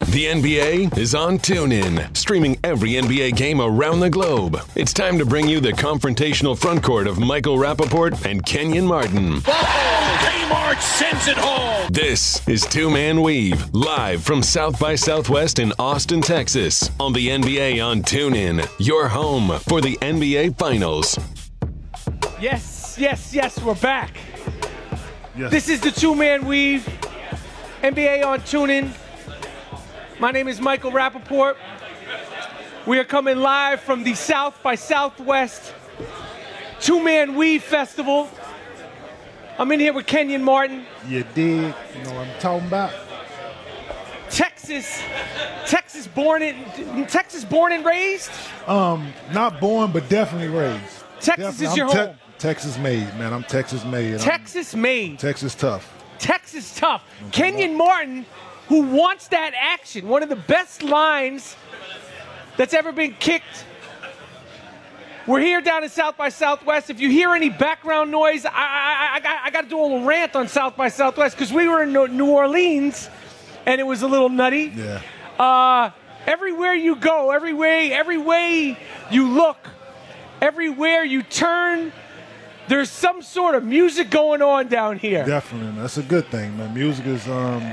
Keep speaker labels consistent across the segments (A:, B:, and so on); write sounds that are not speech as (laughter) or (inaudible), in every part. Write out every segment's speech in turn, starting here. A: The NBA is on TuneIn, streaming every NBA game around the globe. It's time to bring you the confrontational frontcourt of Michael Rappaport and Kenyon Martin.
B: Kmart sends it home.
A: This is Two Man Weave, live from South by Southwest in Austin, Texas, on the NBA on TuneIn, your home for the NBA Finals.
C: Yes, yes, yes, we're back.
D: Yes.
C: This is the two man weave, NBA on TuneIn. My name is Michael Rappaport. We are coming live from the South by Southwest Two Man Weave Festival. I'm in here with Kenyon Martin.
D: you dig. You know what I'm talking about?
C: Texas, Texas born and Texas born and raised.
D: Um, Not born, but definitely raised.
C: Texas
D: Definitely.
C: is your
D: I'm Te-
C: home.
D: Texas made, man. I'm Texas made. and I'm
C: Texas made.
D: Texas tough.
C: Texas tough. Kenyon Martin, who wants that action, one of the best lines that's ever been kicked. We're here down in South by Southwest. If you hear any background noise, I, I, I, got, I got to do a little rant on South by Southwest because we were in New- New Orleans and it was a little nutty.
D: Yeah.
C: Uh, everywhere you go, every way, every way you look, everywhere you turn, there's some sort of music going on down here.
D: Definitely. man. That's a good thing, man. Music is um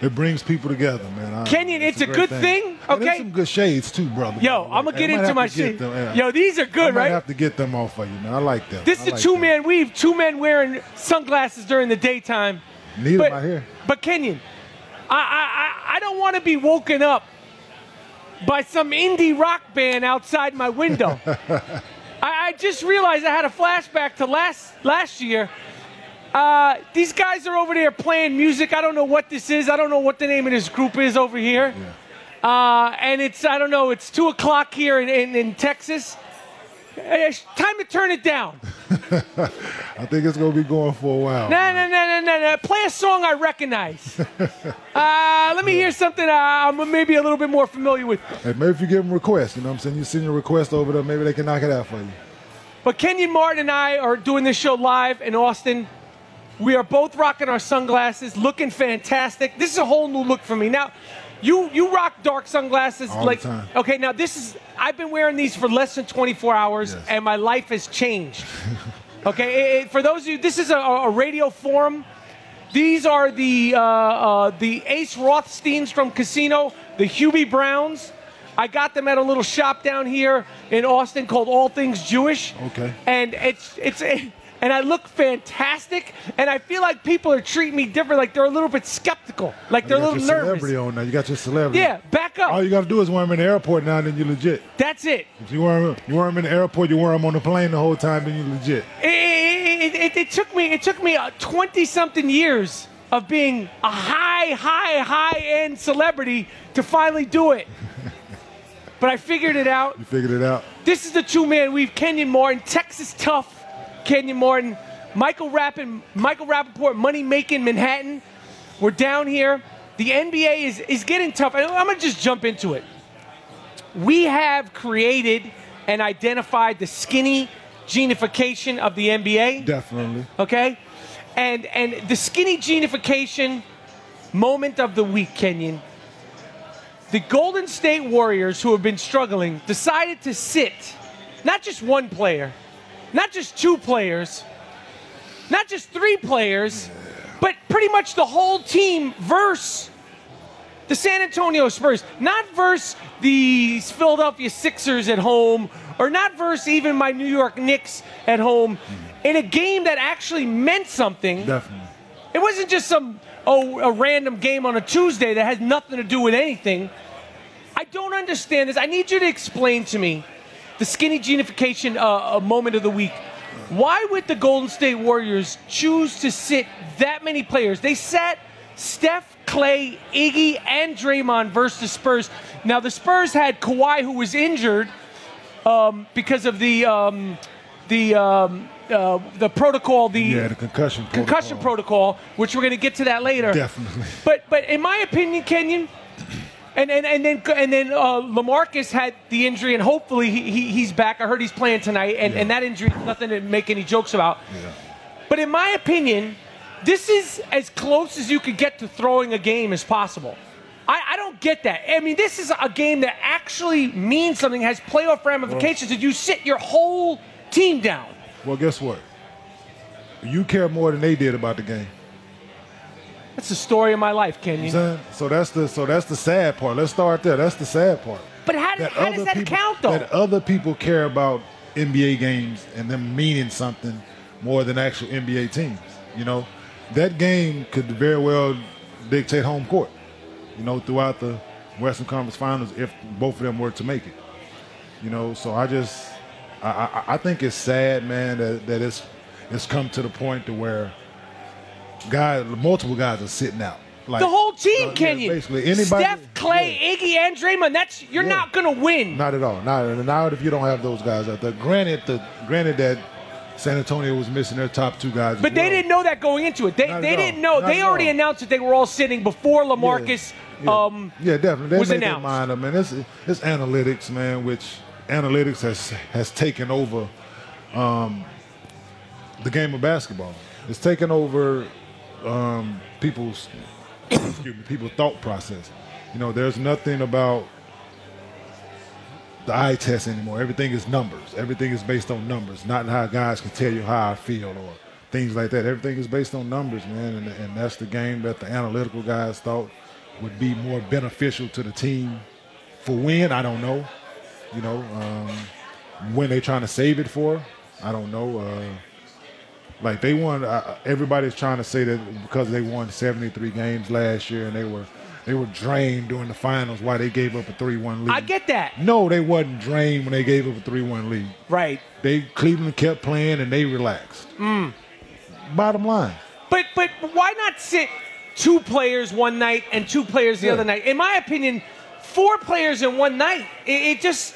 D: it brings people together, man. I-
C: Kenyon, it's a
D: great
C: good thing,
D: And there's
C: okay?
D: some good shades too, brother.
C: Yo,
D: man.
C: I'm gonna
D: I
C: get
D: might
C: into
D: have
C: my
D: to get
C: shit.
D: them, yeah.
C: Yo, these are
D: I
C: good,
D: might
C: right?
D: have to get them off of you, man. I like them.
C: this
D: I
C: is
D: like
C: a two
D: them.
C: man weave, two men wearing sunglasses during the daytime.
D: Need 'em
C: but,
D: out here.
C: but Kenyon, I, I, I, I don't want to be woken up by some indie rock band outside my
D: (laughs)
C: window. I, I just realized I had a flashback to last last year. Uh, these guys are over there playing music. I don't know what this is. I don't know what the name of this group is over here. Uh, and it's I don't know. It's two o'clock here in, in, in Texas. Eh, Time to turn it down.
D: I think it's gonna be going for a while.
C: No, no, no, no, no, no. Play a song I recognize. uh, let me hear something I'm maybe a little bit more familiar with.
D: Hey, maybe if you give them requests, you know what I'm saying? You send your request over there, maybe they can knock it out for you.
C: But Kenyon Martin and I are doing this show live in Austin. We are both rocking our sunglasses, looking fantastic. This is a whole new look for me. Now, you you rock dark sunglasses
D: All the
C: like
D: time.
C: okay. Now this is I've been wearing these for less than 24 hours,
D: Yes.
C: and my life has changed. (laughs) okay, it- it- for those of you, this is a, a radio forum. These are the uh, uh, the Ace Rothsteins from Casino, the Hubie Browns. I got them at a little shop down here in Austin called All Things Jewish.
D: Okay.
C: And it's it's and I look fantastic, and I feel like people are treating me different. Like they're a little bit skeptical. Like they're
D: you
C: a
D: got
C: little
D: your
C: nervous.
D: celebrity on now. You got your celebrity.
C: Yeah, back up.
D: All you got to do is wear them in the airport now, then you legit.
C: That's it.
D: If you wear them, you wear 'em in the airport, you wear them on the plane the whole time, then you legit.
C: It, it, it, it took me it took me twenty something years of being a high high high end celebrity to finally do it. but I figured it out.
D: You figured it out.
C: This is the two man weave: Kenyon Martin, Texas tough, Kenyon Martin, Michael Rappin, Michael Rappaport, money making Manhattan. We're down here. The NBA is is getting tough. And I'm gonna just jump into it. We have created and identified the skinny genification of the NBA
D: Definitely.
C: okay? And and the skinny genification moment of the week, Kenyon. The Golden State Warriors, who have been struggling, decided to sit not just one player, not just two players, not just three players, but pretty much the whole team verse the San Antonio Spurs, not verse the Philadelphia Sixers at home, or not verse even my New York Knicks at home, in a game that actually meant something.
D: Definitely.
C: It wasn't just some oh a random game on a Tuesday that has nothing to do with anything. I don't understand this. I need you to explain to me the skinny genification uh, uh, moment of the week. Why would the Golden State Warriors choose to sit that many players? They sat Steph, Clay, Iggy, and Draymond versus the Spurs. Now the Spurs had Kawhi, who was injured um, because of the um, the um, uh, the protocol, the
D: Yeah, the concussion protocol.
C: concussion protocol, which we're going to get to that later.
D: Definitely.
C: But but in my opinion, Kenyon, and and and then and then uh, Lamarcus had the injury, and hopefully he, he he's back. I heard he's playing tonight, and and that injury is nothing to make any jokes about.
D: Yeah.
C: But in my opinion, this is as close as you could get to throwing a game as possible. I, I don't don't get that. I mean, this is a game that actually means something, has playoff ramifications. Did you sit your whole team down?
D: Well, guess what? You care more than they did about the game.
C: That's the story of my life, Kenyon.
D: You know what I'm saying? So that's the so that's the sad part. Let's start there. That's the sad part.
C: But how, did, how does
D: other
C: that
D: people-
C: count, though?
D: That other people care about NBA games and them meaning something more than actual NBA teams. You know, that game could very well dictate home court. You know, throughout the Western Conference Finals, if both of them were to make it. You know, so I just I I, I think it's sad, man, that, that it's it's come to the point to where guys, multiple guys are sitting out. Like
C: the whole team,
D: uh, yeah,
C: Kenyon.
D: basically anybody.
C: Steph, Clay,
D: yeah.
C: Iggy, and Draymond. That's you're
D: Yeah.
C: not gonna win.
D: Not at all. Not not if you don't have those guys out there. Granted, the granted that San Antonio was missing their top two guys.
C: But they didn't know that going into it. They,
D: Not at
C: they
D: all.
C: didn't know.
D: Not
C: they
D: at
C: already
D: all.
C: announced that they were all sitting before LaMarcus.
D: Yeah.
C: Um,
D: yeah, definitely. They
C: was
D: made
C: announced.
D: their mind up, man. It's it's analytics, man. Which analytics has has taken over um, the game of basketball. It's taken over um, people's (coughs) excuse me, people's thought process. You know, there's nothing about the eye test anymore. Everything is numbers. Everything is based on numbers, not how guys can tell you how I feel or things like that. Everything is based on numbers, man, and, and that's the game that the analytical guys thought would be more beneficial to the team. For when, I don't know. You know, um, when they trying to save it for, I don't know. Uh, like they won. Uh, everybody's trying to say that because they won 73 games last year and they were they were drained during the finals, why they gave up a 3-1 lead.
C: I get that.
D: No, they wasn't drained when they gave up a 3-1 lead.
C: Right.
D: They Cleveland kept playing and they relaxed. Bottom line.
C: Mm. But but why not sit two players one night and two players the
D: Yeah.
C: other night? In my opinion, four players in one night. It, it just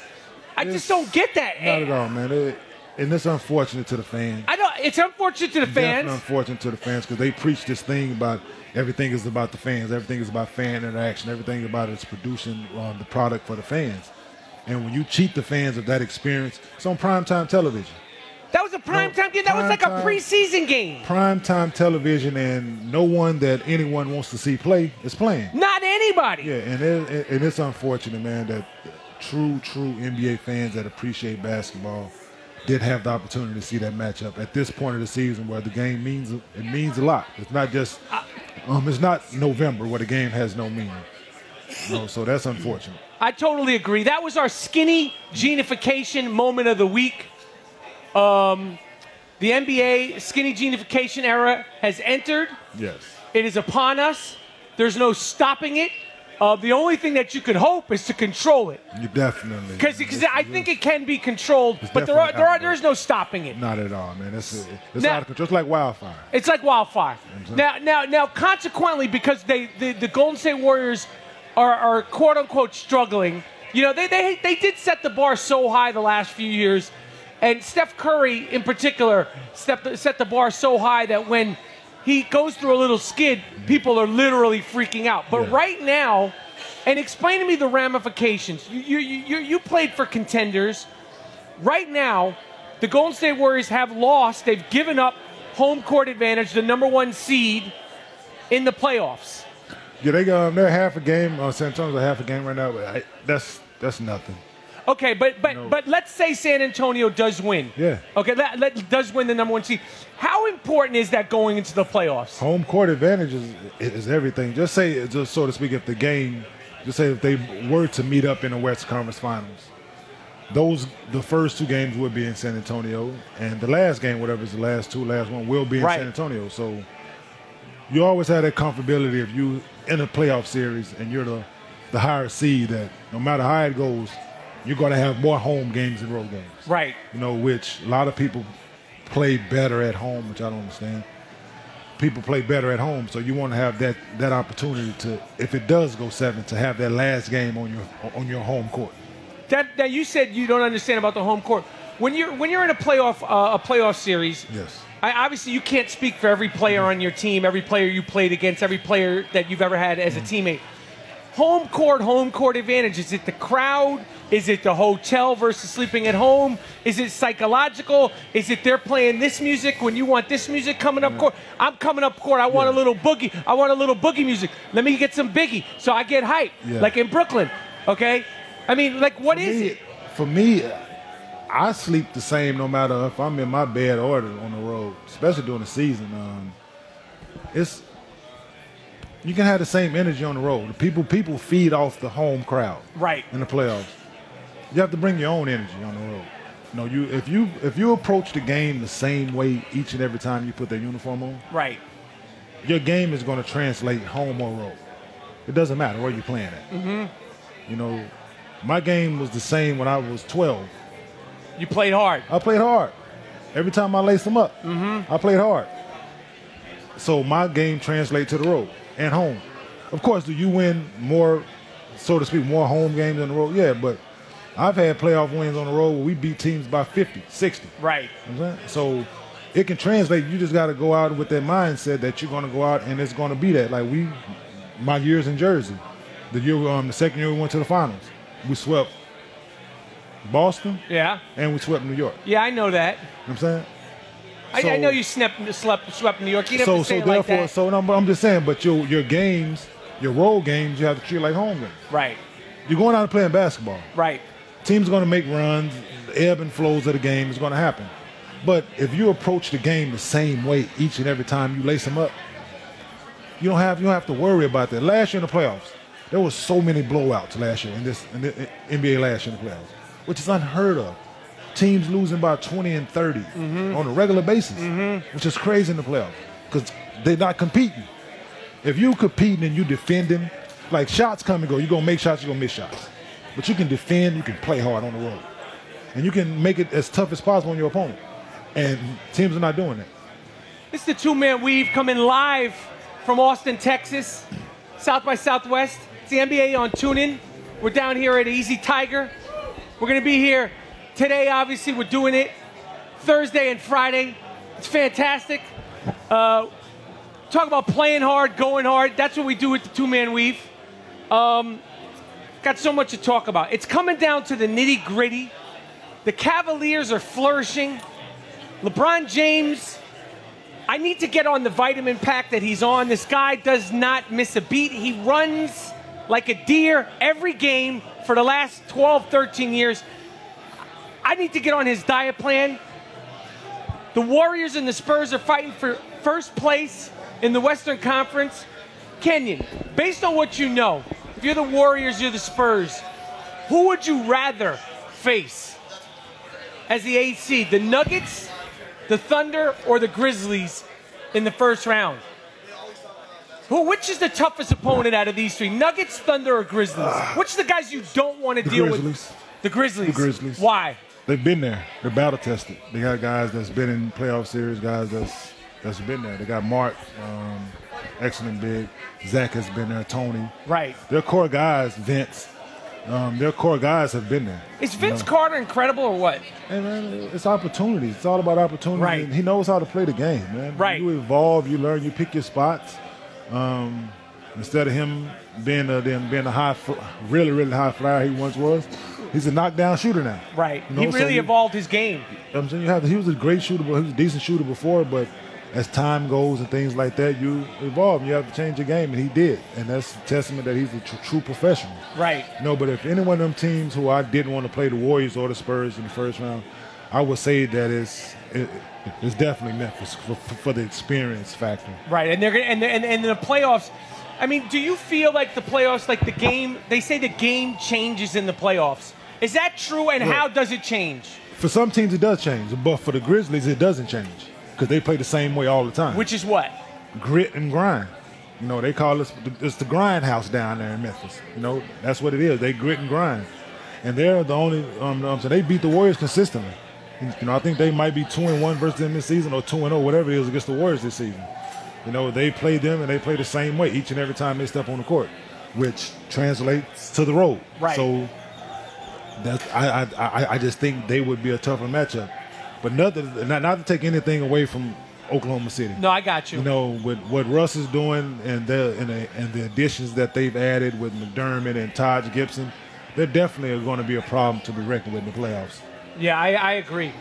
C: I
D: It's
C: just don't get that.
D: Not at all, man. It, and it's unfortunate to the fans.
C: I don't. It's unfortunate to the fans.
D: Definitely unfortunate to the fans because they preach this thing about everything is about the fans, everything is about fan interaction, everything about it's producing um, the product for the fans. And when you cheat the fans of that experience, it's on primetime television.
C: That was a primetime
D: No,
C: time game. That was like
D: primetime-
C: a preseason game.
D: Primetime television, and no one that anyone wants to see play is playing.
C: Not anybody.
D: Yeah, and it, and it's unfortunate, man, that true, true NBA fans that appreciate basketball did have the opportunity to see that matchup at this point of the season, where the game means it means a lot. It's not just, um, it's not November where the game has no meaning. You know, so that's unfortunate.
C: I totally agree. That was our skinny genification moment of the week. Um, the NBA skinny genification era has entered.
D: Yes.
C: It is upon us. There's no stopping it. Uh, the only thing that you could hope is to control it,
D: You definitely.
C: because I think it can be controlled, but there
D: definitely
C: are, there are
D: out there.
C: there is no stopping it.
D: Not at all, man. It's, it's
C: Now-
D: out of control. It's like wildfire.
C: It's like wildfire.
D: Mhm.
C: Now, now, now, consequently, because they the, the Golden State Warriors are, are quote unquote struggling. You know, they, they they did set the bar so high the last few years, and Steph Curry in particular set the, set the bar so high that when he goes through a little skid, people are literally freaking out. But
D: Yeah.
C: right now, and explain to me the ramifications. You you you, you- you played for contenders right now, the Golden State Warriors have lost. They've given up home court advantage, the number one seed in the playoffs.
D: Yeah, they um, they're half a game. Uh, San Antonio's a half a game right now, but I, that's that's nothing.
C: Okay, but but
D: No.
C: but let's say San Antonio does win.
D: Yeah.
C: Okay, let, let- does win the number one seed. How important is that going into the playoffs?
D: Home court advantage is, is everything. Just say, just so to speak, if the game, just say if they were to meet up in the West Conference Finals, those the first two games would be in San Antonio, and the last game, whatever is the last two, last one, will be in
C: Right.
D: San Antonio. So you always have that comfortability if you in a playoff series and you're the the higher seed that no matter how it goes, you're going to have more home games than road games
C: Right.
D: you know, which a lot of people play better at home, which I don't understand. People play better at home, so you want to have that that opportunity to, if it does go seven, to have that last game on your on your home court.
C: That that you said you don't understand about the home court. When you're when you're in a playoff uh, a playoff series,
D: Yes.
C: I, obviously you can't speak
D: Mm.
C: for every player on your team, every player you played against, every player that you've ever had as a teammate. home court, home court advantage? Is it the crowd? Is it the hotel versus sleeping at home? Is it psychological? Is it they're playing this music when you want this music coming up court? I'm coming up court. I want a little boogie. I want a little boogie music. Let me get some biggie so I get hype,
D: Yeah.
C: like in Brooklyn. Okay, I mean, like what is
D: me-
C: it?
D: For me, I sleep the same no matter if I'm in my bed or on the road, especially during the season. Um, it's you can have the same energy on the road. The people people feed off the home crowd,
C: Right.
D: In the playoffs, you have to bring your own energy on the road. No, you if you if you approach the game the same way each and every time you put their uniform on,
C: Right.
D: your game is going to translate home or road. It doesn't matter where you're playing at. Mm-hmm. You know, my game was the same when I was 12.
C: You played hard.
D: I played hard. Every time I laced them up, mm-hmm. I played hard. So my game translates to the road and home. Of course, do you win more, so to speak, more home games on the road? Yeah, but I've had playoff wins on the road where we beat teams by 50, 60.
C: Right.
D: You know what I'm saying? So it can translate. You just got to go out with that mindset that you're going to go out and it's going to be that. Like we, my years in Jersey, the year um, the second year we went to the finals, we swept Boston
C: Yeah.
D: and we swept New York.
C: Yeah, I know that.
D: You know what I'm saying?
C: I, I
D: So-
C: know you swept, slept, swept New York. You didn't
D: so
C: have to say
D: so
C: it like
D: therefore,
C: that.
D: so no, but I'm just saying. But your your games, your road games, you have to treat like home games.
C: right.
D: You're going out and playing basketball.
C: Right.
D: teams going to make runs. The ebb and flows of the game is going to happen. But if you approach the game the same way each and every time you lace them up, you don't have you don't have to worry about that. Last year in the playoffs, there was so many blowouts last year in this in the in NBA last year in the playoffs, which is unheard of. Teams losing by 20 and 30 on a regular basis, which is crazy in the playoffs because they're not competing. If you competing and you defending, like shots come and go, you're gonna make shots, you're gonna miss shots. But you can defend, you can play hard on the road. And you can make it as tough as possible on your opponent. And teams are not doing that.
C: This is the two man weave coming live from Austin, Texas, South by Southwest. It's the NBA on TuneIn. We're down here at Easy Tiger. We're going to be here today, obviously, we're doing it Thursday and Friday. It's fantastic. Uh, talk about playing hard, going hard. That's what we do with the two man weave. Um, got so much to talk about. It's coming down to the nitty gritty. The Cavaliers are flourishing. LeBron James I need to get on the vitamin pack that he's on. This guy does not miss a beat. He runs like a deer every game for the last 12, 13 years. I need to get on his diet plan. The Warriors and the Spurs are fighting for first place in the Western Conference. Kenyon, based on what you know, if you're the Warriors, you're the Spurs, who would you rather face as the eighth seed? The Nuggets, the Thunder, or the Grizzlies in the first round? Who, which is the toughest opponent out of these three? Nuggets, Thunder, or Grizzlies? Which is the guys you don't want to
D: The
C: deal
D: Grizzlies.
C: with? The Grizzlies.
D: The Grizzlies.
C: Why?
D: They've been there. They're battle tested. They got guys that's been in playoff series, guys that's that's been there. They got Mark, um, excellent big. Zach has been there, Tony.
C: Right.
D: Their core guys, Vince. Um, their core guys have been there.
C: Is
D: you
C: Vince
D: know.
C: Carter incredible or what?
D: Hey man, it's opportunities. It's all about opportunities.
C: Right.
D: And he knows how to play the game, man.
C: Right.
D: You evolve, you learn, you pick your spots. Um, instead of him being a then being a high, fl- really really high flyer he once was, he's a knockdown shooter now.
C: Right.
D: You know,
C: he
D: so
C: really
D: you-
C: evolved his game.
D: I'm saying you have. He was a great shooter, but he was a decent shooter before. But as time goes and things like that, you evolve. You have to change your game, and he did. And that's a testament that he's a tr- true professional.
C: Right.
D: No, but if any one of them teams who I didn't want to play, the Warriors or the Spurs in the first round, I would say that it's it, it's definitely Memphis for, for, for the experience factor.
C: Right. And they're gonna and they're, and, and in the playoffs. I mean, do you feel like the playoffs, like the game? They say the game changes in the playoffs. Is that true? And
D: Right.
C: how does it change?
D: For some teams, it does change, but for the Grizzlies, it doesn't change because they play the same way all the time.
C: Which is what?
D: grit and grind. You know, they call us it's the grind house down there in Memphis. You know, that's what it is. They grit and grind, and they're the only. Um, um, so they beat the Warriors consistently. You know, I think they might be two and one versus them this season, or two and zero, whatever it is, against the Warriors this season. You know, they play them and they play the same way each and every time they step on the court, which translates to the road.
C: Right.
D: So that's I, I I I just think they would be a tougher matchup. But nothing, not, not to take anything away from Oklahoma City.
C: No, I got you.
D: You know with what Russ is doing and the and the, and the additions that they've added with McDermott and Todd Gibson, they're definitely going to be a problem to be reckoned with in the playoffs.
C: Yeah, I, I agree.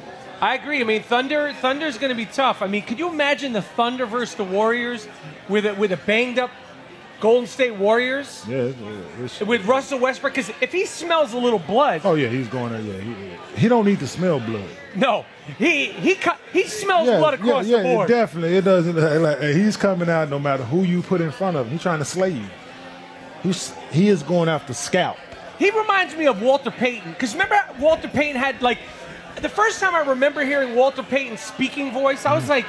C: I agree. I mean, Thunder Thunder's going to be tough. I mean, could you imagine the Thunder versus the Warriors with a, with a banged up Golden State Warriors
D: Yeah, it's- it's-
C: with Russell Westbrook? Because if he smells a little blood,
D: Oh yeah, he's going there. Yeah, he, he don't need to smell blood.
C: no, he he cu- he smells
D: Yeah,
C: blood across
D: yeah,
C: the
D: yeah,
C: board.
D: definitely. It doesn't. Like, like, he's coming out no matter who you put in front of him. He's trying to slay you. He's he is going after scalp.
C: He reminds me of Walter Payton. Because remember, Walter Payton had like the first time I remember hearing Walter Payton's speaking voice,
D: Mm-hmm.
C: I was like,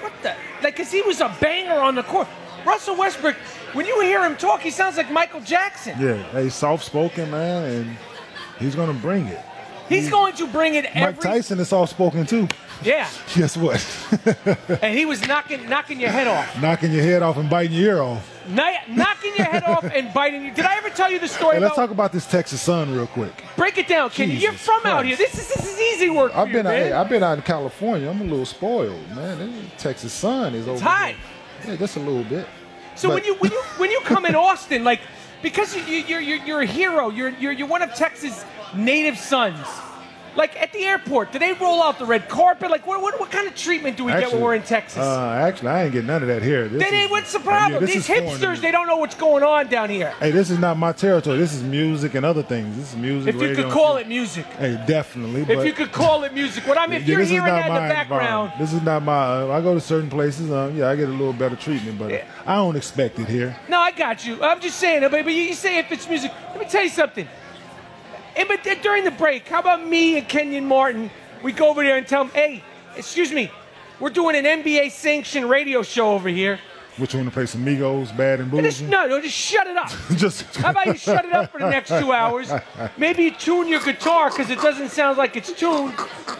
C: what the? Like, because he was a banger on the court. Russell Westbrook, when you hear him talk, he sounds like Michael Jackson.
D: Yeah, he's soft spoken man, and he's gonna bring it.
C: He's going to bring it every.
D: Mm. Mike Tyson is soft spoken too.
C: Yeah,
D: Guess what?
C: and he was knocking knocking your head off,
D: (laughs) Knocking your head off and biting your ear off.
C: Kni- knocking your head off and biting you. Did I ever tell you the story
D: Hey, let's
C: about?
D: talk about this Texas Sun real quick.
C: break it down, Kenny. You're
D: Jesus
C: from out
D: Christ.
C: here. This is this is easy work. for
D: I've
C: you,
D: been out,
C: man.
D: hey, I've been out in California. I'm a little spoiled, man. This Texas Sun is over.
C: hot.
D: here. Yeah, just a little bit.
C: So when
D: But-
C: you when you when you come in Austin, like because you, you you're, you're you're a hero, you're you're you're one of Texas' native sons. Like at the airport, do they roll out the red carpet? Like what what, what kind of treatment do we get when we're in Texas?
D: Uh, actually, I ain't getting none of that here. This
C: they, they,
D: is-
C: what's the
D: yeah,
C: problem?
D: this
C: These
D: is foreign to me.
C: hipsters, they don't know what's going on down here.
D: Hey, this is not my territory. This is music and other things. This is music.
C: If you
D: radio
C: could
D: and
C: call
D: shit.
C: it music,
D: Hey, definitely.
C: if
D: but-
C: you could call it music, what I mean, if
D: Yeah,
C: you're
D: this is
C: hearing
D: not
C: that in
D: my
C: the background,
D: environment. This is not my. Uh, I go to certain places. Um, yeah, I get a little better treatment, but uh, I don't expect it here.
C: No, I got you. I'm just saying, uh, but you you say if it's music. Let me tell you something. And, but th- during the break, how about me and Kenyon Martin? We go over there and tell them, hey, excuse me, we're doing an NBA sanctioned radio show over here.
D: Which you want to play some Migos, Bad and
C: And just,
D: Bougie?
C: no, no, just shut it up.
D: (laughs) Just
C: How about you shut it up for the next two hours? Maybe you tune your guitar because it doesn't sound like it's tuned.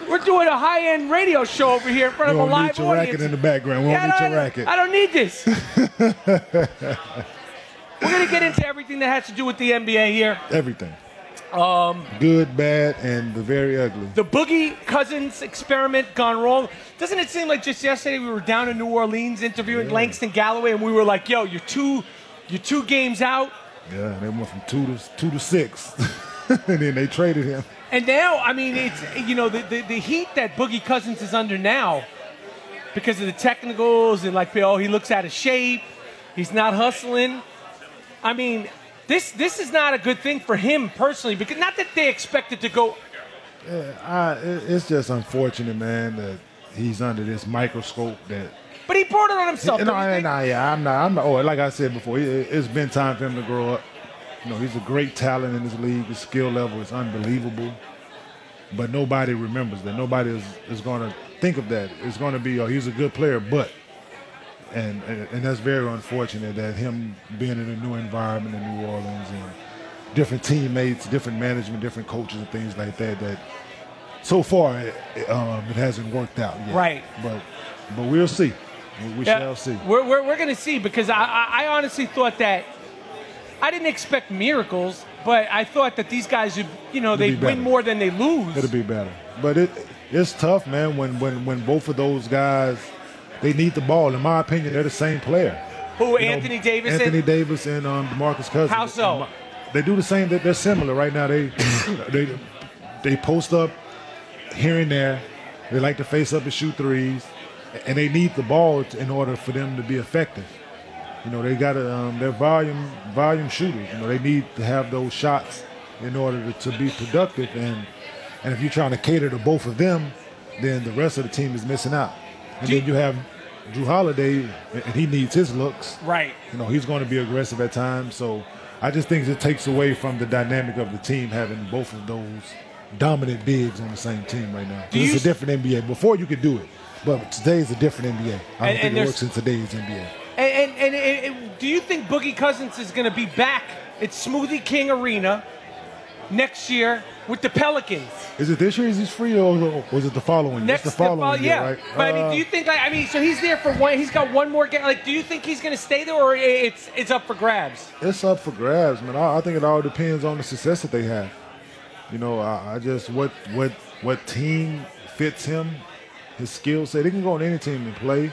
C: We're doing a high end radio show over here in front
D: we
C: of a
D: don't need
C: live
D: your
C: audience.
D: racket in the background. We
C: Yeah,
D: don't need
C: I
D: your
C: don't-
D: racket.
C: I don't need (laughs) this. We're gonna get into everything that has to do with the NBA here.
D: Everything. Um, good, bad, and the very ugly.
C: The Boogie Cousins experiment gone wrong. Doesn't it seem like just yesterday we were down in New Orleans interviewing Langston Galloway, and we were like, "Yo, you're two, you're two games out."
D: Yeah, they went from two to two to six, (laughs) and then they traded him.
C: And now, I mean, it's you know the, the, the heat that Boogie Cousins is under now because of the technicals and like oh he looks out of shape, he's not hustling. I mean, this this is not a good thing for him personally because not that they expect it to go.
D: I, it- it's just unfortunate, man, that he's under this microscope that
C: But he brought it on himself.
D: No,
C: don't you
D: no,
C: think?
D: no, yeah, I'm not. I'm not. Oh, like I said before, it, it's been time for him to grow up. You know, he's a great talent in this league. His skill level is unbelievable, but nobody remembers that. Nobody is, is going to think of that. It's going to be, oh, he's a good player, but. And, and and that's very unfortunate that him being in a new environment in New Orleans and different teammates, different management, different coaches, and things like that. That so far it, it, um, it hasn't worked out yet.
C: Right.
D: But but we'll see. We, we
C: Yeah,
D: shall see.
C: We're, we're, we're going to see because I, I, I honestly thought that I didn't expect miracles, but I thought that these guys, would, you know, they
D: be better.
C: win more than they lose.
D: It'll be better. But it it's tough, man, when when when both of those guys they need the ball. In my opinion, they're the same player.
C: Who
D: You know,
C: Anthony Davis and-
D: Anthony Davis and um, DeMarcus Cousins.
C: How so?
D: They do the same. They're they're similar right now.
C: (laughs)
D: They they they post up here and there. They like to face up and shoot threes, and they need the ball t- in order for them to be effective. You know, they got to um, they're volume volume shooters. You know, they need to have those shots in order to, to be productive. And and if you're trying to cater to both of them, then the rest of the team is missing out. And then you have Drew Holiday, and and he needs his looks.
C: Right.
D: You know, he's going to be aggressive at times. So I just think it takes away from the dynamic of the team having both of those dominant bigs on the same team right now.
C: Do you
D: It's
C: s-
D: a different NBA. Before you could do it, but today's a different NBA. I
C: And-
D: don't
C: and
D: think it
C: there's-
D: works in today's NBA.
C: And, and, and, and- and do you think Boogie Cousins is going to be back at Smoothie King Arena next year with the Pelicans?
D: Is it this year? Is he free or or was it the following? year?
C: Next
D: it's the following
C: fol-
D: year,
C: yeah.
D: right?
C: But I
D: Uh,
C: mean, do you think like I mean, so he's there for one. He's got one more game. Like, do you think he's going to stay there, or i- it's it's up for grabs?
D: it's up for grabs, man. I, I think it all depends on the success that they have. You know, I, I just what what what team fits him, his skill set. He can go on any team and play.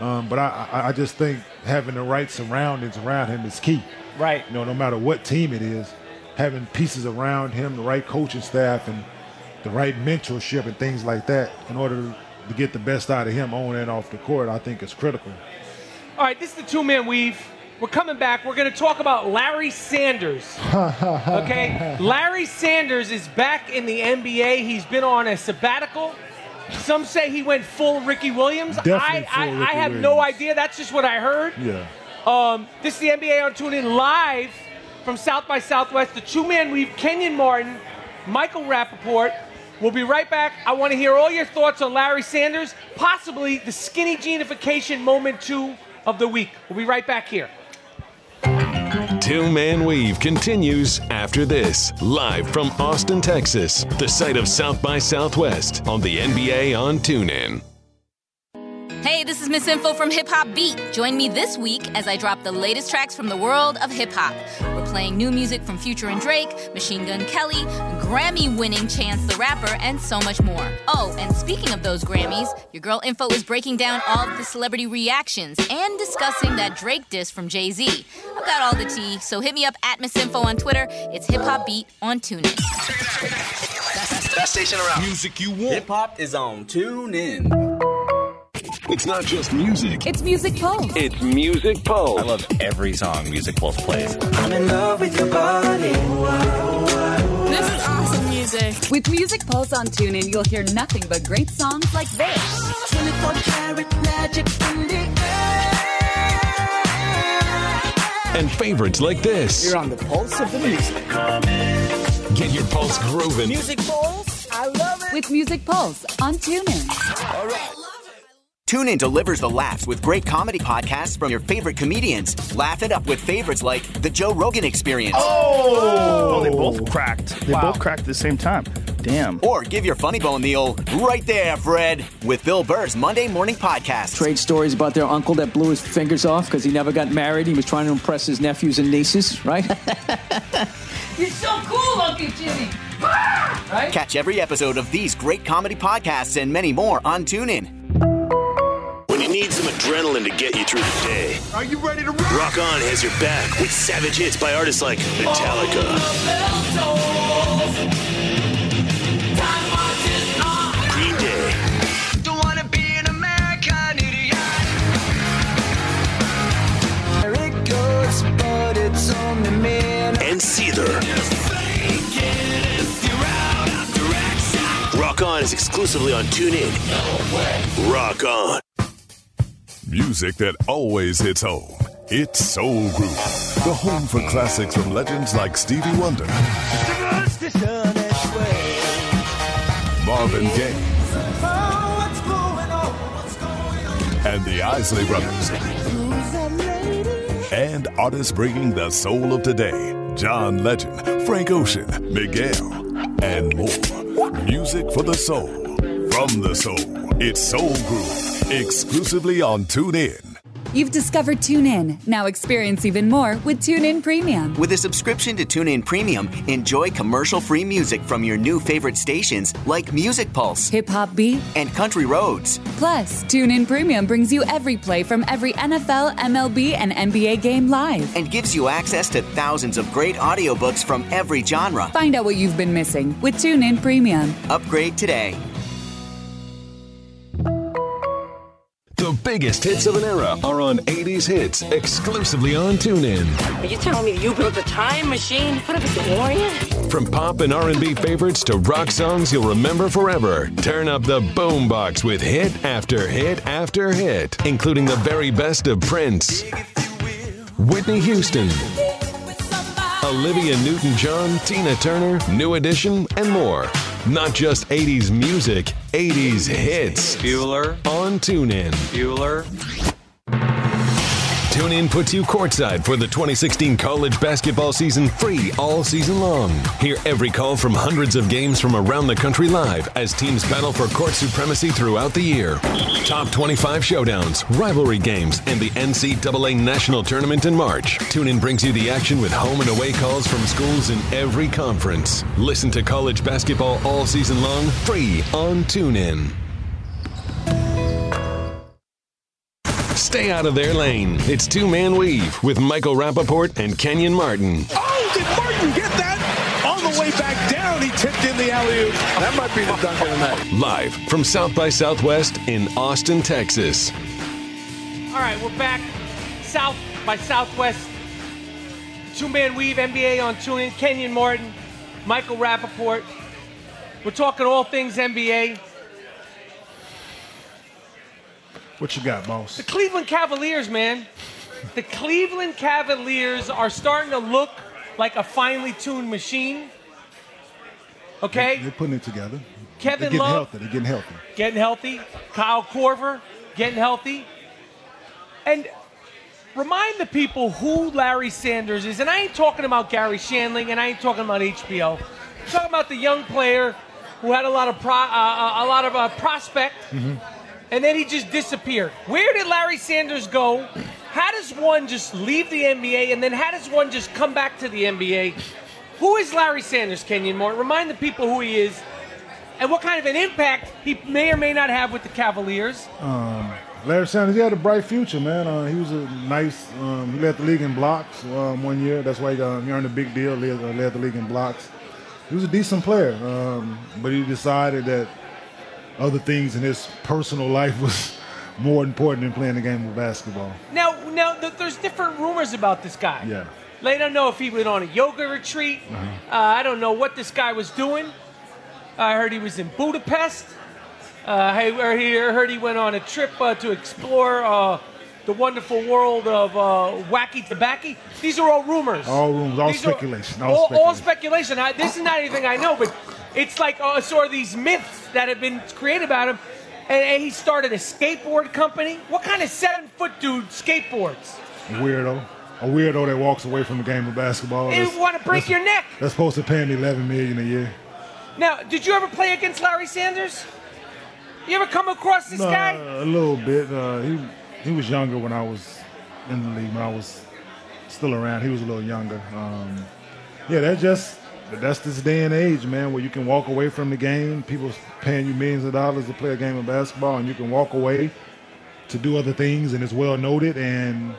D: Um, but I, I, I just think having the right surroundings around him is key.
C: Right.
D: You know, no matter what team it is, having pieces around him, the right coaching staff, and the right mentorship and things like that in order to get the best out of him on and off the court, I think is critical.
C: All right, this is the two man weave. We're coming back. We're going to talk about Larry Sanders. Okay? Larry Sanders is back in the NBA. He's been on a sabbatical. Some say he went full Ricky Williams.
D: Definitely
C: I, I,
D: full Ricky
C: I have no
D: Williams.
C: idea. That's just what I heard.
D: Yeah.
C: Um, this is the NBA on TuneIn live from South by Southwest. The two man weave, Kenyon Martin, Michael Rappaport. We'll be right back. I want to hear all your thoughts on Larry Sanders, possibly the skinny genification moment two of the week. We'll be right back here.
A: Two Man Weave continues after this, live from Austin, Texas, the site of South by Southwest on the NBA on TuneIn.
E: Hey, this is Miss Info from Hip Hop Beat. Join me this week as I drop the latest tracks from the world of hip hop. We're playing new music from Future and Drake, Machine Gun Kelly, Grammy winning Chance the Rapper, and so much more. Oh, and speaking of those Grammys, your girl Info is breaking down all of the celebrity reactions and discussing that Drake diss from Jay Z. I've got all the tea, so hit me up at Miss Info on Twitter. It's Hip Hop Beat on TuneIn.
F: Best station around. Music you want. Hip hop is on. Tune in.
A: It's not just music,
E: It's Music Pulse.
A: it's Music Pulse.
G: love every song Music Pulse plays.
H: This is awesome music.
I: With Music Pulse on TuneIn, you'll hear nothing but great songs like this.
J: 24 karat magic in the air.
A: and favorites like this.
F: You're on the pulse of the music.
A: Get your pulse grooving
F: Music pulse. I love it.
I: With Music Pulse on TuneIn.
G: TuneIn delivers the laughs with great comedy podcasts from your favorite comedians. Laugh it up with favorites like The Joe Rogan Experience.
K: Oh, they both cracked. They both cracked at the same time. Damn.
G: Or give your funny bone the old right there, Fred, with Bill Burr's Monday Morning Podcast.
H: Trade stories about their uncle that blew his fingers off because he never got married. He was trying to impress his nephews and nieces,
G: (laughs)
H: right?
I: You're so cool, Uncle Jimmy.
G: Catch every episode of these great comedy podcasts and many more on TuneIn.
B: When you need some adrenaline to get you through the day. Are you ready to rock? Rock On has your back with savage hits by artists like Metallica, Green Day,
J: Don't wanna be an American idiot.
B: and Seether. Rock On is exclusively on TuneIn. Rock On.
L: Music that always hits home. It's Soul Groove, the home for classics from legends like Stevie Wonder, Marvin Gaye,
J: Oh, what's going on? What's going on?
L: and the Isley Brothers,
J: Who's that lady?
L: and artists bringing the soul of today John Legend, Frank Ocean, Miguel, and more. Music for the soul, from the soul. It's Soul Groove, exclusively on TuneIn.
I: You've discovered TuneIn. Now experience even more with TuneIn Premium.
G: With a subscription to TuneIn Premium, enjoy commercial free music from your new favorite stations like Music Pulse
I: Hip Hop Beat.
G: and Country Roads.
I: Plus, TuneIn Premium brings you every play from every NFL, MLB, and NBA game live.
G: and gives you access to thousands of great audiobooks from every genre.
I: Find out what you've been missing with TuneIn Premium.
G: Upgrade today.
A: The biggest hits of an era are on 80s hits exclusively on TuneIn.
H: Are you telling me you built a time machine? What if it's a DeLorean?
A: From pop and R&B favorites to rock songs you'll remember forever, turn up the boombox with hit after hit after hit, including the very best of Prince, Whitney Houston, Olivia Newton-John, Tina Turner, New Edition, and more. Not just 80s music, 80s hits. Bueller on TuneIn. TuneIn puts you courtside for the 2016 college basketball season free all season long. Hear every call from hundreds of games from around the country live as teams battle for court supremacy throughout the year. Top 25 showdowns, rivalry games, and the NCAA National Tournament in March. TuneIn brings you the action with home and away calls from schools in every conference. Listen to college basketball all season long free on TuneIn. stay out of their lane. It's Two Man Weave with Michael Rappaport and Kenyon Martin.
M: Oh, did Martin get that? On the way back down, he tipped in the alley oop. That might be the dunk of the night.
A: Live from South by Southwest in Austin, Texas.
C: All right, we're back. South by Southwest. Two Man Weave NBA on TuneIn. Kenyon Martin, Michael Rappaport. We're talking all things NBA.
D: What you got, boss?
C: The Cleveland Cavaliers, man. The Cleveland Cavaliers are starting to look like a finely tuned machine. Okay?
D: They're putting it together.
C: Kevin
D: They're getting
C: Love-
D: healthy. They're getting healthy.
C: getting healthy. Kyle Corver getting healthy. And remind the people who Larry Sanders is. And I ain't talking about Gary Shandling and I ain't talking about HBO. I'm talking about the young player who had a lot of pro, uh, uh, a lot of uh, prospect and then he just disappeared. Where did Larry Sanders go? How does one just leave the NBA and then how does one just come back to the NBA? Who is Larry Sanders, Kenyon Moore? Remind the people who he is and what kind of an impact he may or may not have with the Cavaliers.
D: Um, Larry Sanders, he had a bright future, man. Uh, he was a nice. Um, he led the league in blocks um, one year. That's why he, got, he earned a big deal. Led, uh, led the league in blocks. He was a decent player, um, but he decided that other things in his personal life was (laughs) more important than playing the game of basketball.
C: Now, now th- there's different rumors about this guy.
D: Yeah.
C: They don't know if he went on a yoga retreat. uh I don't know what this guy was doing. I heard he was in Budapest. Uh, I heard he- heard he went on a trip uh, to explore uh, the wonderful world of uh, wacky tobacco. These are all rumors.
D: All rumors, all
C: These are-
D: speculation, all
C: all,
D: speculation.
C: all speculation. I, this is not anything I know, but it's like uh, sort of these myths that have been created about him. And, and he started a skateboard company. What kind of seven foot dude skateboards?
D: A weirdo, a weirdo that walks away from the game of basketball.
C: They
D: That's-
C: want to break
D: that's-
C: your neck.
D: That's supposed to pay him 11 million a year.
C: Now, did you ever play against Larry Sanders? You ever come across this
D: Nah,
C: guy?
D: A little bit. Uh, he he was younger when I was in the league. When I was still around, he was a little younger. Um, yeah, that just that's this day and age, man, where you can walk away from the game. People paying you millions of dollars to play a game of basketball, and you can walk away to do other things, and it's well noted, and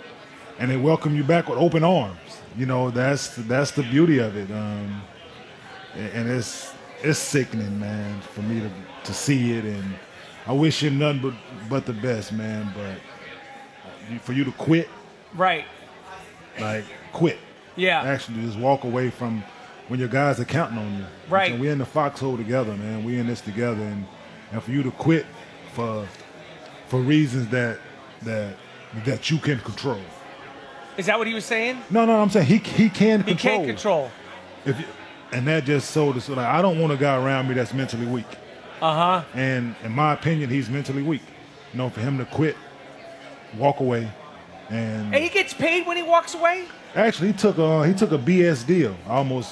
D: and they welcome you back with open arms. You know, that's that's the beauty of it. Um, and, and it's it's sickening, man, for me to to see it. And I wish him nothing but but the best, man. But you- for you to quit,
C: Right.
D: like quit,
C: yeah,
D: actually just walk away from when your guys are counting on you.
C: Right.
D: we're in the foxhole together, man. We're in this together, and and for you to quit for for reasons that that that you can control.
C: Is that what he was saying?
D: No, no, I'm saying he he can
C: He
D: control.
C: can't control.
D: If you, and that just sold us. Like I don't want a guy around me that's mentally weak. Uh-huh.
C: Uh huh.
D: And in my opinion, he's mentally weak. You know, for him to quit, walk away, and
C: And he gets paid when he walks away?
D: actually he took a he took a BS deal. I almost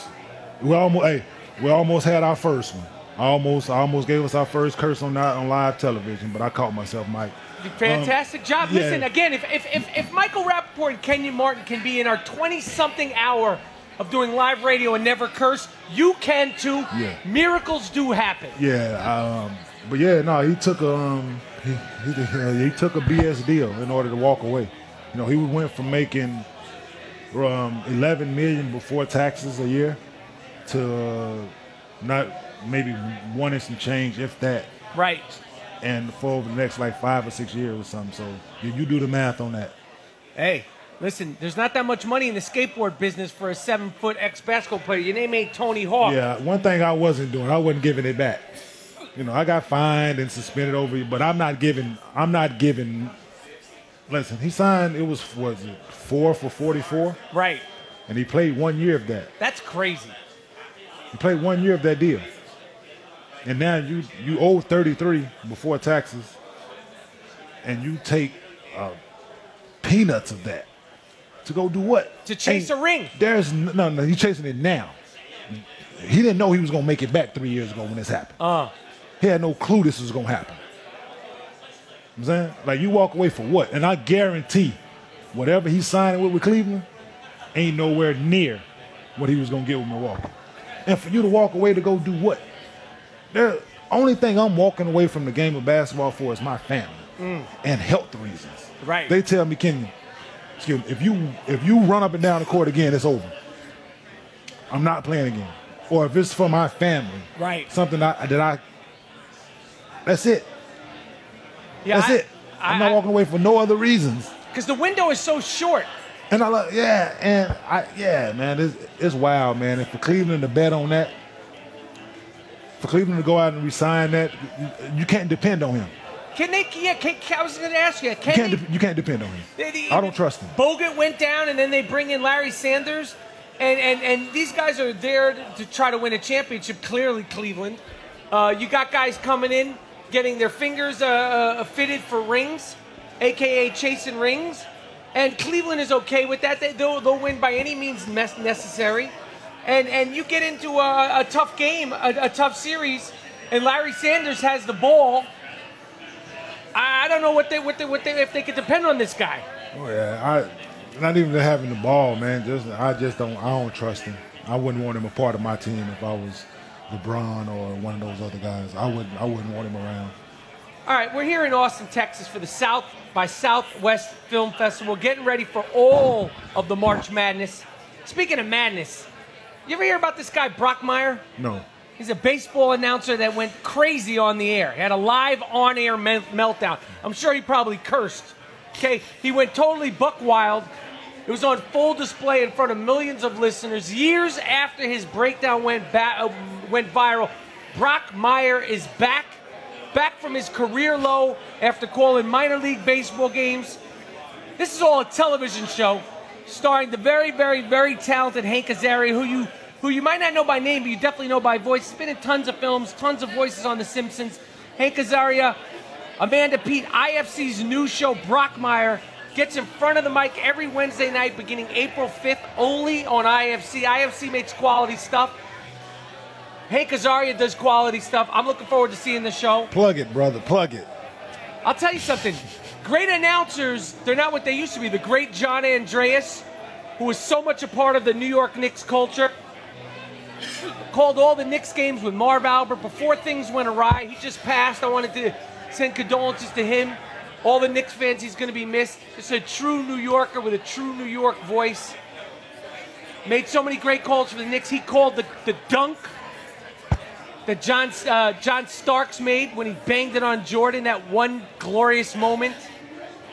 D: we almost hey we almost had our first one. I almost I almost gave us our first curse on on live television, but I caught myself, Mike.
C: Fantastic job.
D: Um, yeah.
C: Listen, again, if, if, if, if Michael Rappaport and Kenyon Martin can be in our 20 something hour of doing live radio and never curse, you can too.
D: Um, Yeah.
C: Miracles do happen.
D: Yeah, um, but yeah, no, he took a um, he, he, he took a BS deal in order to walk away. You know, he went from making um, 11 million before taxes a year to uh, not maybe one and some change, if that.
C: Right.
D: And for over the next like five or six years or something. So you, you do the math on that.
C: Hey, listen, there's not that much money in the skateboard business for a seven foot ex basketball player. Your name ain't Tony Hawk.
D: Yeah, one thing I wasn't doing, I wasn't giving it back. You know, I got fined and suspended over you, but I'm not giving. I'm not giving. Listen, he signed. It was was it four for forty four,
C: Right.
D: and he played one year of that.
C: That's crazy.
D: He played one year of that deal, and now you you owe thirty three before taxes, and you take uh, peanuts of that to go do what?
C: To chase a ring.
D: There's n- no no. You're chasing it now. He didn't know he was gonna make it back three years ago when this happened.
C: Uh,
D: He had no clue this was gonna happen. You know what I'm saying? Like you walk away for what? And I guarantee whatever he's signing with with Cleveland ain't nowhere near what he was gonna get with Milwaukee. And for you to walk away to go do what? The only thing I'm walking away from the game of basketball for is my family. and health reasons.
C: Right.
D: They tell me, Kenyon, excuse me, if you if you run up and down the court again, it's over. I'm not playing again. Or if it's for my family,
C: Right.
D: something I, that I, that's it.
C: Yeah,
D: that's
C: I-
D: it. I'm not walking away for no other reasons.
C: Because the window is so short.
D: And I love, yeah, and I, yeah, man, it's, it's wild, man. And for Cleveland to bet on that, for Cleveland to go out and resign that, you- you can't depend on him.
C: Can they? Yeah, can, I was going to ask you.
D: You
C: Can
D: can't,
C: they?
D: de- you can't depend on him.
C: they- they-
D: I don't trust him.
C: Bogut went down, and then they bring in Larry Sanders, and and, and these guys are there to try to win a championship. Clearly, Cleveland. Uh, you got guys coming in, getting their fingers uh, uh, fitted for rings, aka chasing rings, and Cleveland is okay with that. They, they'll, they'll win by any means mes- necessary, and and you get into a, a tough game, a, a tough series, and Larry Sanders has the ball. I, I don't know what they what they what they if they could depend on this guy.
D: Oh yeah, I not even having the ball, man. Just I just don't I don't trust him. I wouldn't want him a part of my team if I was LeBron or one of those other guys. I wouldn't I wouldn't want him around.
C: All right, we're here in Austin, Texas for the South by Southwest Film Festival, getting ready for all of the March Madness. Speaking of madness, you ever hear about this guy, Brockmeyer?
D: No.
C: He's a baseball announcer that went crazy on the air. He had a live on air mel- meltdown. I'm sure he probably cursed. Okay, he went totally buck wild. It was on full display in front of millions of listeners years after his breakdown went ba- uh, went viral. Brock Meyer is back, back from his career low after calling minor league baseball games. This is all a television show starring the very, very, very talented Hank Azaria, who you who you might not know by name, but you definitely know by voice. He's been in tons of films, tons of voices on The Simpsons. Hank Azaria, Amanda Pete, IFC's new show, Brockmire, gets in front of the mic every Wednesday night beginning April 5th, only on IFC. IFC makes quality stuff. Hank Azaria does quality stuff. I'm looking forward to seeing the show.
D: Plug it, brother. Plug it.
C: I'll tell you something. Great announcers, they're not what they used to be. The great John Andreas, who was so much a part of the New York Knicks culture, called all the Knicks games with Marv Albert before things went awry. He just passed. I wanted to send condolences to him. All the Knicks fans, he's going to be missed. It's a true New Yorker with a true New York voice. Made so many great calls for the Knicks. He called the, the dunk that John uh, John Starks made when he banged it on Jordan. That one glorious moment.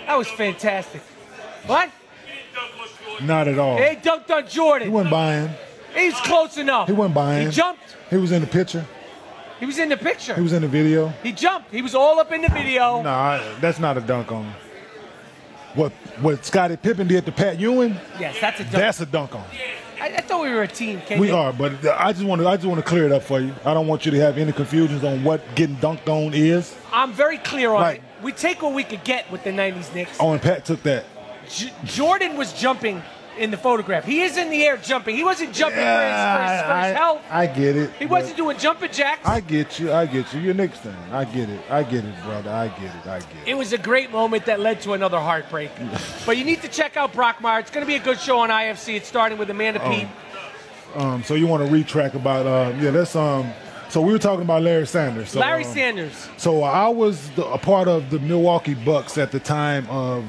C: That was fantastic. What?
D: Not at all.
C: He dunked on Jordan.
D: He wasn't buying.
C: He's close enough.
D: He wasn't buying.
C: He jumped.
D: He was in the picture.
C: He was in the picture.
D: He was in the video.
C: He jumped. He was all up in the video.
D: Nah, I- that's not a dunk on him. What what Scottie Pippen did to Pat Ewing?
C: Yes, that's a dunk.
D: That's a dunk on. him.
C: I, I thought we were a team, Kenyon.
D: We are, but I just want to I just want to clear it up for you. I don't want you to have any confusions on what getting dunked on is.
C: I'm very clear on
D: Right.
C: it. We take what we could get with the 90s Knicks.
D: Oh, and Pat took that.
C: J- Jordan was jumping in the photograph. He is in the air jumping. He wasn't jumping for his, for his, for his
D: I,
C: health.
D: I get it.
C: He wasn't doing jumping jacks.
D: I get you. I get you. You're Knicks fan. I get it. I get it, brother. I get it. I get it.
C: It was a great moment that led to another
D: (laughs)
C: heartbreak. but you need to check out Brockmire. It's going to be a good show on IFC. It's starting with Amanda
D: Oh.
C: Pete.
D: Um, so you want to retrack about? Uh, yeah, that's um. So we were talking about Larry Sanders. So,
C: Larry
D: um,
C: Sanders.
D: So I was the, a part of the Milwaukee Bucks at the time of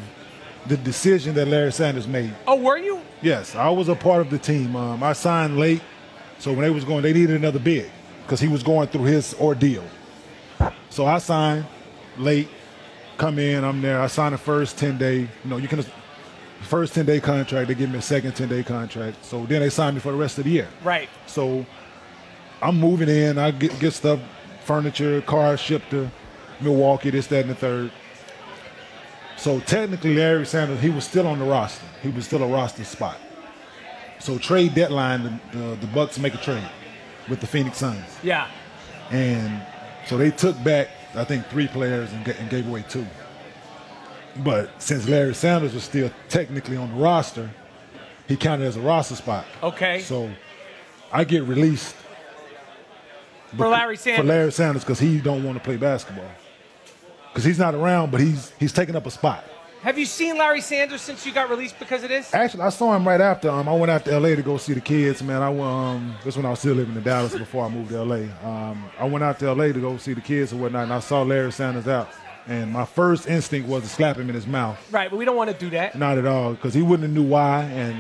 D: the decision that Larry Sanders made.
C: Oh, were you?
D: Yes, I was a part of the team. Um, I signed late, so when they was going, they needed another big because he was going through his ordeal. So I signed late, come in, I'm there. I signed the first ten day. You know, you can first ten day contract. They give me a second ten day contract. So then they signed me for the rest of the year.
C: Right.
D: So I'm moving in. I get, get stuff, furniture, cars shipped to Milwaukee, this, that, and the third. So technically, Larry Sanders, he was still on the roster. He was still a roster spot. So trade deadline, the, the, the Bucks make a trade with the Phoenix Suns.
C: Yeah.
D: And so they took back, I think, three players and, ga- and gave away two. But since Larry Sanders was still technically on the roster, he counted as a roster spot.
C: Okay.
D: So I get released
C: for Larry Sanders.
D: for Larry Sanders because he don't want to play basketball because he's not around, but he's he's taking up a spot.
C: Have you seen Larry Sanders since you got released because of this?
D: Actually, I saw him right after. Um, I went out to LA to go see the kids. Man, I went. Um, this when I was still living in Dallas before I moved to LA. Um, I went out to LA to go see the kids and whatnot, and I saw Larry Sanders out. And my first instinct was to slap him in his mouth.
C: Right, but we don't want to do that.
D: Not at all, because he wouldn't have knew why, and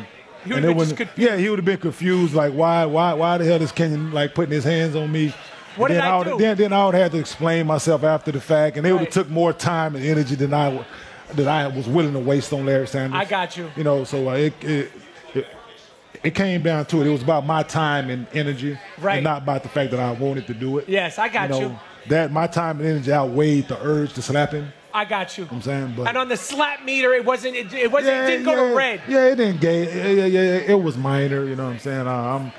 C: He would've
D: and it
C: been just
D: wouldn't- Yeah, he would have been confused, like why, why, why the hell is Kenyon like putting his hands on me?
C: What
D: And
C: did
D: then
C: I
D: would-
C: do?
D: Then, then I would have to explain myself after the fact, and they would have
C: Right.
D: took more time and energy than I w- that I was willing to waste on Larry Sanders.
C: I got you.
D: You know, so uh, it, it it it came down to it. It was about my time and energy,
C: Right.
D: And not about the fact that I wanted to do it.
C: Yes, I got you.
D: That my time and energy outweighed the urge to slap him.
C: I got you.
D: I'm saying, but
C: and on the slap meter, it wasn't. It, it wasn't. it didn't go
D: yeah,
C: to red.
D: Yeah, it didn't gay. Yeah, yeah, yeah, it was minor. You know what I'm saying? Uh, I'm,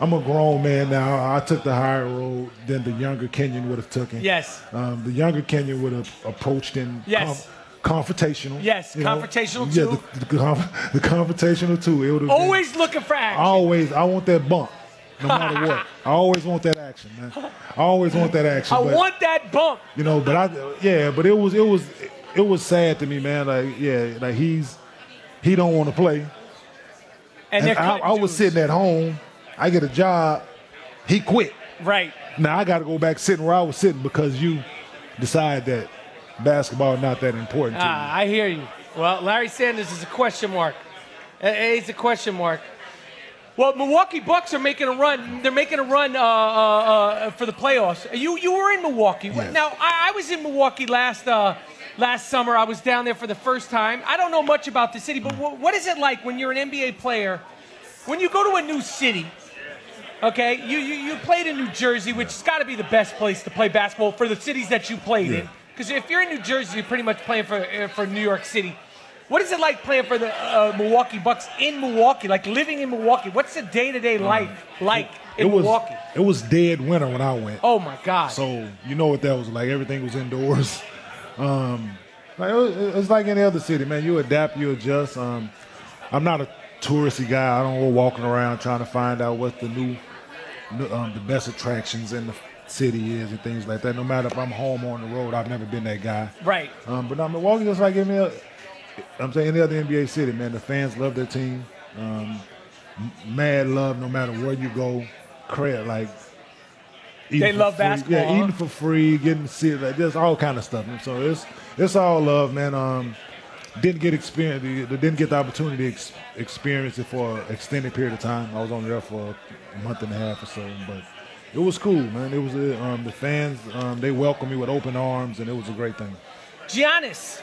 D: I'm a grown man now. I took the higher road than the younger Kenyon would have taken.
C: Yes.
D: Um, the younger Kenyon would have approached him.
C: Yes.
D: com- confrontational.
C: Yes,
D: you know?
C: confrontational
D: Yeah,
C: too. Oh,
D: the, the, conf- (laughs) the confrontational too. It would have been-
C: Always looking for
D: I
C: action.
D: always, I want that bump, no
C: (laughs)
D: matter what. I always want that action, man. I always want that action.
C: I
D: but-
C: want that bump.
D: you know, but I, yeah, but it was, it was, it was sad to me, man. Like, yeah, like he's, he don't want to play.
C: And, they're
D: I,
C: cutting
D: I was sitting at home. I get a job. He quit.
C: Right.
D: Now I got to go back sitting where I was sitting because you decide that basketball not that important. to you.
C: Ah, I hear you. Well, Larry Sanders is a question mark. Uh, He's a question mark. Well, Milwaukee Bucks are making a run. They're making a run uh, uh, uh, for the playoffs. You you were in Milwaukee. Now I, I was in Milwaukee last uh, last summer. I was down there for the first time. I don't know much about the city, but wh- what is it like when you're an NBA player? When you go to a new city, okay, you you, you played in New Jersey, which has got to be the best place to play basketball for the cities that you played in. Because if you're in New Jersey, you're pretty much playing for uh, for New York City. What is it like playing for the uh, Milwaukee Bucks in Milwaukee? Like living in Milwaukee. What's the day to day life like in
D: Mm. it was,
C: Milwaukee?
D: It was dead winter when I went.
C: Oh my God!
D: So you know what that was like. Everything was indoors. (laughs) Um, like, it was- it's like any other city, man. You adapt, you adjust. Um, I'm not a touristy guy. I don't go walking around trying to find out what the new, new- um, the best attractions in the city is and things like that. No matter if I'm home or on the road, I've never been that guy.
C: Right.
D: Um, but now Milwaukee just like any other, I'm saying any other NBA city, man. The fans love their team. Um, m- mad love, no matter where you go. Credit, like
C: They
D: for
C: love
D: free-
C: basketball, huh?
D: Yeah, eating for free, getting to see it, like just all kind of stuff. And so it's it's all love, man. Um, didn't get experience, didn't get the opportunity to ex- experience it for an extended period of time. I was only there for a month and a half or so, but it was cool, man. It was uh, um, the fans, um, they welcomed me with open arms, and it was a great thing.
C: Giannis,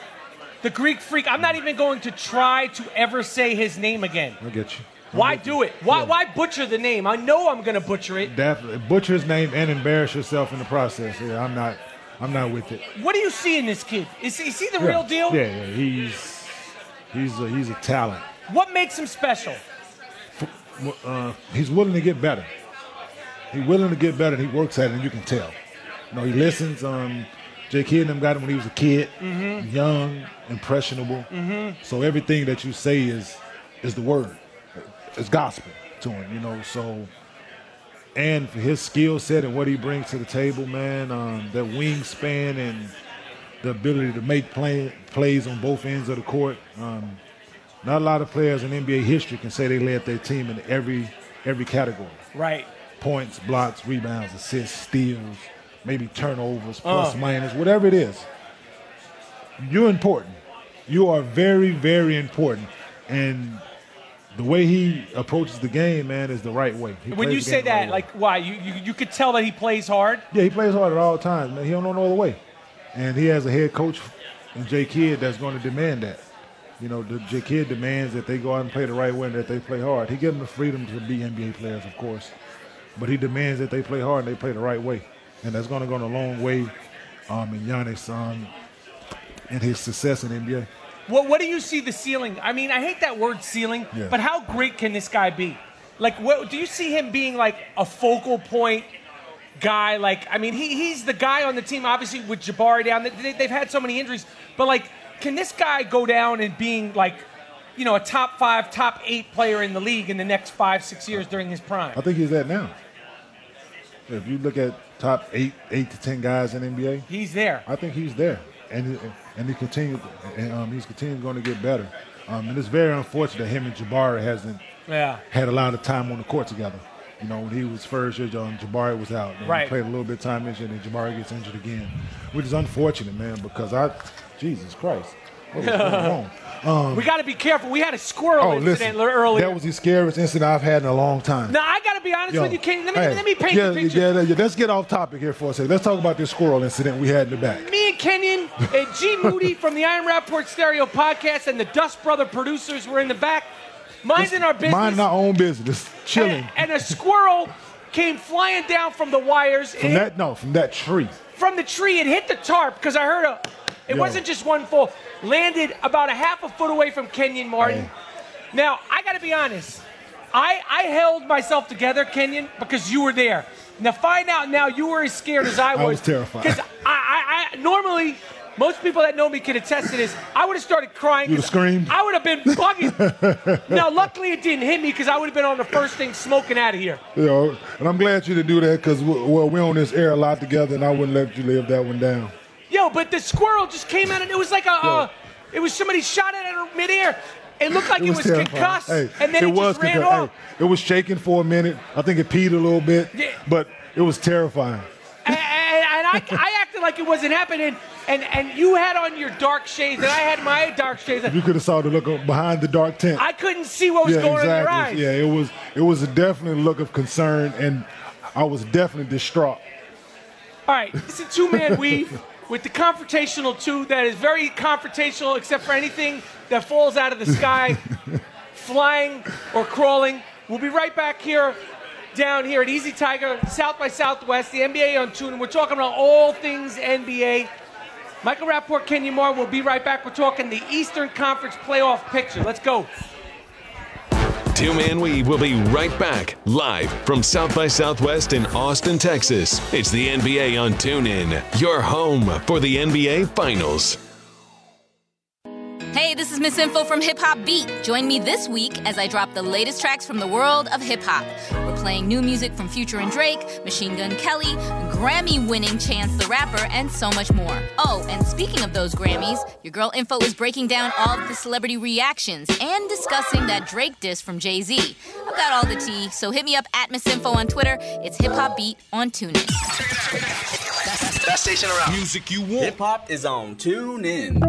C: the Greek freak. I'm not even going to try to ever say his name again.
D: I get you.
C: Why do it? Why why butcher the name? I know I'm gonna butcher it.
D: Definitely butcher his name and embarrass yourself in the process. Yeah, I'm not, I'm not with it.
C: What do you see in this kid? Is, is he the
D: Yeah.
C: real deal?
D: Yeah, yeah, he's he's a, he's a talent.
C: What makes him special?
D: uh, he's willing to get better. He's willing to get better, and he works at it, and you can tell. You know, he listens. Um, Jay Kidd and them got him when he was a kid,
C: Mm-hmm.
M: Mhm.
D: young, impressionable. So everything that you say is is the word. It's gospel to him, you know. So, and for his skill set and what he brings to the table, man, um, that wingspan and the ability to make play, plays on both ends of the court. Um, not a lot of players in NBA history can say they led their team in every every category:
C: Right.
D: points, blocks, rebounds, assists, steals, maybe turnovers, plus,
C: Uh.
D: minus, whatever it is. You're important. You are very, very important, and the way he approaches the game, man, is the right way. He
C: when
D: plays
C: you
D: the
C: say
D: game the right
C: that,
D: way.
C: like why? You, you you could tell that he plays hard.
D: Yeah, he plays hard at all times, man. He don't know no other way. And he has a head coach and Jay Kidd that's going to demand that. You know, the Jay Kidd demands that they go out and play the right way and that they play hard. He gives them the freedom to be NBA players, of course. But he demands that they play hard and they play the right way. And that's going to go a long way um, in Giannis um, and his success in NBA.
C: What what do you see the ceiling? I mean, I hate that word ceiling,
D: Yeah.
C: but how great can this guy be? Like, what do you see him being like a focal point guy? Like, I mean, he, he's the guy on the team, obviously with Jabari down. They, they've had so many injuries, but like, can this guy go down and being like, you know, a top five, top eight player in the league in the next five, six years during his prime?
D: I think he's that now. If you look at top eight, eight to ten guys in NBA,
C: he's there.
D: I think he's there, and he- and he continues, and um, he's continuing going to get better. Um, and it's very unfortunate that him and Jabari hasn't
C: Yeah.
D: had a lot of time on the court together. You know, when he was first year, um, Jabari was out. And
N: Right.
D: He played a little bit of time injured, and then Jabari gets injured again, which is unfortunate, man, because I, Jesus Christ, what
C: (laughs)
D: was going on? Um,
C: we got to be careful. We had a squirrel
D: oh,
C: incident
D: listen,
C: l- earlier.
D: that was the scariest incident I've had in a long time.
C: now I got to be honest
D: Yo,
C: with you, Kenny. Let me
D: hey,
C: let me paint
D: yeah,
C: the picture.
D: yeah, yeah, let's get off topic here for a second. Let's talk about this squirrel incident we had in the back.
C: Me and Kenyon and
D: (laughs)
C: G Moody from the Iron Rapport Stereo Podcast and the Dust Brother producers were in the back. Mine's in our business.
D: Mind my own business, chilling.
C: And, and a squirrel came flying down from the wires.
D: From
C: It-
D: that, no, from that tree.
C: from the tree. It hit the tarp because I heard a. It
D: Yo.
C: wasn't just one fall. Landed about a half a foot away from Kenyon Martin. Now I got to be honest. I I held myself together, Kenyon, because you were there. Now find out now you were as scared as I was.
D: I was terrified.
C: Because I, I I normally. Most people that know me can attest to this. I would have started crying.
D: You'd have
C: 'cause
D: screamed.
C: I would have been
D: (laughs)
C: bugging. now, luckily, it didn't hit me because I would have been on the first thing smoking out of here.
D: You know, and I'm glad you didn't do that because well, we're on this air a lot together, and I wouldn't let you live that one down.
C: Yo, but the squirrel just came out and it was like a, uh, it was somebody shot at it in midair. It looked like it was,
D: terrifying.
C: concussed,
D: Hey,
C: and then it,
D: was
C: just ran
D: concussed.
C: off.
D: Hey, it was shaking for a minute. I think it peed a little bit,
C: Yeah.
D: but it was terrifying.
C: And, and I, I acted like it wasn't happening. And and you had on your dark shades, and I had my dark shades.
D: You could have saw the look of behind the dark tent.
C: I couldn't see what was going on in your eyes.
D: Yeah, it was it was a definite look of concern, and I was definitely distraught.
C: All right, it's a two-man weave with the confrontational two that is very confrontational, except for anything that falls out of the sky, flying or crawling. We'll be right back here, down here at Easy Tiger, South by Southwest, the NBA on tune. We're talking about all things NBA. Michael Rapport, Kenya Moore. We'll be right back. We're talking the Eastern Conference playoff picture. Let's go.
A: Two Man Weave will be right back, live from South by Southwest in Austin, Texas. It's the NBA on TuneIn, your home for the NBA Finals.
E: Hey, this is Miss Info from Hip Hop Beat. Join me this week as I drop the latest tracks from the world of hip hop. We're playing new music from Future and Drake, Machine Gun Kelly, Grammy winning Chance the Rapper, and so much more. Oh, and speaking of those Grammys, your girl Info is breaking down all of the celebrity reactions and discussing that Drake diss from Jay Z. I've got all the tea, so hit me up at Miss Info on Twitter. It's Hip Hop Beat on TuneIn.
F: Best station around. Music you want. Hip hop is on. Tune in.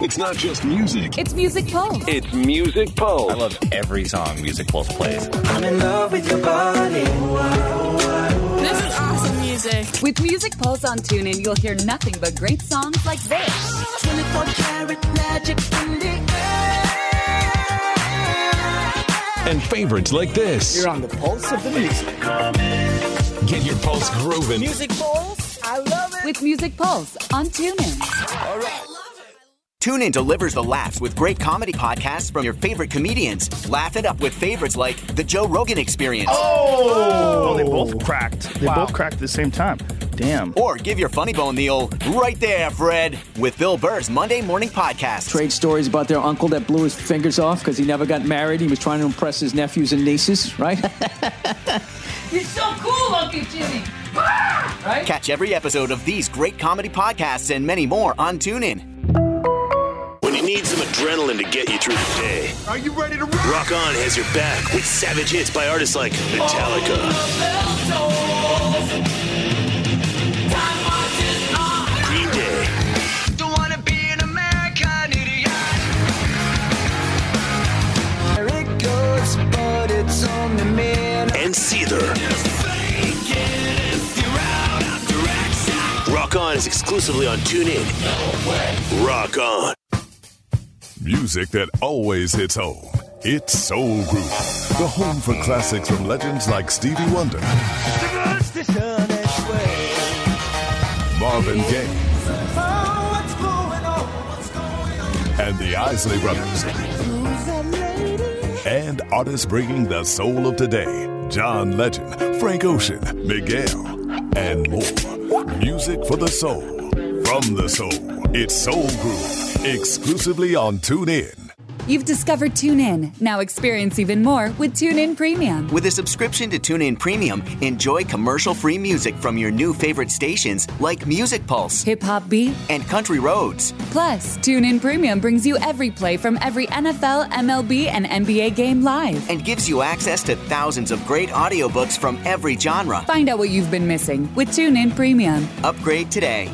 A: It's not just music.
I: It's Music Pulse.
A: It's Music Pulse. I
O: love every song Music Pulse plays.
I: I'm in love with your body.
P: This is awesome music.
I: With Music Pulse on TuneIn, you'll hear nothing but great songs like this.
J: 24 karat magic in the
A: And favorites like this. You're
O: on the pulse of the music.
A: Get your pulse grooving.
I: Pulse, I love it. With Music Pulse on TuneIn.
G: TuneIn delivers the laughs with great comedy podcasts from your favorite comedians. Laugh it up with favorites like The Joe Rogan Experience.
K: Oh, they both cracked. They
G: Wow.
K: both cracked at the same time. Damn.
G: Or give your funny bone the old right there, Fred, with Bill Burr's Monday Morning Podcast.
H: Trade stories about their uncle that blew his fingers off because he never got married. He was trying to impress his nephews and nieces, right?
J: You're so cool, Uncle Jimmy.
G: Catch every episode of these great comedy podcasts and many more on TuneIn.
B: When you need some adrenaline to get you through the day,
J: Are you ready to
B: Rock On has your back with savage hits by artists like Metallica, Green Day,
J: Don't wanna be an American idiot. There it goes, but it's only me.
B: and Seether. Rock On is exclusively on TuneIn. Rock On.
L: Music that always hits home. It's Soul Group, the home for classics from legends like Stevie Wonder, Marvin Gaye,
J: Oh, what's going on?
L: and the Isley Brothers,
J: Who's that lady?
L: and artists bringing the soul of today. John Legend, Frank Ocean, Miguel, and more. Music for the soul, from the soul. It's Soul Group, exclusively on TuneIn.
I: You've discovered TuneIn. Now experience even more with TuneIn Premium.
G: With a subscription to TuneIn Premium, enjoy commercial-free music from your new favorite stations like Music Pulse,
I: Hip Hop Beat,
G: and Country Roads.
I: Plus, TuneIn Premium brings you every play from every NFL, MLB, and NBA game live.
G: And gives you access to thousands of great audiobooks from every genre.
I: Find out what you've been missing with TuneIn Premium.
G: Upgrade today.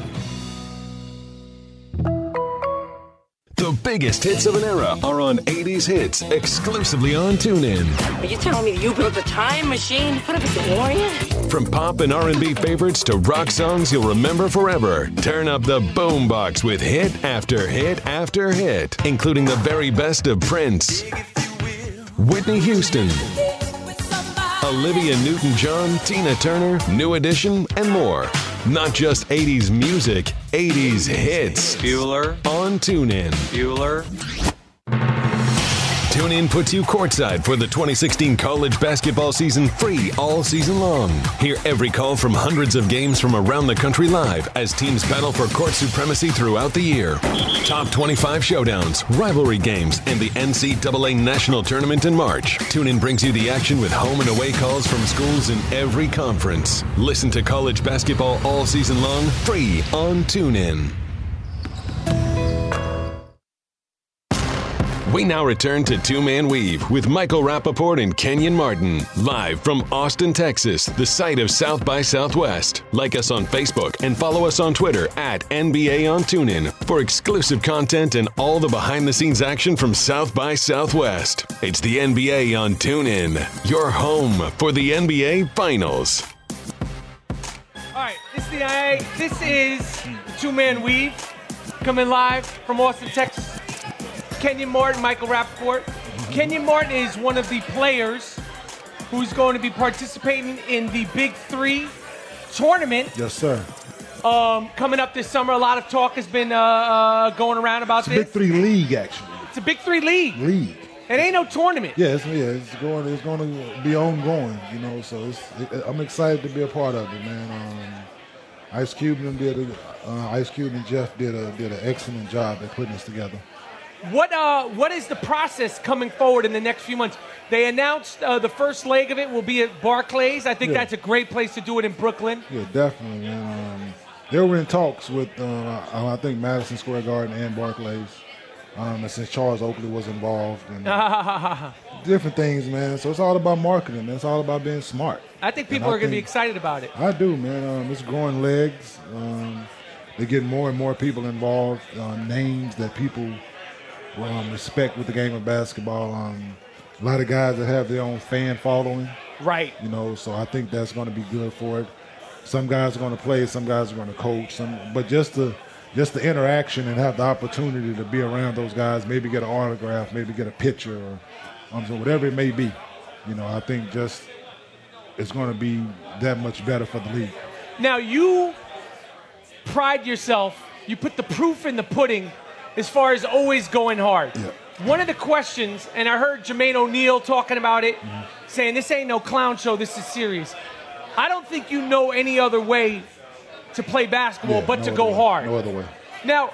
A: The biggest hits of an era are on 80s hits exclusively on TuneIn.
N: Are you telling me you built a time machine? What if it's a DeLorean?
A: From pop and R&B favorites to rock songs you'll remember forever, turn up the boombox with hit after hit after hit, including the very best of Prince, Whitney Houston, Olivia Newton-John, Tina Turner, New Edition, and more. Not just 80s music, 80s hits. Bueller on TuneIn. Bueller. TuneIn puts you courtside for the 2016 college basketball season free all season long. Hear every call from hundreds of games from around the country live as teams battle for court supremacy throughout the year. Top 25 showdowns, rivalry games, and the NCAA National Tournament in March. TuneIn brings you the action with home and away calls from schools in every conference. Listen to college basketball all season long free on TuneIn. We now return to Two Man Weave with Michael Rappaport and Kenyon Martin, live from Austin, Texas, the site of South by Southwest. Like us on Facebook and follow us on Twitter at NBA on TuneIn for exclusive content and all the behind the scenes action from South by Southwest. It's the NBA on TuneIn, your home for the NBA Finals.
C: All right, this is the IA. This is the Two Man Weave coming live from Austin, Texas. Kenyon Martin, Michael Rappaport. Kenyon Martin is one of the players who's going to be participating in the Big Three tournament
D: Yes, sir.
C: um, coming up this summer. A lot of talk has been uh, uh, going around about
D: It's a
C: this.
D: Big Three league, actually.
C: It's a Big Three league.
D: League.
C: It ain't no tournament.
D: Yeah, it's, yeah, it's going. It's going to be ongoing, you know. So it's, it, I'm excited to be a part of it, man. Um, Ice Cube and did a, uh, Ice Cube and Jeff did a did an excellent job at putting this together.
C: What uh, what is the process coming forward in the next few months? They announced uh, the first leg of it will be at Barclays. I think
D: Yeah.
C: that's a great place to do it in Brooklyn. (laughs)
D: Yeah, definitely, man. Um, they were in talks with, uh, I I think, Madison Square Garden and Barclays, um, and since Charles Oakley was involved and
C: I
D: different things, man. So it's all about marketing. man. It's all about being smart.
C: think
D: And
C: people
D: I
C: are going to be
D: think-
C: excited about it.
D: I do, man. Um, it's growing legs. Um, they're getting more and more people involved. Uh, names that people um, respect with the game of basketball. Um, a lot of guys that have their own fan following.
C: Right.
D: You know, so I think that's going to be good for it. Some guys are going to play. Some guys are going to coach. Some, but just the just the interaction and have the opportunity to be around those guys. Maybe get an autograph. Maybe get a picture or um, so whatever it may be. You know, I think just it's going to be that much better for the league.
C: Now you pride yourself. You put the proof in the pudding, as far as always going hard. One of the questions, and I heard Jermaine O'Neal talking about it,
D: Mm-hmm.
C: saying this ain't no clown show. This is serious. I don't think you know any other way to play basketball
D: Yeah,
C: but
D: no
C: to
D: other
C: go
D: way.
C: hard.
D: No other way.
C: Now,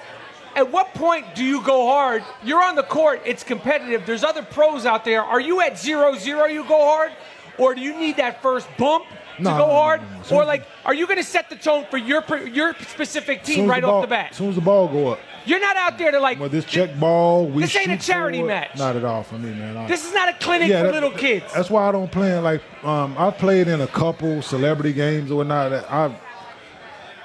C: at what point do you go hard? You're on the court, it's competitive. There's other pros out there. Are you at zero zero you go hard? Or do you need that first bump to
D: No,
C: go
D: no, no,
C: hard?
D: no, no. As soon
C: Or
D: as-
C: like, are you going to set the tone for your per- your specific team
D: as
C: right
D: ball,
C: off the bat?
D: As soon as the ball go up,
C: You're not out there to like.
D: well, this check ball. We
C: This ain't a
D: shoot
C: charity
D: forward.
C: match.
D: Not at all for me, man. I-
C: This is not a clinic
D: Yeah,
C: for
D: that-
C: little kids.
D: That's why I don't play in like um, I played in a couple celebrity games or whatnot. that I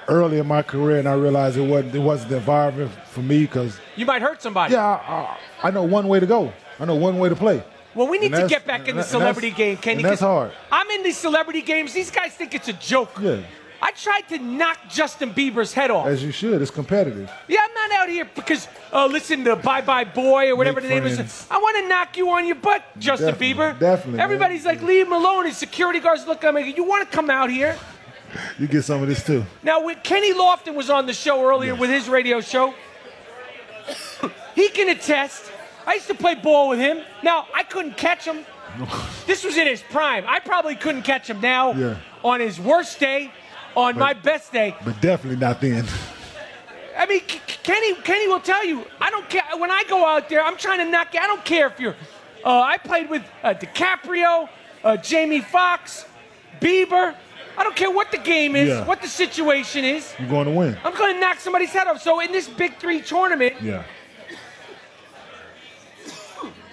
D: early in my career, and I realized it wasn't it wasn't the environment for me because
C: You might hurt somebody.
D: Yeah, I, I, I know one way to go. I know one way to play.
C: Well, we need
D: And
C: to
D: that's-
C: get back in
D: and
C: the
D: that- and
C: celebrity
D: that's-
C: game, Kenny.
D: and that's
C: 'cause
D: hard.
C: I'm in these celebrity games. These guys think it's a joke.
D: Yeah,
C: I tried to knock Justin Bieber's head off.
D: as you should. It's competitive.
C: Yeah, I'm not out here because uh, listen to Bye Bye Boy or whatever the
D: Make
C: name is.
D: friends.
C: I want to knock you on your butt, Justin
D: Definitely,
C: Bieber.
D: definitely, man.
C: Everybody's like, leave him alone. His security guards look at me. You want to come out here?
D: You get some of this too.
C: Now, when Kenny Lofton was on the show earlier with his radio show, (coughs) he can attest. I used to play ball with him. Now, I couldn't catch
D: (laughs)
C: him. This was in his prime. I probably couldn't catch him now
D: Yeah.
C: on his worst day, on my best day.
D: (laughs) But definitely not then.
C: I mean, K- K- Kenny, Kenny will tell you. I don't care when I go out there. I'm trying to knock. I don't care if you're. Uh, I played with uh, DiCaprio, uh, Jamie Foxx, Bieber. I don't care what the game is,
D: Yeah.
C: what the situation is.
D: You're going to win.
C: I'm going to knock somebody's head off. So in this Big Three tournament,
D: Yeah.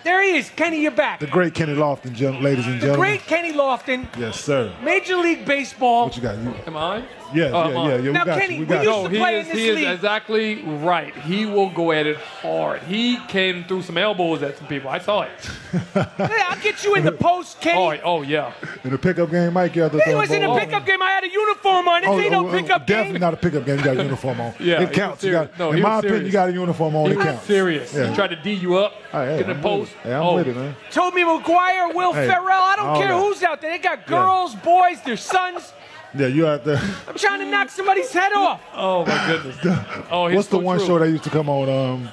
C: there he is, Kenny. You're back.
D: The great Kenny Lofton, gen- ladies and
C: The
D: gentlemen.
C: great Kenny Lofton,
D: Yes, sir.
C: Major League Baseball.
D: What you got? You,
Q: Am I? Oh,
D: Yeah, yeah,
Q: I'm on.
C: Uh-huh.
D: yeah, yeah, we Now, got you, Kenny, we we got you. used to
Q: he
D: play
Q: is,
D: in
Q: he
D: this
Q: is
D: league.
Q: exactly right. He will go at it hard. He came through some elbows at some people. I saw
C: (laughs)
Q: it.
C: I'll get you in the post, Kenny.
Q: Oh, yeah.
D: In a pickup game, Mike, you have to
C: He was in a
D: Oh,
C: pickup game. I had a uniform on. It ain't no pickup
D: definitely not a pickup game. You got a uniform on.
Q: Yeah,
D: it
Q: he
D: counts.
Q: was
D: You got,
Q: serious. No,
D: in
Q: he
D: my
Q: was
D: opinion,
Q: serious.
D: you got a uniform on.
Q: He
D: It
Q: was
D: oh, counts.
Q: serious.
D: Yeah.
Q: He tried to D you up.
D: All right, hey,
Q: get in
D: I'm
Q: the
D: with
Q: post.
D: it. Hey, I'm
Q: oh.
D: with it, man.
C: Toby McGuire, Will
D: Hey,
C: Ferrell. I don't
D: all
C: care
D: that.
C: who's out there. They got girls, boys, their sons.
D: Yeah, you out there.
C: I'm trying to knock somebody's head off.
Q: Oh my
D: (laughs)
Q: goodness. Oh, he's
D: What's the
Q: so
D: one
Q: true.
D: show that used to come on? Um,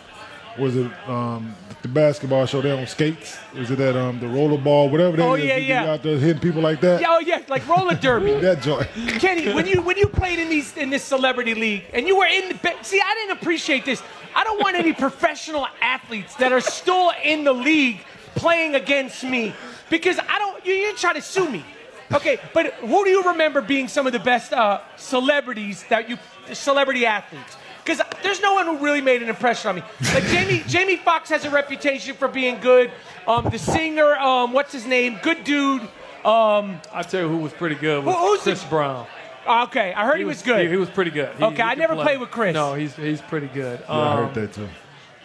D: was it um, the basketball show? They on skates. Was it that um, the rollerball, whatever that
C: Oh,
D: is,
C: yeah,
D: you-
C: yeah.
D: You out there hitting people like that?
C: Yeah, oh yeah, like roller
D: (laughs)
C: derby.
D: That joint.
C: Kenny, when you when you played in these in this celebrity league and you were in the ba- see, I didn't appreciate this. I don't want any professional athletes that are still in the league playing against me because I don't. You, you're trying to sue me, okay? But who do you remember being some of the best uh, celebrities that you celebrity athletes? Because there's no one who really made an impression on me. Like Jamie, Jamie Foxx has a reputation for being good. Um, the singer, um, what's his name? Good dude. Um,
Q: I tell you who was pretty good was
C: who's
Q: Chris
C: the,
Q: Brown.
C: Okay, I heard he, was, good.
Q: He, he was pretty good. He-
C: Okay,
Q: he
C: I
Q: could
C: never
Q: play.
C: played with Chris.
Q: No, he's he's pretty good.
D: Yeah, I
Q: Um,
D: heard that too.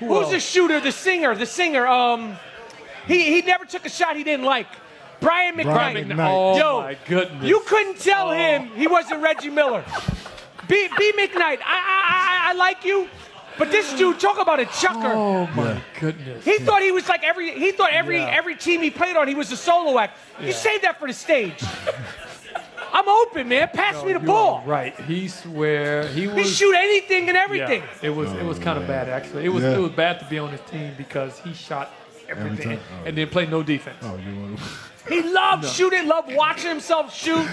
C: Who's the shooter? The singer. The singer. Um, he he never took a shot he didn't like. Brian McKnight.
Q: Brian McKnight. Oh,
C: Yo,
Q: my goodness. Oh.
C: You couldn't tell him he wasn't Reggie Miller. B B McKnight. I I I, I like you. But this dude, talk about a chucker. Oh
Q: my goodness.
C: He thought he was like every. He thought every every team he played on, he was a solo act. You
Q: Yeah.
C: save that for the
Q: (laughs)
C: stage. I'm open, man. Pass me the ball.
Q: Right. He swear he
C: He
Q: was
C: shoot anything and
Q: Yeah,
C: everything.
Q: it was it was kind of bad actually. It was
D: Oh, Yeah.
Q: it was bad to be on his team because he shot everything
D: time. Oh.
Q: and then played no defense.
C: He loved
Q: No.
C: shooting, loved watching himself
D: (laughs)
C: shoot.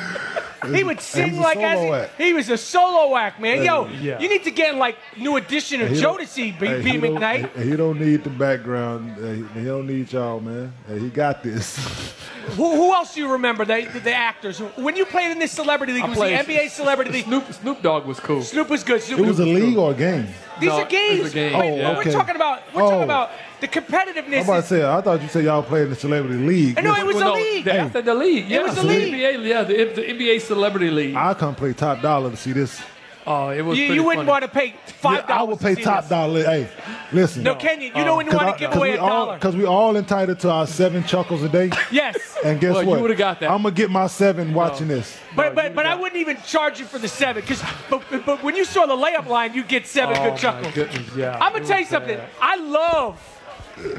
C: he would
Q: He was
C: sing
Q: a
C: like as
Q: solo
C: he-
Q: act.
C: he, was a solo act, man. Yo,
D: Yeah.
C: you need to get in like New Edition or
D: Hey, he don't-
C: Jodeci, B.
D: hey,
C: B.
D: he don't-
C: McKnight.
D: hey, he don't need the background. Hey, He don't need y'all, man. Hey, he got this. (laughs)
C: Who, who else do you remember? The, the, the actors. When you played in this celebrity league,
Q: I
C: it was the
Q: played-
D: (laughs)
C: NBA celebrity
Q: (laughs)
C: league.
Q: Snoop Snoop Dogg was cool.
C: Snoop was good.
D: It
C: Snoop
D: was a league or a game?
C: These
Q: No,
C: are games.
Q: these are games,
C: Wait,
Q: yeah.
C: We're
D: Okay.
C: talking about we're
D: Oh.
C: talking about (laughs) the
D: I'm
C: competitiveness.
D: about to say. uh, I thought you said y'all played in the celebrity league.
C: No, it was a league.
Q: The, after the league, yeah,
C: was the
Q: the
C: league.
Q: NBA, yeah, the, the NBA celebrity league.
D: I come play top dollar to see this.
Q: Oh, it was.
C: you,
Q: pretty
C: you wouldn't
Q: funny.
C: want to pay five dollars.
D: I would pay top dollar. Hey, listen.
C: No, Kenyon, you
Q: Oh.
C: don't even want to give away a dollar.
D: Because we all entitled to our seven chuckles a day.
C: Yes.
D: And guess
Q: Well, you
D: what?
Q: would've got that.
D: I'm gonna get my seven watching this.
C: But, but, but I wouldn't even charge you for the seven because but, but, but when you saw the layup line, you get seven
Q: Oh,
C: good
Q: my
C: chuckles.
Q: goodness, yeah, it
C: I'm gonna
Q: was
C: tell you something.
Q: bad.
C: I love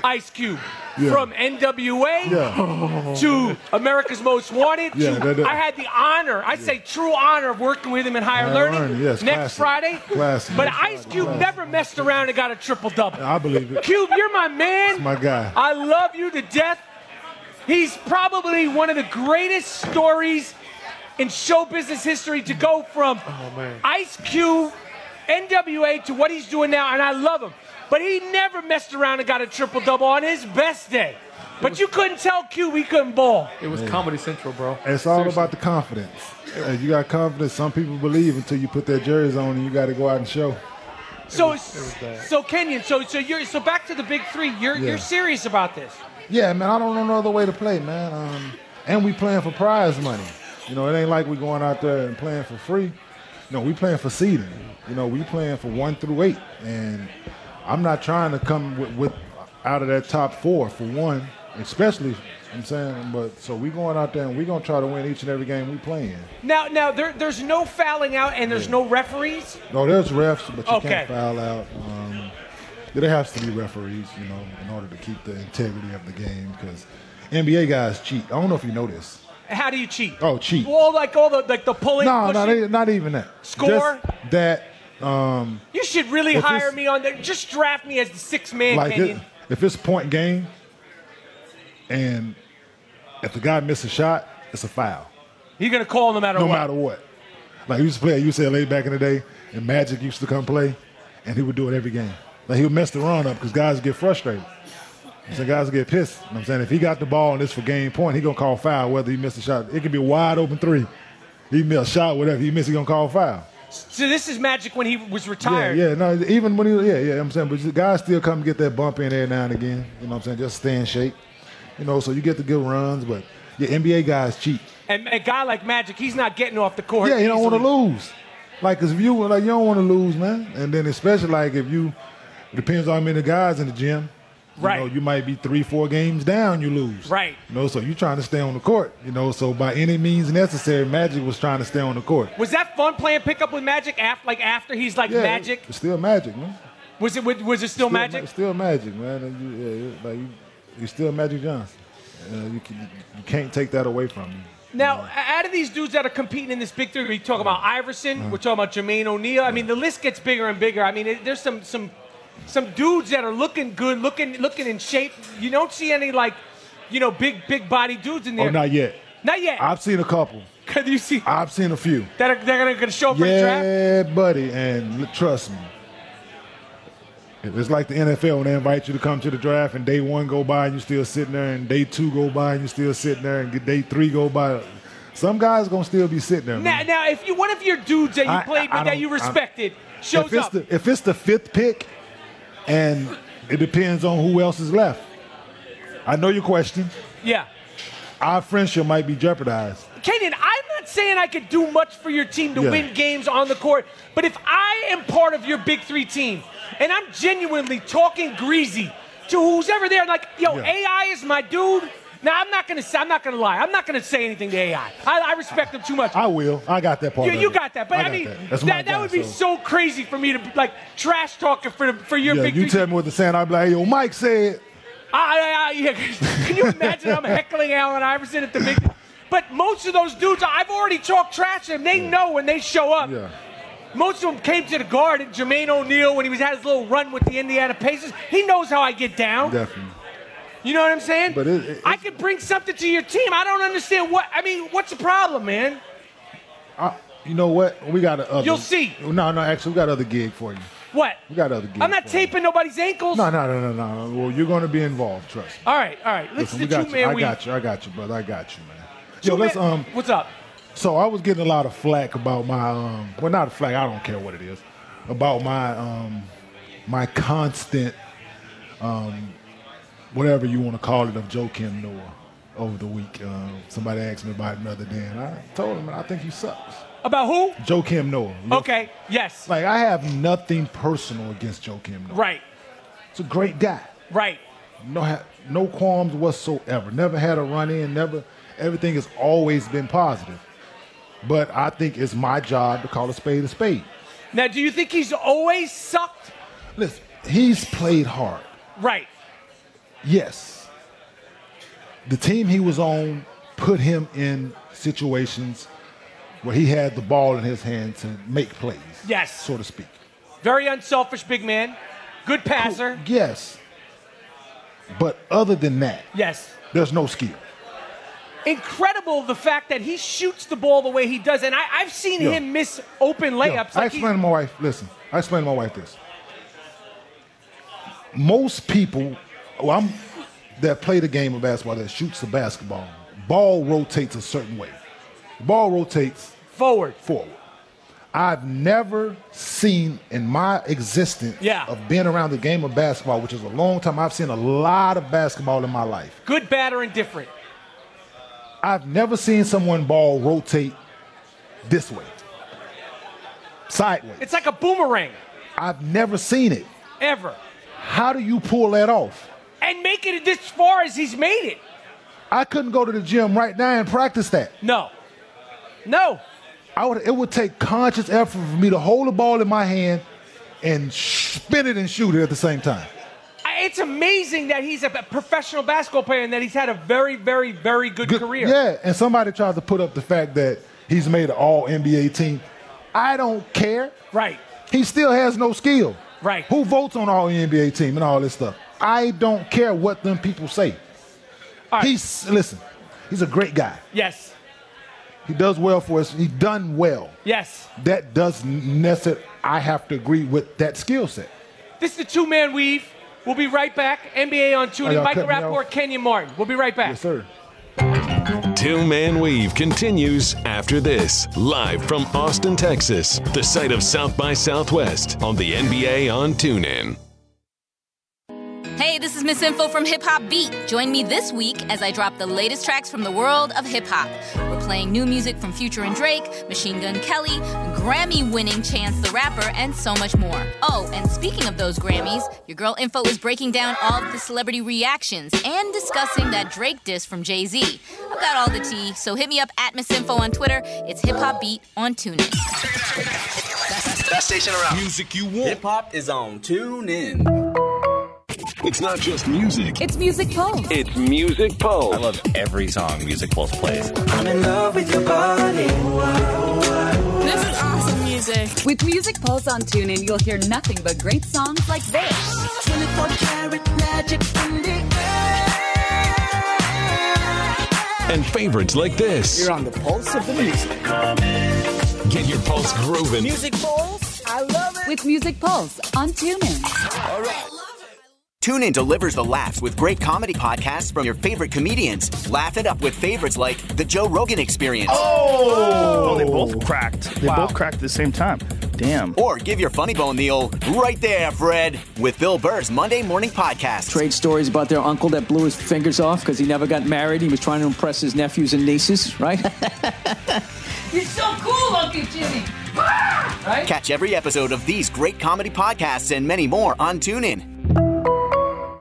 C: Ice Cube
Q: Yeah.
C: from NWA
Q: Yeah.
C: to America's Most Wanted. to-
D: Yeah, that- that-
C: I had the honor, I'd say true honor of working with him in higher
D: Higher
C: learning
D: Learning, yes,
C: next
D: classic.
C: Friday.
D: Classic.
C: But
D: Next
C: Ice
D: Friday,
C: Cube
D: classic.
C: never messed around and got a triple double.
D: I believe it.
C: Cube, you're my man.
D: My guy.
C: I love you to death. He's probably one of the greatest stories in show business history to go from
Q: Oh, man.
C: Ice Cube, NWA to what he's doing now, and I love him. But he never messed around and got a triple double on his best day. But you couldn't tell Cube he couldn't ball.
Q: It was Comedy Central, bro.
D: It's all about the confidence. If you got confidence, some people believe until you put their jerseys on and you got to go out and show.
C: So,
D: bad.
C: so Kenyon, so so you're so back to the big three. You're
D: Yeah.
C: you're serious about this.
D: Yeah, man, I don't know no other way to play, man. Um, and we playing for prize money. You know, it ain't like we going out there and playing for free. No, we playing for seeding. You know, we playing for one through eight, and I'm not trying to come with, with out of that top four for one, especially. I'm saying, but so we going out there and we gonna try to win each and every game we playing.
C: Now now there there's no fouling out and there's no referees.
D: No, there's refs, but you
C: Okay.
D: can't foul out. Um, there has to be referees, you know, in order to keep the integrity of the game because NBA guys cheat. I don't know if you know this.
C: How do you cheat?
D: Oh, cheat.
C: Well, like all the like the pulling.
D: No, no,
C: pushing.
D: they, not even that.
C: Score?
D: Just that. Um,
C: You should really
D: If
C: hire
D: it's-
C: me on there. Just draft me as the six man
D: like it,
C: Kenyon.
D: if it's point game, and if the guy misses a shot, it's a foul.
C: You're gonna call no matter
D: no
C: what.
D: matter what. Like we used to play at UCLA back in the day, and Magic used to come play, and he would do it every game. Like he would mess the run up because guys get frustrated. So guys get pissed. You know what I'm saying if he got the ball and it's for game point, he gonna call foul whether he missed a shot. It could be a wide open three. He missed a shot, whatever he missed, he gonna call foul.
C: So this is Magic when he was retired.
D: Yeah, yeah, no, even when he, yeah, yeah, I'm saying, but the guys still come get that bump in every now and again. You know what I'm saying? Just stay in shape. You know, so you get the good runs, but your NBA guys cheat.
C: And a guy like Magic, he's not getting off the court.
D: Yeah, you don't want
C: easily.
D: to lose. Like, 'cause if you like, you don't want to lose, man. And then especially like if you it depends on how many guys in the gym. You
C: Right.
D: know, you might be three, four games down, you lose.
C: Right.
D: You know, so you're trying to stay on the court. You know, so by any means necessary, Magic was trying to stay on the court.
C: Was that fun playing pickup with Magic after, like after he's like
D: Yeah,
C: Magic?
D: It's still Magic, man.
C: Was it was, was it still, Magic?
D: ma- still Magic, man. And you, yeah, you- like you, you're still Magic Johnson. Uh, you, can, you can't take that away from you.
C: Now, out of these dudes that are competing in this big three, we talk about Iverson, we're talking about Jermaine O'Neal. I mean, the list gets bigger and bigger. I mean, it, there's some some some dudes that are looking good, looking looking in shape. You don't see any like, you know, big big body dudes in there.
D: Oh, not yet.
C: Not yet. (laughs)
D: I've seen a couple.
C: Have you seen?
D: I've seen a few.
C: that are, they're gonna, gonna show up for the draft.
D: Yeah, buddy, and l- trust me. It's like the NFL when they invite you to come to the draft, and day one go by and you still sitting there, and day two go by and you still sitting there, and day three go by. Some guys gonna still be sitting there.
C: Now,
D: man.
C: now, if you one of your dudes that you
D: I-
C: played
D: I- I
C: with that
D: don't-
C: you
D: I-
C: respected shows
D: if it's
C: up,
D: The, if it's the fifth pick, and it depends on who else is left. I know your question.
C: yeah.
D: Our friendship might be jeopardized.
C: Kenyon, I'm not saying I could do much for your team to
D: Yeah.
C: win games on the court, but if I am part of your Big Three team and I'm genuinely talking greasy to who's ever there, like, yo,
D: Yeah.
C: AI is my dude. Now I'm not gonna say, I'm not gonna lie. I'm not gonna say anything to AI. I, I respect him too much.
D: I will. I got that part.
C: Yeah,
D: of
C: you
D: it.
C: got that. But I,
D: got
C: mean,
D: that.
C: that,
D: That's my
C: that,
D: guy,
C: would be so crazy for me to like trash talking for the, for your
D: yeah,
C: Big
D: you
C: Three.
D: tell me what to say, and I'll be like, yo, Mike said.
C: I, I, I, yeah, (laughs) can you imagine I'm heckling Allen Iverson at the big? But most of those dudes, I've already talked trash to them. They know when they show up. Most of them came to the guard at Jermaine O'Neal when he was had his little run with the Indiana Pacers. He knows how I get down.
D: Definitely.
C: You know what I'm saying?
D: But it- it-
C: I could bring something to your team. I don't understand what. I mean, what's the problem, man?
D: I, you know what? We got a other.
C: You'll see.
D: No, no, actually, we got other gig for you.
C: What?
D: We got other gig.
C: I'm not
D: for you.
C: taping nobody's ankles.
D: No, no, no, no, no. Well, you're going to be involved. Trust me.
C: All right, all right. Let's
D: Listen,
C: do
D: we got
C: two
D: you.
C: man
D: I
C: weave.
D: got you. I got you, brother. I got you, man. Yo, let's um.
C: What's up?
D: So I was getting a lot of flack about my um. Well, not a flack. I don't care what it is. About my um, my constant um, whatever you want to call it of Joe Kim Noah over the week. Um, somebody asked me about another day, and I told him, I think he sucks.
C: About who?
D: Joe Kim Noah.
C: Okay. Yes.
D: Like I have nothing personal against Joe Kim Noah.
C: Right.
D: It's a great guy.
C: Right.
D: No, ha- no qualms whatsoever. Never had a run in. Never. Everything has always been positive. But I think it's my job to call a spade a spade.
C: Now, do you think he's always sucked?
D: Listen, he's played hard.
C: Right.
D: Yes. The team he was on put him in situations where he had the ball in his hand to make plays,
C: Yes.
D: so to speak.
C: Very unselfish big man. Good passer.
D: Yes. But other than that,
C: Yes.
D: there's no skill.
C: Incredible the fact that he shoots the ball the way he does. And I, I've seen
D: Yeah.
C: him miss open layups.
D: Yeah,
C: like
D: I
C: he-
D: explained to my wife, listen, I explained to my wife this. Most people well, I'm, that play the game of basketball, that shoots the basketball, ball rotates a certain way. Ball rotates
C: forward.
D: Forward. I've never seen in my existence
C: Yeah.
D: of being around the game of basketball, which is a long time, I've seen a lot of basketball in my life.
C: good, bad, or indifferent.
D: I've never seen someone ball rotate this way, sideways.
C: It's like a boomerang,
D: I've never seen it.
C: ever.
D: How do you pull that off?
C: And making it this far as he's made it.
D: I couldn't go to the gym right now and practice that.
C: No. No.
D: I would, it would take conscious effort for me to hold the ball in my hand and sh- spin it and shoot it at the same time.
C: I- It's amazing that he's a p- professional basketball player and that he's had a very, very, very good, career.
D: Yeah, and somebody tried to put up the fact that he's made an all NBA team. I don't care.
C: Right.
D: He still has no skill.
C: Right.
D: Who votes on all NBA team and all this stuff? I don't care what them people say. He's listen, he's a great guy.
C: Yes.
D: He does well for us. He done well.
C: Yes.
D: That does necessarily. I have to agree with that skill set.
C: This is the two man weave. We'll be right back. NBA on
D: Oh,
C: tuning.
D: y'all
C: Michael
D: cut me off.
C: Rapport, Kenyon Martin. We'll be right back. Yes,
D: sir.
A: Two Man Weave continues after this, live from Austin, Texas, the site of South by Southwest on the NBA on TuneIn.
E: Hey, this is Miss Info from Hip Hop Beat. Join me this week as I drop the latest tracks from the world of hip hop. We're playing new music from Future and Drake, Machine Gun Kelly, Grammy winning Chance the Rapper, and so much more. Oh, and speaking of those Grammys, your girl Info is breaking down all of the celebrity reactions and discussing that Drake diss from Jay Z. I've got all the tea, so hit me up at Miss Info on Twitter. It's Hip Hop Beat on TuneIn.
F: Best station around. Music you want. Hip hop is on. Tune in.
A: It's not just music.
I: It's Music Pulse.
O: It's Music Pulse. I love every song Music Pulse plays.
J: I'm in love with your body.
P: This is awesome music.
I: With Music Pulse on TuneIn, you'll hear nothing but great songs like this.
J: 24 karat magic in the
A: And favorites like this. You're
J: on the pulse of the music.
A: Get your pulse grooving.
I: Pulse, I love it. With Music Pulse on TuneIn.
G: TuneIn delivers the laughs with great comedy podcasts from your favorite comedians. Laugh it up with favorites like The Joe Rogan Experience.
K: Oh! they both cracked. They both cracked at the same time. Damn.
G: Or give your funny bone the old right there, Fred, (laughs) with Bill Burr's Monday Morning Podcast.
H: Trade stories about their uncle that blew his fingers off because he never got married. He was trying to impress his nephews and nieces,
G: (laughs)
H: right?
J: You're so cool, Uncle Jimmy.
G: Catch every episode of these great comedy podcasts and many more on TuneIn.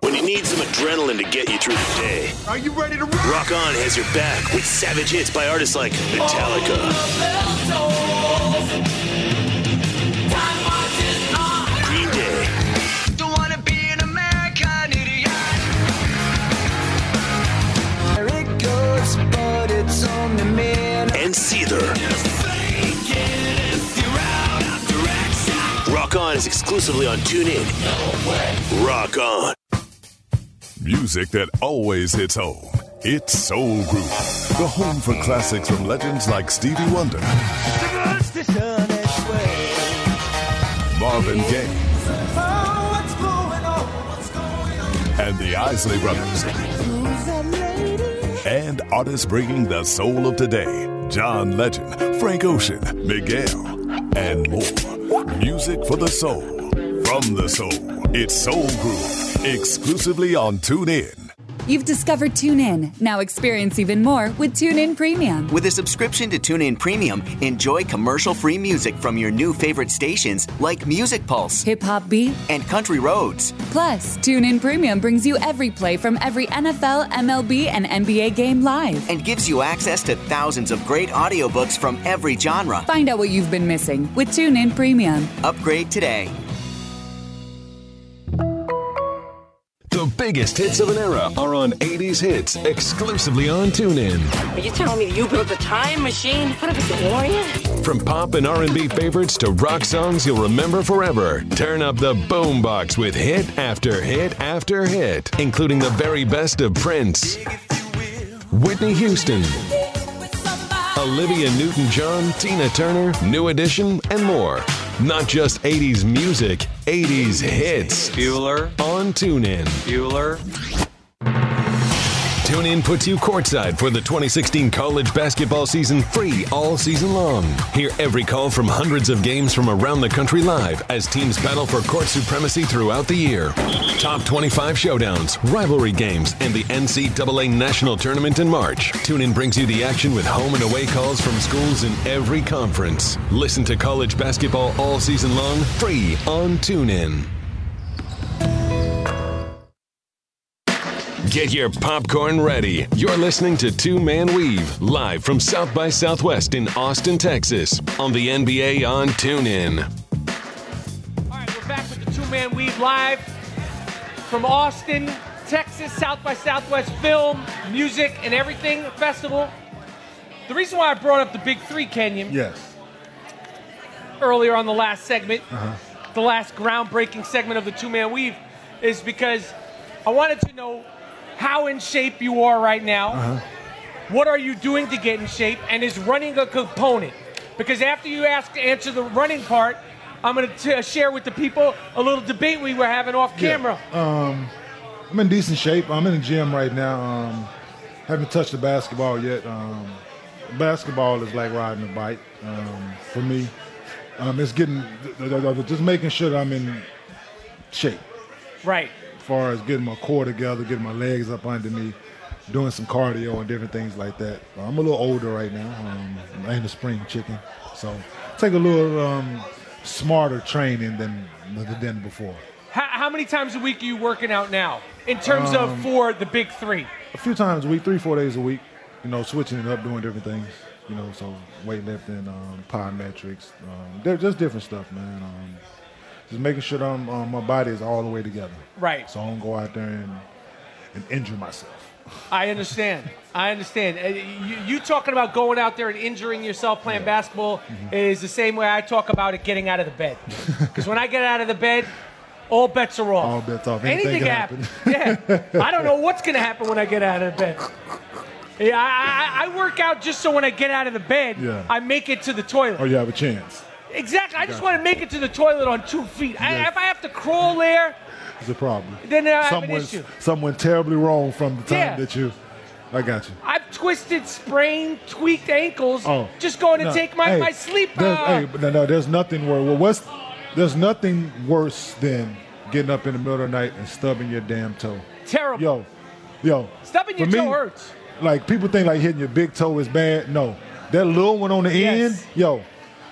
B: When you need some adrenaline to get you through the day,
D: are you ready to
B: rock? Rock On has your back with savage hits by artists like Metallica, Green Day,
J: Don't wanna be an American idiot. There it goes, but it's only me.
B: and Seether. Rock On is exclusively on TuneIn. Rock On.
L: Music that always hits home. It's Soul Groove, the home for classics from legends like Stevie Wonder, Marvin Gaye,
J: Oh, what's going on?
L: and the Isley Brothers,
J: Who's that lady?
L: and artists bringing the soul of today. John Legend, Frank Ocean, Miguel, and more. Music for the soul, from the soul. It's Soul Groove, exclusively on TuneIn.
I: You've discovered TuneIn. Now experience even more with TuneIn Premium.
G: With a subscription to TuneIn Premium, enjoy commercial-free music from your new favorite stations like Music Pulse,
I: Hip Hop Beat,
G: and Country Roads.
I: Plus, TuneIn Premium brings you every play from every NFL, MLB, and NBA game live.
G: And gives you access to thousands of great audiobooks from every genre.
I: Find out what you've been missing with TuneIn Premium.
G: Upgrade today.
A: The biggest hits of an era are on 80s hits exclusively on TuneIn.
N: Are you telling me that you built a time machine? What if it's a DeLorean?
A: From pop and R&B favorites to rock songs you'll remember forever, turn up the boombox with hit after hit after hit, including the very best of Prince, Whitney Houston, Olivia Newton-John, Tina Turner, New Edition, and more. Not just 80s music, 80s hits. Bueller on TuneIn. Bueller. TuneIn puts you courtside for the 2016 college basketball season free all season long. Hear every call from hundreds of games from around the country live as teams battle for court supremacy throughout the year. Top 25 showdowns, rivalry games, and the NCAA national tournament in March. TuneIn brings you the action with home and away calls from schools in every conference. Listen to college basketball all season long free on TuneIn. Get your popcorn ready. You're listening to Two Man Weave, live from South by Southwest in Austin, Texas, on the NBA on TuneIn.
C: Back with the Two Man Weave live from Austin, Texas, South by Southwest Film, Music, and Everything Festival. The reason why I brought up the Big Three Kenyon
D: Yes.
C: earlier on the last segment,
D: Uh-huh.
C: the last groundbreaking segment of the Two Man Weave, is because I wanted to know how in shape you are right now.
D: Uh-huh.
C: what are you doing to get in shape, and is running a component? Because after you ask to answer the running part, I'm going to share with the people a little debate we were having off camera.
D: Um, I'm in decent shape. I'm in the gym right now. Um, haven't touched the basketball yet. Um, basketball is like riding a bike um, for me. Um, it's getting th- th- th- just making sure that I'm in shape.
C: Right.
D: As far as getting my core together, getting my legs up under me, doing some cardio and different things like that. I'm a little older right now. Um, I ain't a spring chicken, so take a little um, smarter training than than before.
C: How, how many times a week are you working out now in terms of
D: Um,
C: for the big three?
D: a few times a week, three, four days a week, you know, switching it up, doing different things, you know, so weightlifting, um, plyometrics, um, they're just different stuff, man. Um, just making sure that I'm, um, my body is all the way together.
C: Right.
D: So I don't go out there and, and injure myself.
C: I understand. I understand. Uh, You, you talking about going out there and injuring yourself playing basketball
D: Mm-hmm.
C: is the same way I talk about it getting out of the
D: (laughs)
C: bed. Because when I get out of the bed, all bets are off.
D: All bets off.
C: Anything,
D: Anything,
C: can
D: can
C: happen. yeah. I don't know what's going to happen when I get out of bed. Yeah, I, I, I work out just so when I get out of the bed,
D: Yeah.
C: I make it to the toilet.
D: Or (laughs) you have a chance.
C: Exactly. I just
D: Gotcha.
C: want to make it to the toilet on two feet. I,
D: Yes.
C: if I have to crawl there,
D: It's a problem.
C: Then I have an
D: Someone's-
C: issue.
D: Someone terribly wrong from the time
C: Yeah.
D: that you, I got you.
C: I've twisted, sprained, tweaked ankles
D: Oh,
C: just going to
D: no,
C: take my,
D: hey,
C: my sleep.
D: There's,
C: uh,
D: hey, but no, no, there's nothing worse. Well, what's there's nothing worse than getting up in the middle of the night and stubbing your damn toe.
C: Terrible.
D: Yo, yo.
C: Stubbing your
D: for me,
C: toe hurts.
D: Like people think like hitting your big toe is bad. No, that little one on the end, yo,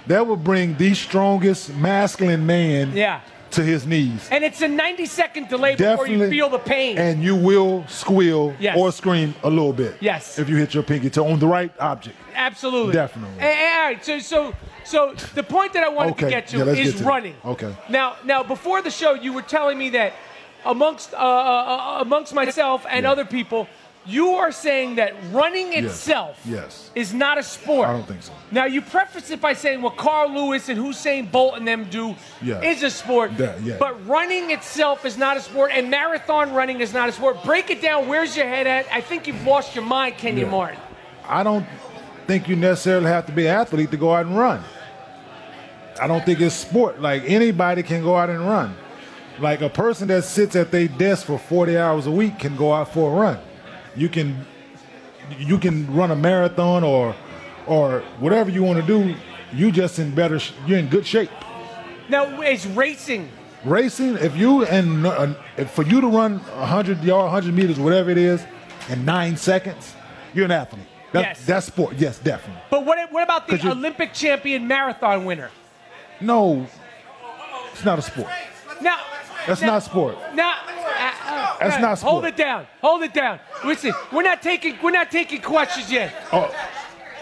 D: that will bring the strongest masculine man
C: Yeah.
D: to his knees.
C: And it's a 90 second delay before you
D: Definitely.
C: feel the pain.
D: And you will squeal
C: Yes.
D: or scream a little bit.
C: Yes.
D: If you hit your pinky toe on the right object.
C: Absolutely.
D: Definitely.
C: A- a- all right. So, so, so the point that I wanted
D: okay.
C: to get to
D: yeah, let's
C: is
D: get to that.
C: running.
D: Okay.
C: Now, now, before the show, you were telling me that amongst uh, uh, uh, amongst myself and other people, you are saying that running
D: Yes.
C: itself
D: Yes.
C: is not a sport.
D: I don't think so.
C: Now, you preface it by saying what Carl Lewis and Hussein Bolt and them do
D: Yeah.
C: is a sport,
D: That- yeah.
C: but running itself is not a sport, and marathon running is not a sport. Break it down. Where's your head at? I think you've lost your mind, Kenya
D: Yeah.
C: Martin.
D: I don't think you necessarily have to be an athlete to go out and run. I don't think it's sport. Like anybody can go out and run. Like a person that sits at their desk for 40 hours a week can go out for a run. You can you can run a marathon or or whatever you want to do. You just in better sh- you're in good shape.
C: Now, is racing
D: Racing, if you and uh, if for you to run 100 yard, 100 meters, whatever it is, in 9 seconds, you're an athlete. That,
C: Yes.
D: That's sport. Yes, definitely.
C: But what, what about the
D: Could you-
C: Olympic champion marathon winner?
D: No, it's not a sport.
C: Now,
D: That's
C: now-
D: not sport.
C: Now, uh, uh,
D: That's
C: uh,
D: not sport.
C: Hold it down. Hold it down. Listen, we're not taking we're not taking questions yet.
D: Oh,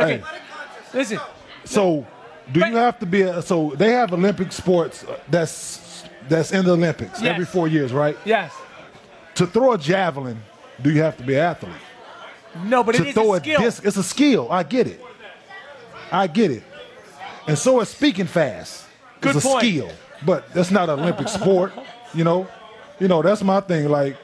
C: Okay.
D: hey.
C: Listen,
D: So, do you have to be a? So they have Olympic sports uh, that's that's in the Olympics
C: Yes.
D: every four years, right?
C: Yes.
D: To throw a javelin, do you have to be an athlete?
C: No, but
D: to
C: it is
D: throw
C: a skill.
D: disc, it's a skill. I get it. I get it. And so is speaking fast.
C: Good
D: it's a
C: point.
D: skill, but that's not an Olympic sport. You know, you know that's my thing. Like,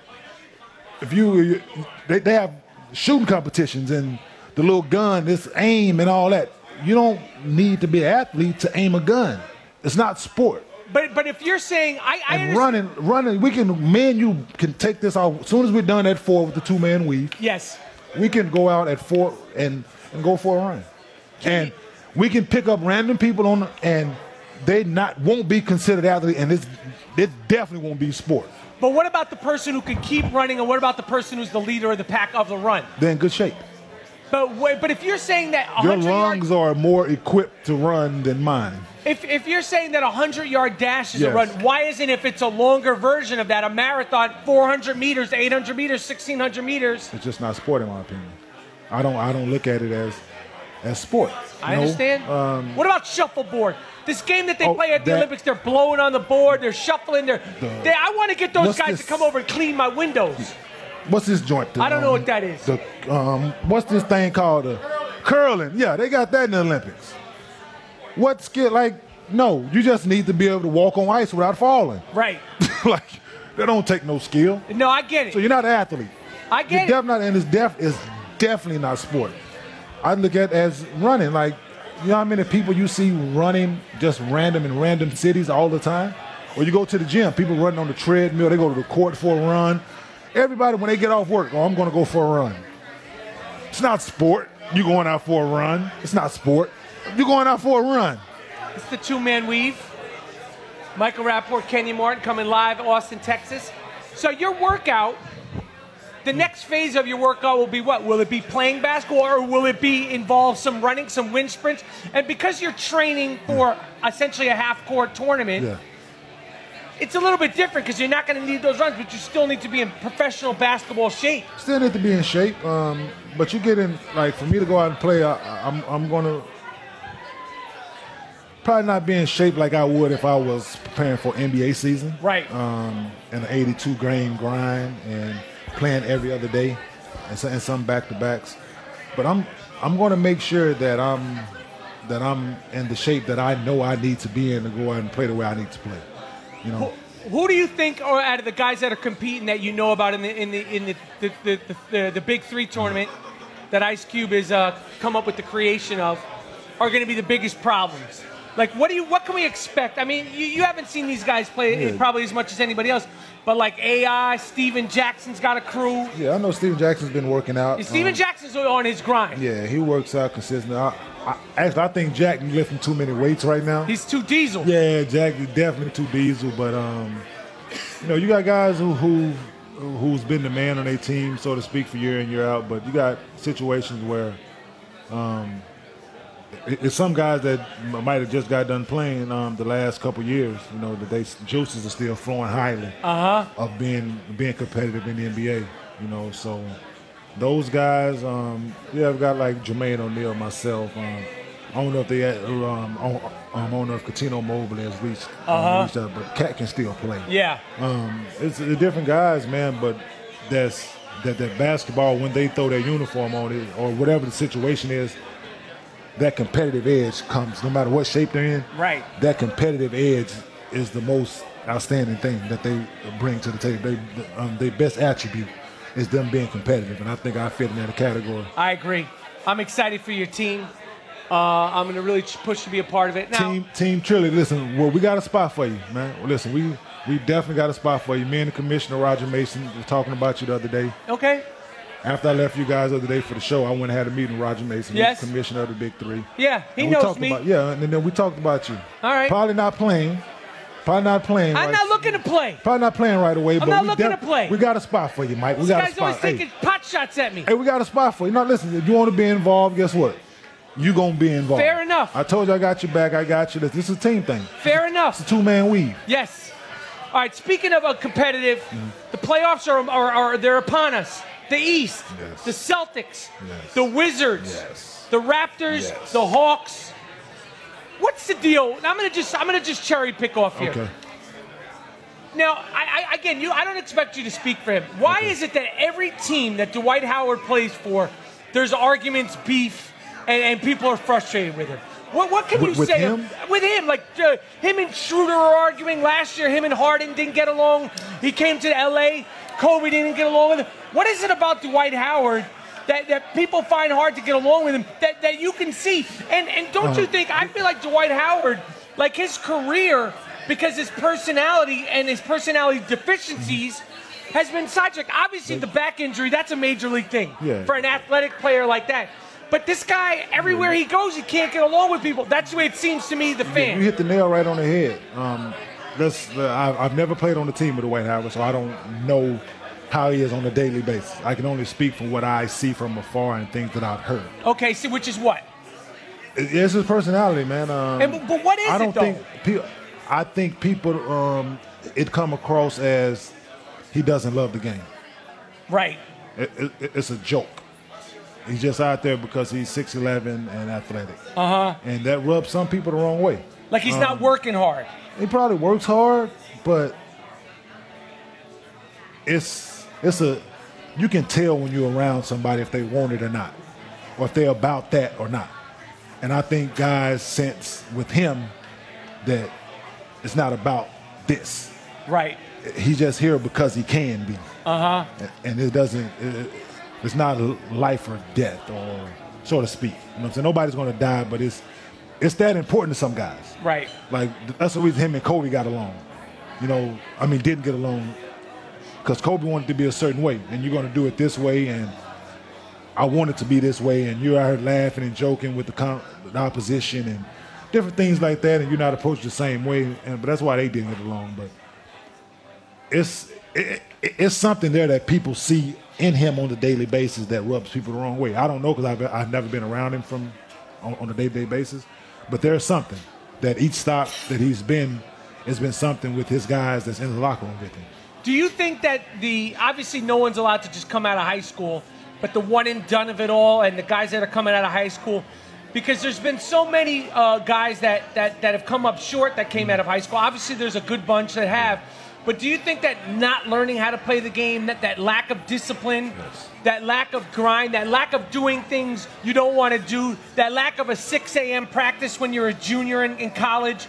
D: if you, you- they, they have shooting competitions and the little gun, this aim and all that. You don't need to be an athlete to aim a gun. It's not sport.
C: but but if you're saying I, I
D: And
C: understand.
D: running, running, we can, me and you can take this out. As soon as we're done at four with the two man weave,
C: Yes.
D: we can go out at four and, and go for a run. And we can pick up random people on and they not won't be considered athlete and it's it definitely won't be sport.
C: But what about the person who can keep running, and what about the person who's the leader of the pack of the run?
D: They're in good shape.
C: But wait, but if you're saying that
D: Your
C: 100 yard,
D: lungs are more equipped to run than mine.
C: if, if you're saying that a 100 yard dash is a
D: Yes.
C: run, why isn't if it's a longer version of that a marathon, 400 meters, 800 meters, 1600 meters?
D: It's just not sport in my opinion. I don't I don't look at it as as sport.
C: I
D: No,
C: understand.
D: Um, Oh,
C: what about shuffleboard? This game that they play at the
D: that-
C: Olympics, they're blowing on the board, they're shuffling, they're.
D: The-
C: they, I want to get those
D: what's
C: guys to
D: this-
C: come over and clean my windows.
D: what's this joint?
C: I don't know what that is.
D: The, um, what's this thing called? Uh, curling. Yeah, they got that in the Olympics. What skill? Like, no, you just need to be able to walk on ice without falling.
C: Right.
D: (laughs) like, that don't take no skill.
C: No, I get it.
D: So you're not an athlete.
C: I get
D: You're def- not, and it's def is definitely not sport. I look at it as running. Like, you know how many people you see running just random in random cities all the time? Or you go to the gym, people running on the treadmill, they go to the court for a run. Everybody, when they get off work, oh, I'm going to go for a run. It's not sport. You going out for a run. It's not sport. You going out for a run.
C: It's the two man weave. Michael Rapport, Kenny Martin coming live, Austin, Texas. So your workout, the next phase of your workout will be what? Will it be playing basketball or will it be involve some running, some wind sprints? And because you're training for essentially a half court tournament,
D: Yeah.
C: it's a little bit different because you're not going to need those runs, but you still need to be in professional basketball shape.
D: Still need to be in shape, um, but you get in, like, for me to go out and play, I, I- I'm, I'm going to probably not be in shape like I would if I was preparing for NBA season.
C: Right.
D: Um, and an 82 game grind and playing every other day and, so, and some back to backs. But I'm I'm going to make sure that I'm that I'm in the shape that I know I need to be in to go out and play the way I need to play. You know.
C: Who do you think are out of the guys that are competing that you know about in the in the in the the, the, the, the, the Big Three tournament that Ice Cube has uh, come up with the creation of are going to be the biggest problems? Like, what do you what can we expect? I mean, you, you haven't seen these guys play
D: Yeah.
C: probably as much as anybody else, but like AI, Steven Jackson's got a crew.
D: Yeah, I know Steven Jackson's been working out. Um,
C: Steven Jackson's on his grind.
D: Yeah, he works out consistently. I, I, actually, I think Jack lifting too many weights right now.
C: He's too diesel.
D: Yeah, Jack is definitely too diesel. But um, you know, you got guys who who who's been the man on their team, so to speak, for year in year out. But you got situations where um, it- it's some guys that m- might have just got done playing um, the last couple years. You know, that they juices are still flowing highly
C: Uh huh.
D: of being being competitive in the NBA. You know, so those guys, um, yeah, I've got like Jermaine O'Neal, myself. Um, I don't know if they, at, or, um, I don't- I don't know if Catino Mobley has reached, uh
C: Uh-huh.
D: reached out, but Cat can still play.
C: Yeah.
D: Um, it's the different guys, man, but that's that that basketball when they throw their uniform on it or whatever the situation is, that competitive edge comes no matter what shape they're in.
C: Right.
D: That competitive edge is the most outstanding thing that they bring to the table. They um, their best attribute is them being competitive, and I think I fit in that category.
C: I agree. I'm excited for your team. Uh, I'm going to really ch- push to be a part of it. Now,
D: Team Team Trilly, listen, well, we got a spot for you, man. Well, listen, we we definitely got a spot for you. Me and the commissioner Roger Mason was talking about you the other day.
C: okay.
D: After I left you guys the other day for the show, I went and had a meeting with Roger Mason, he's
C: Yes.
D: the commissioner of the Big Three.
C: Yeah, he
D: And we
C: knows
D: talked
C: me.
D: About, yeah, and then we talked about you.
C: All right.
D: Probably not playing. Probably not playing.
C: I'm
D: right-
C: not looking to play.
D: Probably not playing right away.
C: I'm
D: but
C: not
D: we
C: looking
D: def-
C: to play.
D: We got a spot for you, Mike. We
C: This
D: got a
C: guy's
D: spot.
C: always
D: Hey,
C: taking pot shots at me.
D: hey, we got a spot for you. Now listen, if you want to be involved, guess what? You gonna be involved.
C: Fair enough.
D: I told you I got your back. I got you. This, this is a team thing.
C: Fair enough.
D: It's a two man weave.
C: Yes. All right. Speaking of a competitive,
D: Mm-hmm.
C: the playoffs are, are, are they're upon us. The East, the Celtics, the Wizards, the Raptors, the Hawks. What's the deal? And I'm gonna just I'm gonna just cherry pick off here.
D: Okay.
C: Now, I, I, again, you I don't expect you to speak for him. Why is it that every team that Dwight Howard plays for, there's arguments, beef, and, and people are frustrated with him? What, what can
D: With-
C: you
D: with
C: say
D: him?
C: with him? Like uh, him and Schroeder are arguing last year. Him and Harden didn't get along. He came to L.A. Kobe didn't get along with him. What is it about Dwight Howard that, that people find hard to get along with him? That that you can see. And and don't you
D: Uh-huh.
C: think I feel like Dwight Howard, like his career, because his personality and his personality deficiencies. Has been sidetracked. Obviously, the back injury—that's a major league thing
D: Yeah.
C: for an athletic player like that. But this guy, everywhere he goes, he can't get along with people. That's the way it seems to me. The
D: Yeah, You
C: fan.
D: hit the nail right on the head. Um, that's uh, I, I've never played on the team of the White Howard, so I don't know how he is on a daily basis. I can only speak from what I see from afar and things that I've heard.
C: Okay, so which is what?
D: It- It's his personality, man. Um,
C: And- but what is
D: I
C: it,
D: don't
C: though?
D: think people. I think people. Um, it come across as he doesn't love the game.
C: Right.
D: It, it, it's a joke. He's just out there because he's six eleven and athletic,
C: Uh huh.
D: and that rubs some people the wrong way.
C: Like he's
D: Um,
C: not working hard.
D: He probably works hard, but it's it's a you can tell when you're around somebody if they want it or not, or if they're about that or not. And I think guys sense with him that it's not about this.
C: Right.
D: He's just here because he can be,
C: Uh huh.
D: and it doesn't. It, it's not l- life or death or so to speak. You know what I'm saying? Nobody's going to die, but it's it's that important to some guys.
C: Right.
D: Like th- that's the reason him and Kobe got along. You know, I mean, didn't get along because Kobe wanted to be a certain way, and you're going to do it this way, and I want it to be this way, and you're out here laughing and joking with the, com- the opposition and different things like that, and you're not approached the same way, and but that's why they didn't get along. But it's it, it- it's something there that people see in him on a daily basis that rubs people the wrong way. I don't know because I've, I've never been around him from on, on a day to day basis, but there's something that each stop that he's been has been something with his guys that's in the locker room with him.
C: Do you think that the obviously no one's allowed to just come out of high school, but the one and done of it all, and the guys that are coming out of high school, because there's been so many uh, guys that, that that have come up short that came out of high school. Obviously, there's a good bunch that have, but do you think that not learning how to play the game, that that lack of discipline, that lack of grind, that lack of doing things you don't want to do, that lack of a 6 a.m. practice when you're a junior in, in college,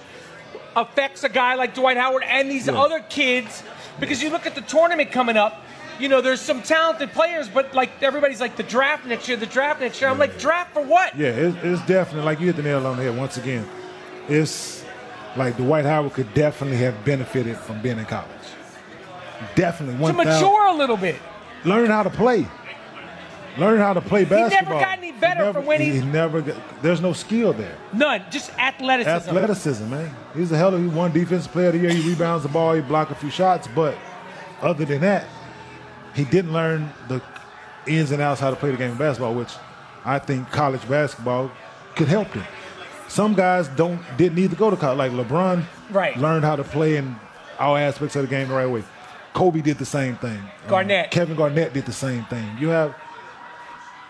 C: affects a guy like Dwight Howard and these
R: Yeah.
C: other kids because you look at the tournament coming up. You know, there's some talented players, but like everybody's like the draft next year, the draft next year. I'm like, draft for what?
D: Yeah, it, it's definitely like you hit the nail on the head once again. It's like Dwight Howard could definitely have benefited from being in college. Definitely
C: To
D: one
C: mature a little bit.
D: learn how to play. Learn how to play
C: He never
D: basketball.
C: got any better
D: never-
C: for when he-
D: he never. Got, there's no skill there.
C: None, just athleticism.
D: Athleticism, man. He's a hell of a one defensive player of the year. He rebounds the ball. He block a few shots, but other than that, he didn't learn the ins and outs how to play the game of basketball, which I think college basketball could help him. Some guys don't didn't need to go to college. Like LeBron,
C: Right.
D: learned how to play in all aspects of the game the right way. Kobe did the same thing.
C: Garnett.
D: Um, Kevin Garnett did the same thing. You have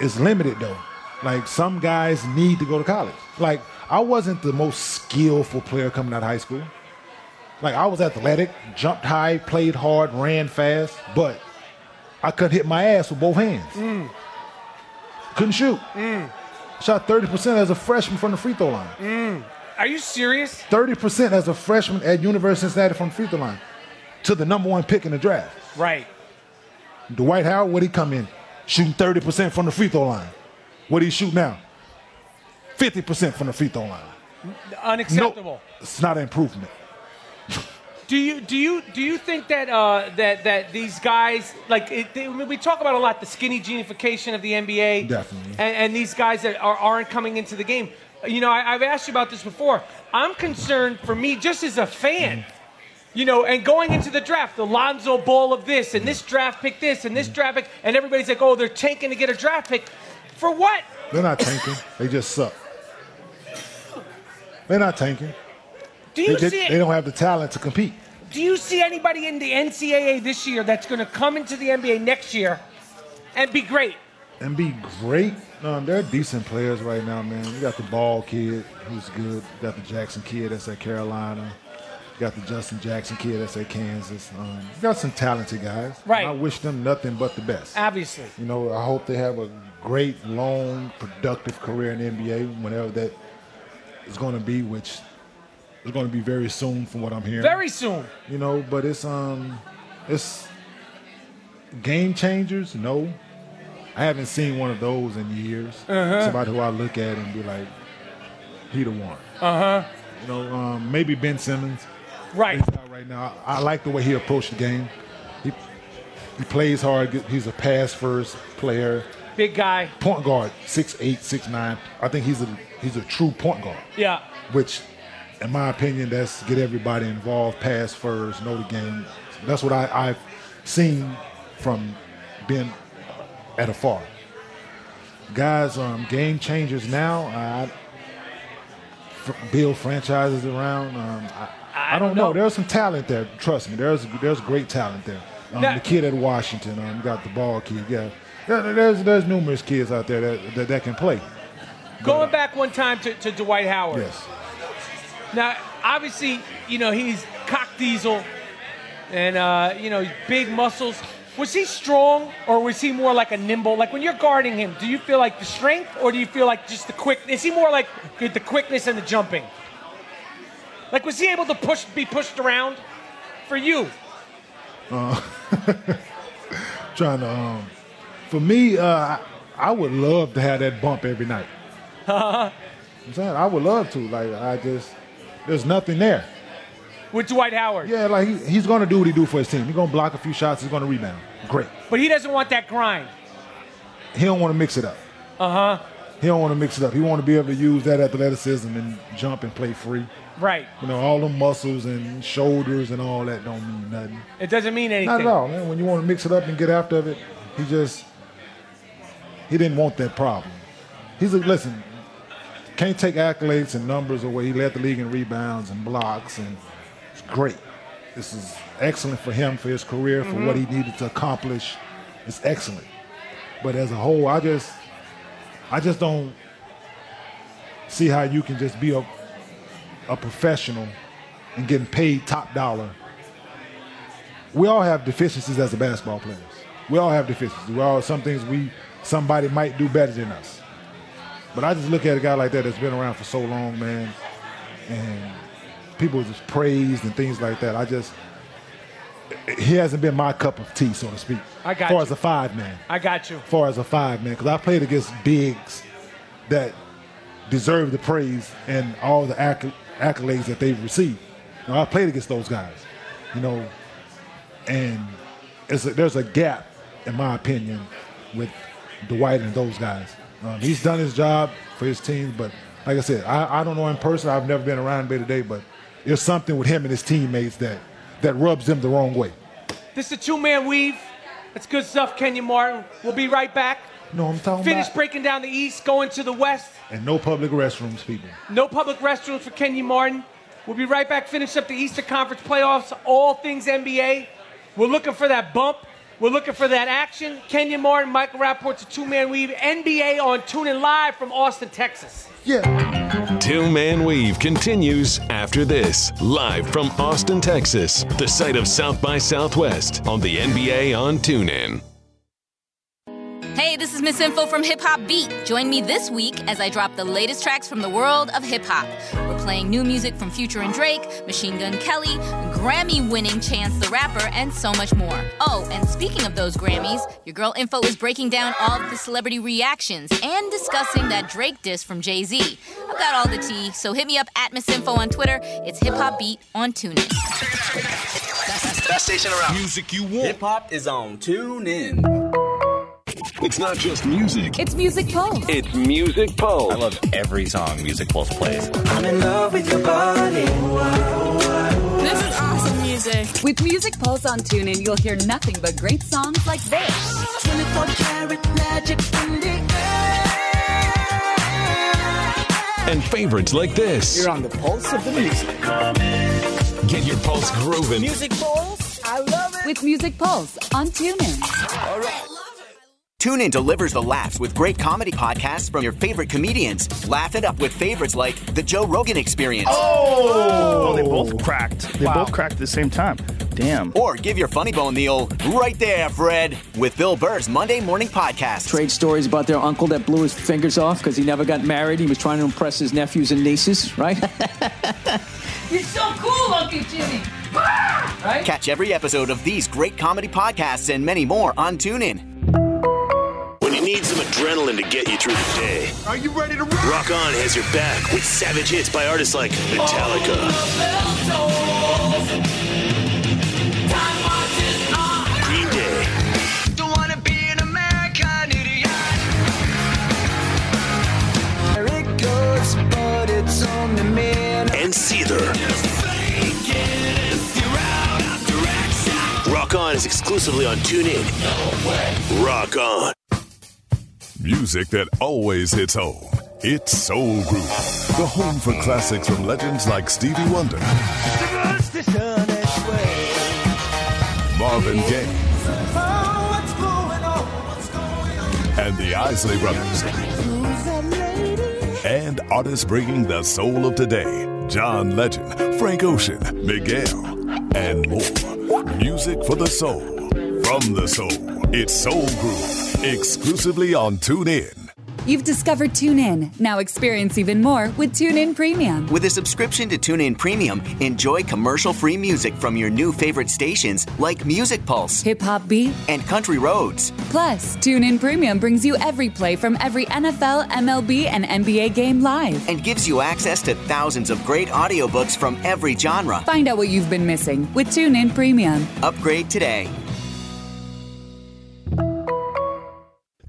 D: it's limited though. Like some guys need to go to college. Like I wasn't the most skillful player coming out of high school. Like I was athletic, jumped high, played hard, ran fast, but I could hit my ass with both hands. Couldn't shoot. Shot 30% as a freshman from the free throw line.
C: Are you serious?
D: 30% as a freshman at University of Cincinnati from the free throw line to the number one pick in the draft.
C: Right.
D: Dwight Howard, what'd he come in? Shooting 30% from the free throw line. What do he shoot now? 50% from the free throw line.
C: Unacceptable.
D: It's not an improvement.
C: Do you do you do you think that uh, that that these guys like it, they, I mean, we talk about a lot the skinny genification of the NBA,
D: Definitely.
C: and, and these guys that are, aren't coming into the game. You know, I, I've asked you about this before. I'm concerned for me just as a fan. You know, and going into the draft, the Lonzo Ball of this and this draft pick this and this draft pick, and everybody's like, oh, they're tanking to get a draft pick. For what?
D: They're not tanking. they just suck. They're not tanking.
C: Do you
D: they, they-
C: see it?
D: they don't have the talent to compete.
C: Do you see anybody in the NCAA this year that's going to come into the NBA next year and be great?
D: and be great. Um, they're decent players right now, man. You got the Ball kid, who's good. You got the Jackson kid that's at Carolina. You got the Justin Jackson kid that's at Kansas. Um, you got some talented guys. Right. I wish them nothing but the best.
C: Obviously.
D: You know, I hope they have a great, long, productive career in the NBA whenever that is going to be, which is going to be very soon, from what I'm hearing.
C: Very soon.
D: You know, but it's um, it's game changers. No, I haven't seen one of those in years.
M: Uh-huh.
D: Somebody who I look at and be like, he the one.
M: Uh huh.
D: You know, um, maybe Ben Simmons.
C: Uh-huh. Right.
D: right now, I I like the way he approached the game. He he plays hard. He's a pass first player.
C: Big guy.
D: Point guard, six eight, six nine. I think he's a he's a true point guard
C: Yeah.
D: which in my opinion that's get everybody involved pass first know the game that's what I, i've seen from being at afar guys um, game changers now I f- build franchises around um, I, I, don't know. there's some talent there trust me there's there's great talent there um,
M: Now-
D: the kid at washington um, got the ball kid yeah There- there's, there's numerous kids out there that, that, that can play
C: Going back one time to, to Dwight Howard.
D: Yes.
C: Now, obviously, you know, he's cock diesel and, uh, you know, big muscles. Was he strong or was he more like a nimble? Like when you're guarding him, do you feel like the strength or do you feel like just the quick? Is he more like the quickness and the jumping? Like, was he able to push, be pushed around for you?
D: (laughs) uh, trying to um, for me, uh, I, I would love to have that bump
C: (laughs)
D: every night. I'm saying I would love to. Like I just, there's nothing there.
C: With Dwight Howard.
D: Yeah, like he, he's going to do what he do for his team. He's going to block a few shots. He's going to rebound. Great.
C: But he doesn't want that grind.
D: He don't want to mix it up.
C: Uh huh.
D: He don't want to mix it up. He want to be able to use that athleticism and jump and play free.
C: Right.
D: You know, all the muscles and shoulders and all that don't mean nothing.
C: It doesn't mean anything.
D: Not at all, man. When you want to mix it up and get after it, he just he didn't want that problem. He's a listen. Can't take accolades and numbers away. He led the league in rebounds and blocks, and it's great. This is excellent for him, for his career, for
C: Mhm.
D: what he needed to accomplish. It's excellent. But as a whole, I just, I just don't see how you can just be a, a professional and getting paid top dollar. We all have deficiencies as a basketball players. We all have deficiencies. We all some things we somebody might do better than us. But I just look at a guy like that that's been around for so long, man, and people just praised and things like that. I just he hasn't been my cup of tea, so to speak.
C: I got
D: far
C: you.
D: as a five man
C: I got you.
D: far as a five man because I played against bigs that deserve the praise and all the acc- accolades that they've received. You know, I played against those guys, you know, and it's a, there's a gap, in my opinion, with Dwight and those guys. Um, he's done his job for his team, but like I said, I, I don't know in person. I've never been around Bay today, but there's something with him and his teammates that that rubs them the wrong way.
C: This is a two man weave. That's good stuff, Kenyon Martin. We'll be right back.
D: No, I'm talking
C: Finish
D: about
C: breaking down the East, going to the West.
D: and no public restrooms, people.
C: No public restrooms for Kenyon Martin. We'll be right back. Finish up the Easter Conference playoffs, all things NBA. We're looking for that bump. We're looking for that action. Kenyon Martin, Michael Rapport's a two man weave. NBA on TuneIn Live from Austin, Texas.
A: Two Man Weave continues after this, live from Austin, Texas, the site of South by Southwest on the NBA on TuneIn.
E: Hey, this is Miss Info from Hip Hop Beat. Join me this week as I drop the latest tracks from the world of hip hop. We're playing new music from Future and Drake, Machine Gun Kelly, Grammy winning Chance the Rapper, and so much more. Oh, and speaking of those Grammys, your girl Info is breaking down all of the celebrity reactions and discussing that Drake diss from Jay Z. I've got all the tea, so hit me up at Miss Info on Twitter. It's Hip Hop Beat on TuneIn.
F: Best station around. Music you want. Hip hop is on. Tune in.
A: It's not just music.
I: It's Music Pulse.
O: It's Music Pulse. I love every song Music Pulse plays.
J: I'm in love with your body.
P: This is awesome music.
I: With Music Pulse on TuneIn, you'll hear nothing but great songs like this.
J: 24 karat magic in the
A: And favorites like this. You're
J: on the pulse of the music.
A: Get your pulse grooving.
I: Pulse, I love it. With Music Pulse on TuneIn.
G: TuneIn delivers the laughs with great comedy podcasts from your favorite comedians. Laugh it up with favorites like The Joe Rogan Experience.
K: Oh, they both cracked. They both cracked at the same time. Damn.
G: Or give your funny bone the old right there, Fred, with Bill Burr's Monday Morning Podcast.
H: Trade stories about their uncle that blew his fingers off because he never got married. He was trying to impress his nephews and nieces, right?
J: You're so cool, Uncle Jimmy.
G: Catch every episode of these great comedy podcasts and many more on TuneIn.
B: When you need some adrenaline to get you through the day,
J: Are you ready to
B: Rock On has your back with savage hits by artists like Metallica, Green Day,
J: Don't wanna be an American idiot. There it goes, but it's on the man.
B: and Seether. Rock On is exclusively on TuneIn. Rock On.
L: Music that always hits home. It's Soul Group, the home for classics from legends like Stevie Wonder, Marvin Gaye, and the Isley Brothers, and artists bringing the soul of today John Legend, Frank Ocean, Miguel, and more. Music for the soul, from the soul. It's Soul Group, exclusively on TuneIn.
I: You've discovered TuneIn. Now experience even more with TuneIn Premium.
G: With a subscription to TuneIn Premium, enjoy commercial-free music from your new favorite stations like Music Pulse,
I: Hip Hop Beat,
G: and Country Roads.
I: Plus, TuneIn Premium brings you every play from every NFL, MLB, and NBA game live.
G: And gives you access to thousands of great audiobooks from every genre.
I: Find out what you've been missing with TuneIn Premium.
G: Upgrade today.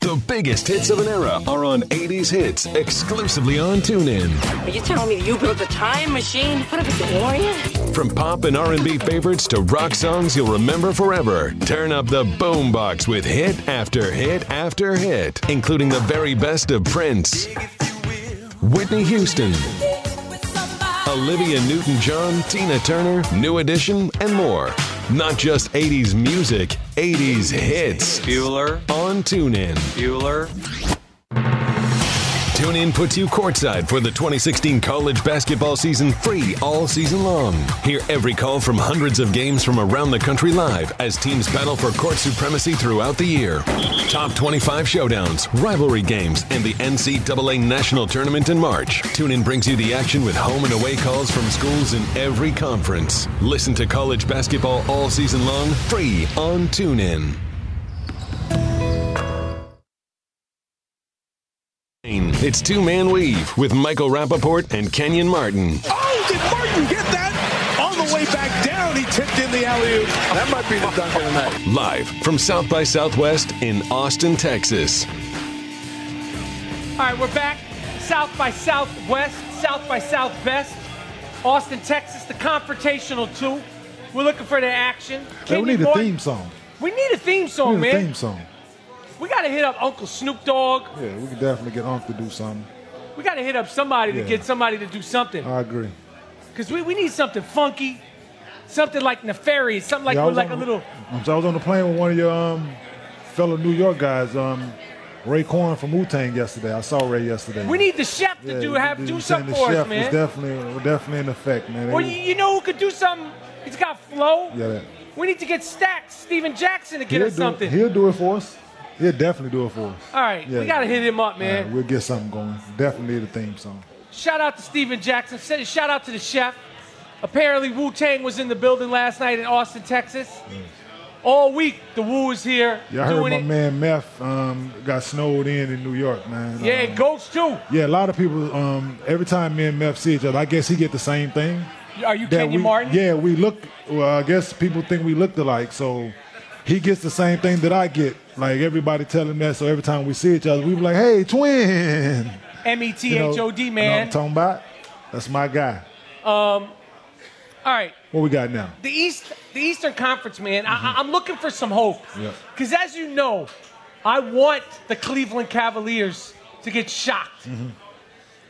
A: The biggest hits of an era are on 80s hits exclusively on TuneIn.
N: Are you telling me you built a time machine? What if it's a DeLorean?
A: From pop and R&B favorites to rock songs you'll remember forever, turn up the boombox with hit after hit after hit, including the very best of Prince, Whitney Houston, Olivia Newton-John, Tina Turner, New Edition, and more. Not just 80s music, 80s hits. Bueller on TuneIn. Bueller. TuneIn puts you courtside for the 2016 college basketball season free all season long. Hear every call from hundreds of games from around the country live as teams battle for court supremacy throughout the year. Top 25 showdowns, rivalry games, and the NCAA National Tournament in March. TuneIn brings you the action with home and away calls from schools in every conference. Listen to college basketball all season long free on TuneIn. It's Two Man Weave with Michael Rappaport and Kenyon Martin.
M: Oh, did Martin get that? On the way back down, he tipped in the alley oop. That might be the dunk of the night.
A: Live from South by Southwest in Austin, Texas.
C: All right, we're back. South by Southwest, South by Southwest, Austin, Texas, the confrontational two. We're looking for the action.
D: Man,
C: Kenyon
D: we need a
C: Martin-
D: theme song.
C: We need a theme
D: We
C: song,
D: need a
C: man.
D: theme song.
C: We got to hit up Uncle Snoop Dogg.
D: Yeah, we can definitely get Unc to do something.
C: We got to hit up somebody
D: Yeah.
C: to get somebody to do something.
D: I agree.
C: Because we, we need something funky, something like nefarious, something like
D: Yeah, I
C: we're
D: was
C: like a
D: on-
C: little.
D: Um, So I was on the plane with one of your um, fellow New York guys, um, Ray Korn from Wu Tang yesterday. I saw Ray yesterday.
C: We need the chef to
D: Yeah,
C: do
D: the-
C: have
D: the-
C: do
D: the-
C: something
D: the
C: for
D: chef
C: us, man.
D: Is definitely, definitely in effect, man. They
C: Well,
D: were-
C: you, you know who could do something? He's got flow.
D: yeah, that.
C: We need to get Stacks, Steven Jackson, to get
D: he'll
C: us
D: do,
C: something.
D: He'll do it for us. He'll definitely do it for us.
C: All right, we gotta hit him up,
D: All
C: man.
D: right, we'll get something going. Definitely the theme song.
C: Shout out to Steven Jackson. Say- Shout out to the chef. Apparently, Wu Tang was in the building last night in Austin, Texas. All week, the Wu was here
D: Y'all Mm. heard
C: doing
D: my
C: it.
D: man Meth um, got snowed in in New York, man.
C: Yeah,
D: Um,
C: it goes too.
D: yeah, a lot of people. Um, every time me and Meth see each other, I guess he get the same thing.
C: Are you
D: that
C: Kenyon
D: we-
C: Martin?
D: Yeah, we look. Well, I guess people think we looked alike, so he gets the same thing that I get. Like everybody telling that. So every time we see each other, we be like, "Hey, twin." (laughs)
C: M E T H O D,
D: You know what
C: man.
D: I'm talking about? That's my guy.
C: Um, all right,
D: What we got now?
C: the East, the Eastern Conference, man. I, I'm looking for some hope.
D: Yeah.
C: Because as you know, I want the Cleveland Cavaliers to get shocked.
D: Mm-hmm.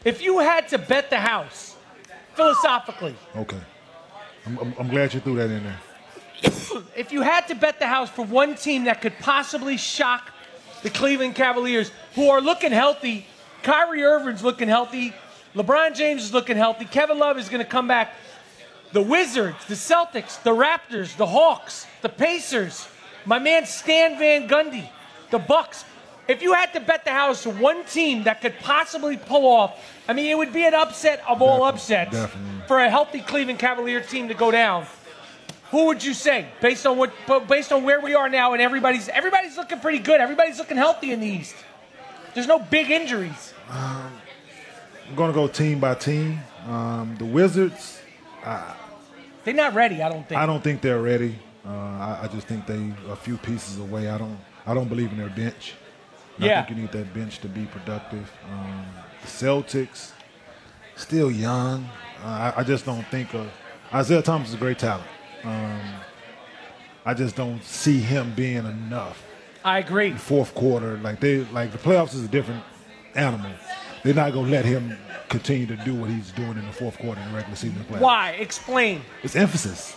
C: If you had to bet the house, philosophically,
D: Okay. I'm, I'm, I'm glad you threw that in there.
C: if you had to bet the house for one team that could possibly shock the Cleveland Cavaliers, who are looking healthy, Kyrie Irving's looking healthy, LeBron James is looking healthy, Kevin Love is going to come back. The Wizards, the Celtics, the Raptors, the Hawks, the Pacers, my man Stan Van Gundy, the Bucks. If you had to bet the house for one team that could possibly pull off, I mean, it would be an upset of all upsets
D: definitely.
C: for a healthy Cleveland Cavalier team to go down. Who would you say, based on what, bu- based on where we are now, and everybody's everybody's looking pretty good. Everybody's looking healthy in the East. There's no big injuries.
D: Um, I'm gonna go team by team. Um, the Wizards, I,
C: They're not ready, I don't think.
D: I don't think they're ready. Uh, I, I just think they a few pieces away. I don't I don't believe in their bench. And
C: Yeah.
D: I think you need that bench to be productive. Um, the Celtics, still young. Uh, I, I just don't think of Isaiah Thomas is a great talent. Um, I just don't see him being enough.
C: I agree.
D: Fourth quarter, like they like the playoffs is a different animal. They're not gonna let him continue to do what he's doing in the fourth quarter in the regular season playoffs.
C: Why? Explain.
D: It's emphasis.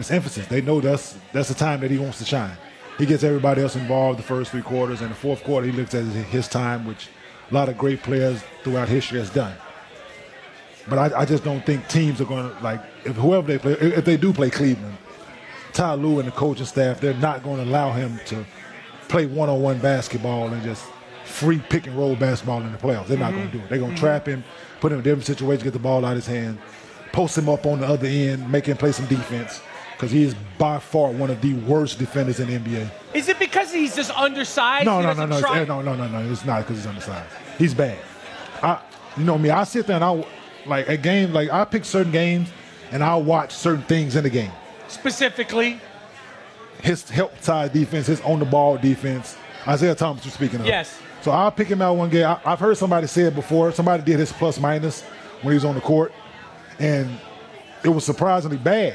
D: It's emphasis. They know that's that's the time that he wants to shine. He gets everybody else involved the first three quarters, and the fourth quarter he looks at his- his time, which a lot of great players throughout history has done. But I, I just don't think teams are going to like if whoever they play, if if they do play Cleveland, Ty Lue and the coaching staff, they're not going to allow him to play one-on-one basketball and just free pick and roll basketball in the playoffs. They're not
R: Mhm.
D: going to do it. They're going to
R: Mhm.
D: trap him, put him in different situations, get the ball out of his hand, post him up on the other end, make him play some defense because he is by far one of the worst defenders in the NBA.
C: Is it because he's just undersized?
D: No,
C: He
D: no, no,
C: doesn't
D: no,
C: try-
D: it's- eh, no, no, no, no. It's not because he's undersized. He's bad. I, you know me. I sit there and I like a game. Like I pick certain games and I watch certain things in the game.
C: Specifically,
D: His help side defense, his on the ball defense. Isaiah Thomas, you're speaking of.
C: Yes.
D: So I'll pick him out one game. I, I've heard somebody say it before. Somebody did his plus minus when he was on the court, and it was surprisingly bad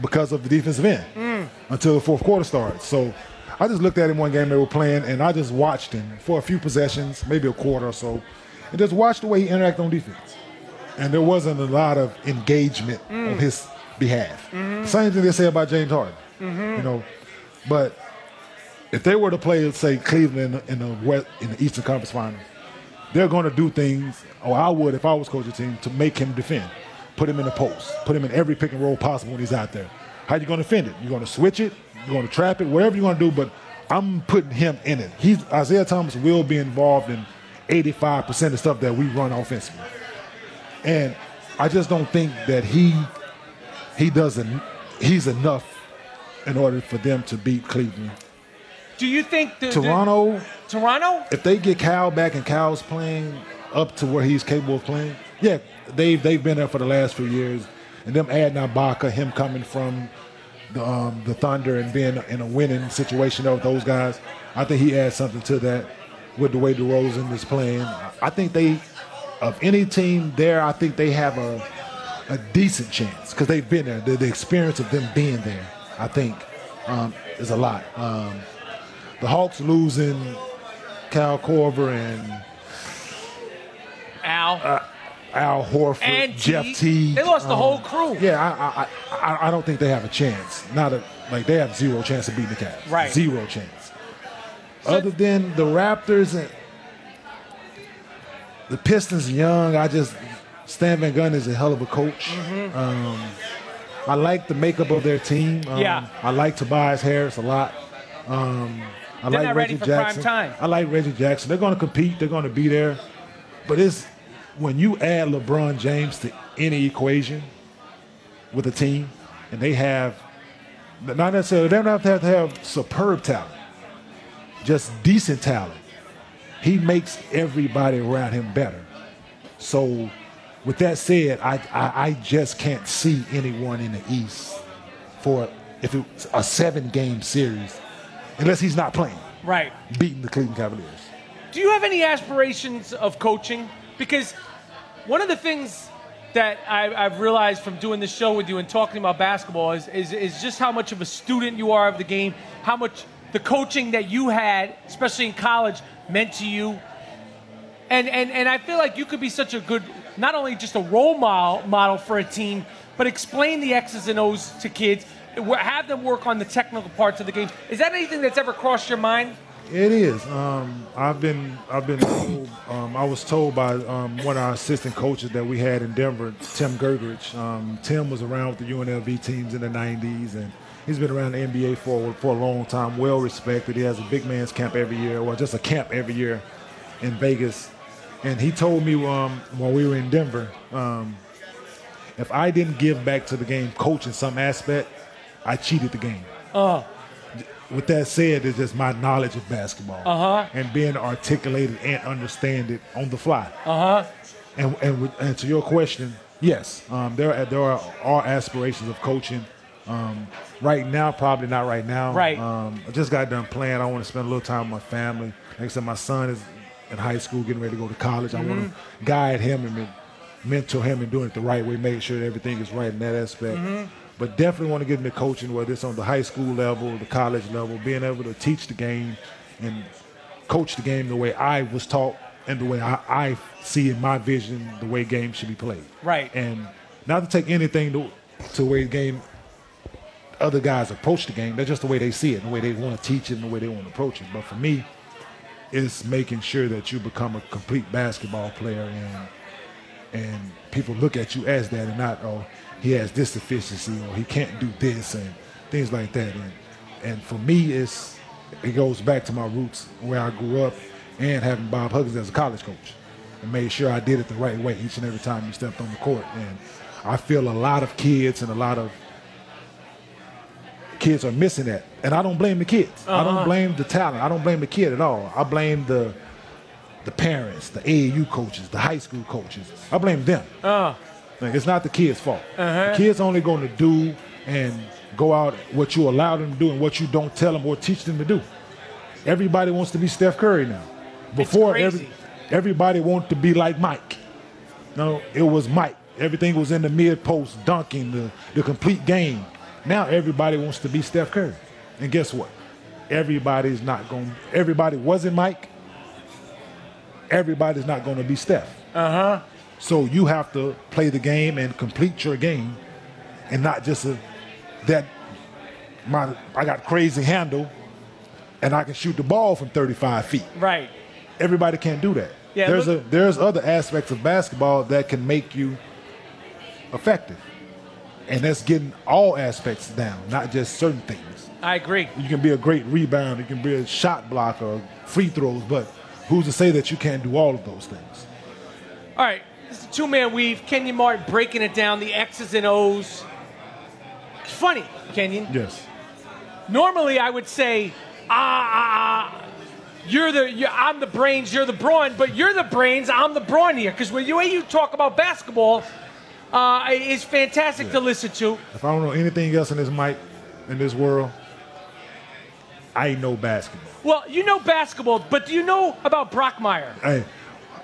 D: because of the defensive end until the fourth quarter started. So I just looked at him one game they were playing, and I just watched him for a few possessions, maybe a quarter or so, and just watched the way he interacted on defense. And there wasn't a lot of engagement
R: Mm.
D: on his behalf.
R: Mhm.
D: Same thing they say about James Harden,
R: Mhm.
D: Mm-hmm. you know. But if they were to play, say, Cleveland in the, in the West, in the Eastern Conference Final, they're going to do things, or I would if I was coaching the team, to make him defend. Put him in the post. Put him in every pick and roll possible when he's out there. How you going to defend it? You're going to switch it. You're going to trap it. Whatever you're going to do, but I'm putting him in it. He's Isaiah Thomas will be involved in 85% of the stuff that we run offensively, and I just don't think that he he doesn't he's enough in order for them to beat Cleveland.
C: do you think the, the-
D: Toronto
C: Toronto?
D: if they get Kyle back and Kyle's playing up to where he's capable of playing, yeah, they've they've been there for the last few years, and them adding Ibaka, him coming from the um, the Thunder and being in a winning situation there with those guys, I think he adds something to that with the way DeRozan is playing. I- I think they, of any team there, I think they have a a decent chance because they've been there. The, the experience of them being there, I think, um, is a lot. Um, the Hawks losing Cal Corver and
C: Al.
D: Al Horford,
C: And
D: Uh, Jeff
C: Teague.
D: Teague.
C: They lost the whole
D: crew. Yeah, I, I, I, I don't think they have a chance. Not a like they have zero chance of beating the Cavs.
R: Right.
D: zero chance. Other than the Raptors and the Pistons, young. I just Stan Van Gundy is a hell of a coach.
C: Mm-hmm.
R: Mhm.
D: Um, I like the makeup of their team. Um,
R: Yeah.
D: I like Tobias Harris a lot. Um, I
R: They're
D: like
R: not ready
D: Reggie
R: for prime
D: Jackson.
R: time.
D: I like Reggie Jackson. They're going to compete. They're going to be there. But it's when you add LeBron James to any equation with a team, and they have not necessarily they don't have to have, to have superb talent, just decent talent. He makes everybody around him better. So, with that said, I, I, I just can't see anyone in the East for if it's a seven game series, unless he's not playing,
C: Right.
D: beating the Cleveland Cavaliers.
C: Do you have any aspirations of coaching? Because one of the things that I, I've realized from doing this show with you and talking about basketball is, is, is just how much of a student you are of the game, how much the coaching that you had, especially in college, meant to you. And, and, and I feel like you could be such a good, not only just a role model, model for a team, but explain the X's and O's to kids, wh- have them work on the technical parts of the game. Is that anything that's ever crossed your mind?
D: It is. Um, I've been. I've been. Told, um, I was told by um, one of our assistant coaches that we had in Denver, Tim Gergerich. Um, Tim was around with the UNLV teams in the '90s, and he's been around the NBA for for a long time. Well respected. He has a big man's camp every year, or just a camp every year in Vegas. And he told me um, when we were in Denver, um, if I didn't give back to the game, coach in some aspect, I cheated the game.
C: Uh,
D: With that said, it's just my knowledge of basketball
C: Uh-huh.
D: and being articulated and understand it on the fly.
C: Uh huh.
D: And, and, with- and to your question, yes, um, there are, there are, are aspirations of coaching. Um, right now, probably not right now.
R: Right.
D: Um, I just got done playing. I want to spend a little time with my family. Like I said, my son is in high school, getting ready to go to college. I
R: Mhm.
D: want to guide him and men- mentor him and doing it the right way, making sure that everything is right in that aspect.
R: Mhm.
D: But definitely want to get into coaching, whether it's on the high school level, the college level, being able to teach the game and coach the game the way I was taught and the way I, I see in my vision the way games should be played.
C: Right.
D: And not to take anything to, to way game other guys approach the game. That's just the way they see it, and the way they want to teach it, and the way they want to approach it. But for me, it's making sure that you become a complete basketball player, and and people look at you as that, and not oh he has this deficiency or he can't do this and things like that. And and for me, it's it goes back to my roots where I grew up and having Bob Huggins as a college coach and made sure I did it the right way each and every time you stepped on the court. And I feel a lot of kids and a lot of kids are missing that. And I don't blame the kids. I
M: Uh-huh.
D: don't blame the talent. I don't blame the kid at all. I blame the the parents, the AAU coaches, the high school coaches. I blame them.
C: Uh,
D: Like it's not the kids' fault.
C: Uh-huh.
D: The kids only going to do and go out what you allow them to do and what you don't tell them or teach them to do. Everybody wants to be Steph Curry now. Before every, everybody wanted to be like Mike. No, it was Mike. Everything was in the mid post, dunking, the, the complete game. Now everybody wants to be Steph Curry. And guess what? Everybody's not going everybody wasn't Mike. Everybody's not going to be Steph.
C: Uh-huh.
D: So you have to play the game and complete your game and not just a, that my I got crazy handle and I can shoot the ball from 35 feet.
C: Right.
D: Everybody can't do that.
C: Yeah,
D: there's
C: look-
D: a there's other aspects of basketball that can make you effective. And that's getting all aspects down, not just certain things.
C: I agree.
D: You can be a great rebounder, you can be a shot blocker, free throws, but who's to say that you can't do all of those things?
C: All right, this is two man weave. Kenyon Martin breaking it down, the X's and O's. It's funny, Kenyon.
D: Yes.
C: Normally, I would say, ah, ah, ah. You're the, you're, I'm the brains, you're the brawn, but you're the brains, I'm the brawn here. Because when you, when you talk about basketball, uh, it's fantastic to listen to.
D: If I don't know anything else in this mic, in this world, I know basketball.
C: Well, you know basketball, but do you know about Brockmeyer?
D: Hey,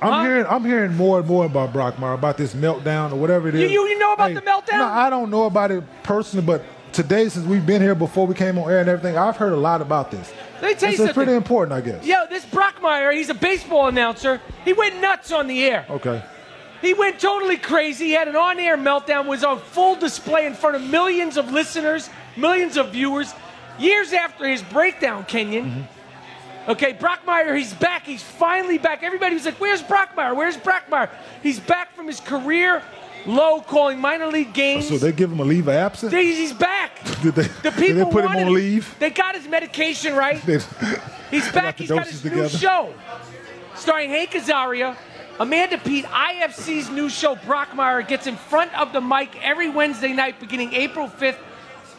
D: I'm hearing I'm hearing more and more about Brockmar, about this meltdown or whatever it
C: You,
D: is.
C: you, you know about the meltdown?
D: No, I don't know about it personally, but today since we've been here before we came on air and everything, I've heard a lot about this.
C: Let me tell you
D: This is
C: something.
D: pretty important, I guess.
C: Yo, this Brockmeyer, he's a baseball announcer. He went nuts on the air.
D: Okay.
C: He went totally crazy. He had an on-air meltdown. Was on full display in front of millions of listeners, millions of viewers. Years after his breakdown, Kenyon.
D: Mm-hmm.
C: Okay, Brockmeyer, he's back. He's finally back. Everybody was like, "Where's Brockmeyer? Where's Brockmeyer?" He's back from his career low, calling minor league games.
D: So they give him a leave of absence?
C: They- he's back.
D: did they,
C: The people
D: did they put him
C: wanted
D: on leave?
C: They got his medication right.
D: (laughs) They-
C: He's back. He's got his
D: doses
C: new
D: together.
C: show starring Hank Azaria. Amanda Pete, IFC's new show, Brockmeyer, gets in front of the mic every Wednesday night beginning April 5th,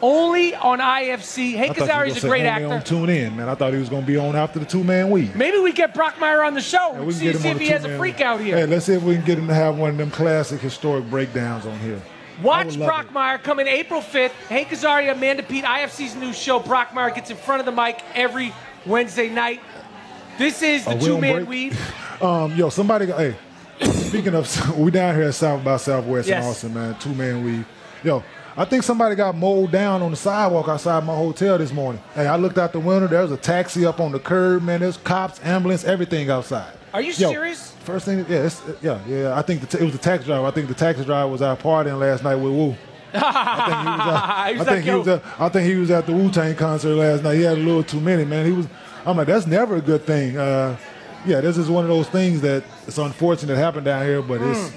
C: only on IFC.
D: I
C: Hank
D: thought you were
C: Azaria's a
D: gonna
C: great
D: say only
C: actor.
D: On tune in, man. I thought he was gonna be on after the two man week.
C: Maybe we get Brockmeyer on the show.
D: Yeah, we can
C: see
D: get him
C: see
D: on
C: if
D: the
C: he has a
D: two-man
C: freak
D: one.
C: out here.
D: Hey, let's see if we can get him to have one of them classic historic breakdowns on here.
C: Watch Brockmeyer coming April 5th. Hank Azaria, Amanda Pete, IFC's new show. Brockmeyer gets in front of the mic every Wednesday night. This is the
D: Are we on
C: two man
D: break?
C: weave.
D: Um, yo, somebody, go- hey, speaking of, (laughs) we down here at South by Southwest
C: Yes.
D: in Austin, man. Two man weave. Yo, I think somebody got mowed down on the sidewalk outside my hotel this morning. Hey, I looked out the window. There was a taxi up on the curb, man. There's cops, ambulance, everything outside.
C: Are you
D: Yo,
C: serious?
D: First thing, yeah, it's, yeah, yeah. I think the t- it was the taxi driver. I think the taxi driver was out partying last night with Woo.
C: I
D: I think he was at, I think he was at the Wu Tang concert last night. He had a little too many, man. He was. I'm like, that's never a good thing. Uh, yeah, this is one of those things that it's unfortunate happened down here, but it's,
C: Mm.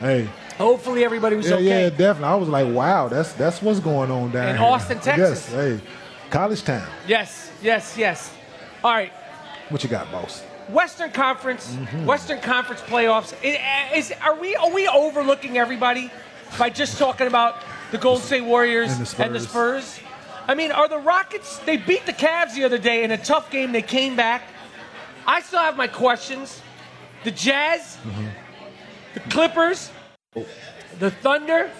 D: hey,
C: Hopefully everybody was
D: yeah,
C: okay.
D: yeah, definitely. I was like, wow, that's that's what's going on down
C: In
D: here.
C: Austin, Texas.
D: Yes, hey, college town.
C: Yes, yes, yes. All right,
D: What you got, boss?
C: Western Conference,
D: Mm-hmm.
C: Western Conference playoffs. I- Is, are we are we overlooking everybody by just talking about the Golden State Warriors
D: And
C: and
D: the
C: the, Spurs? I mean, are the Rockets? They beat the Cavs the other day in a tough game. They came back. I still have my questions. The Jazz,
D: Mm-hmm.
C: the Clippers, the Thunder,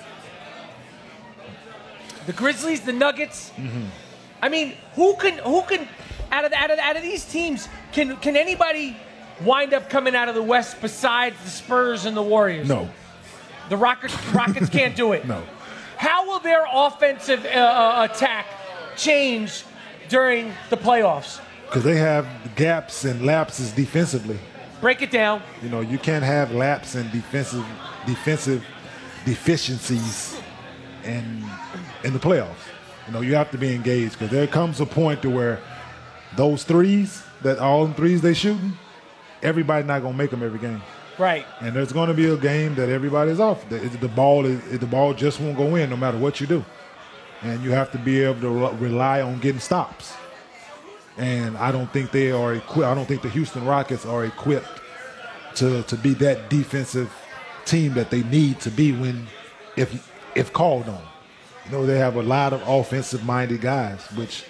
C: the Grizzlies, the Nuggets. I mean, who can who can out of the, out of the- out of these teams can can anybody wind up coming out of the West besides the Spurs and the Warriors?
D: No,
C: the Rockets
D: (laughs)
C: Rockets can't do it.
D: No.
C: How will their offensive uh, uh, attack change during the playoffs?
D: because they have gaps and lapses defensively.
C: Break it down.
D: You know, you can't have laps and defensive defensive deficiencies in in the playoffs. You know, you have to be engaged because there comes a point to where those threes that all them threes they shooting, everybody not gonna make them every game.
C: Right.
D: And there's gonna be a game that everybody's off. The, the ball is the ball just won't go in no matter what you do, and you have to be able to re- rely on getting stops. and I don't think they are equipped. I don't think the Houston Rockets are equipped to to be that defensive team that they need to be when if if called on. You know, they have a lot of offensive minded guys, which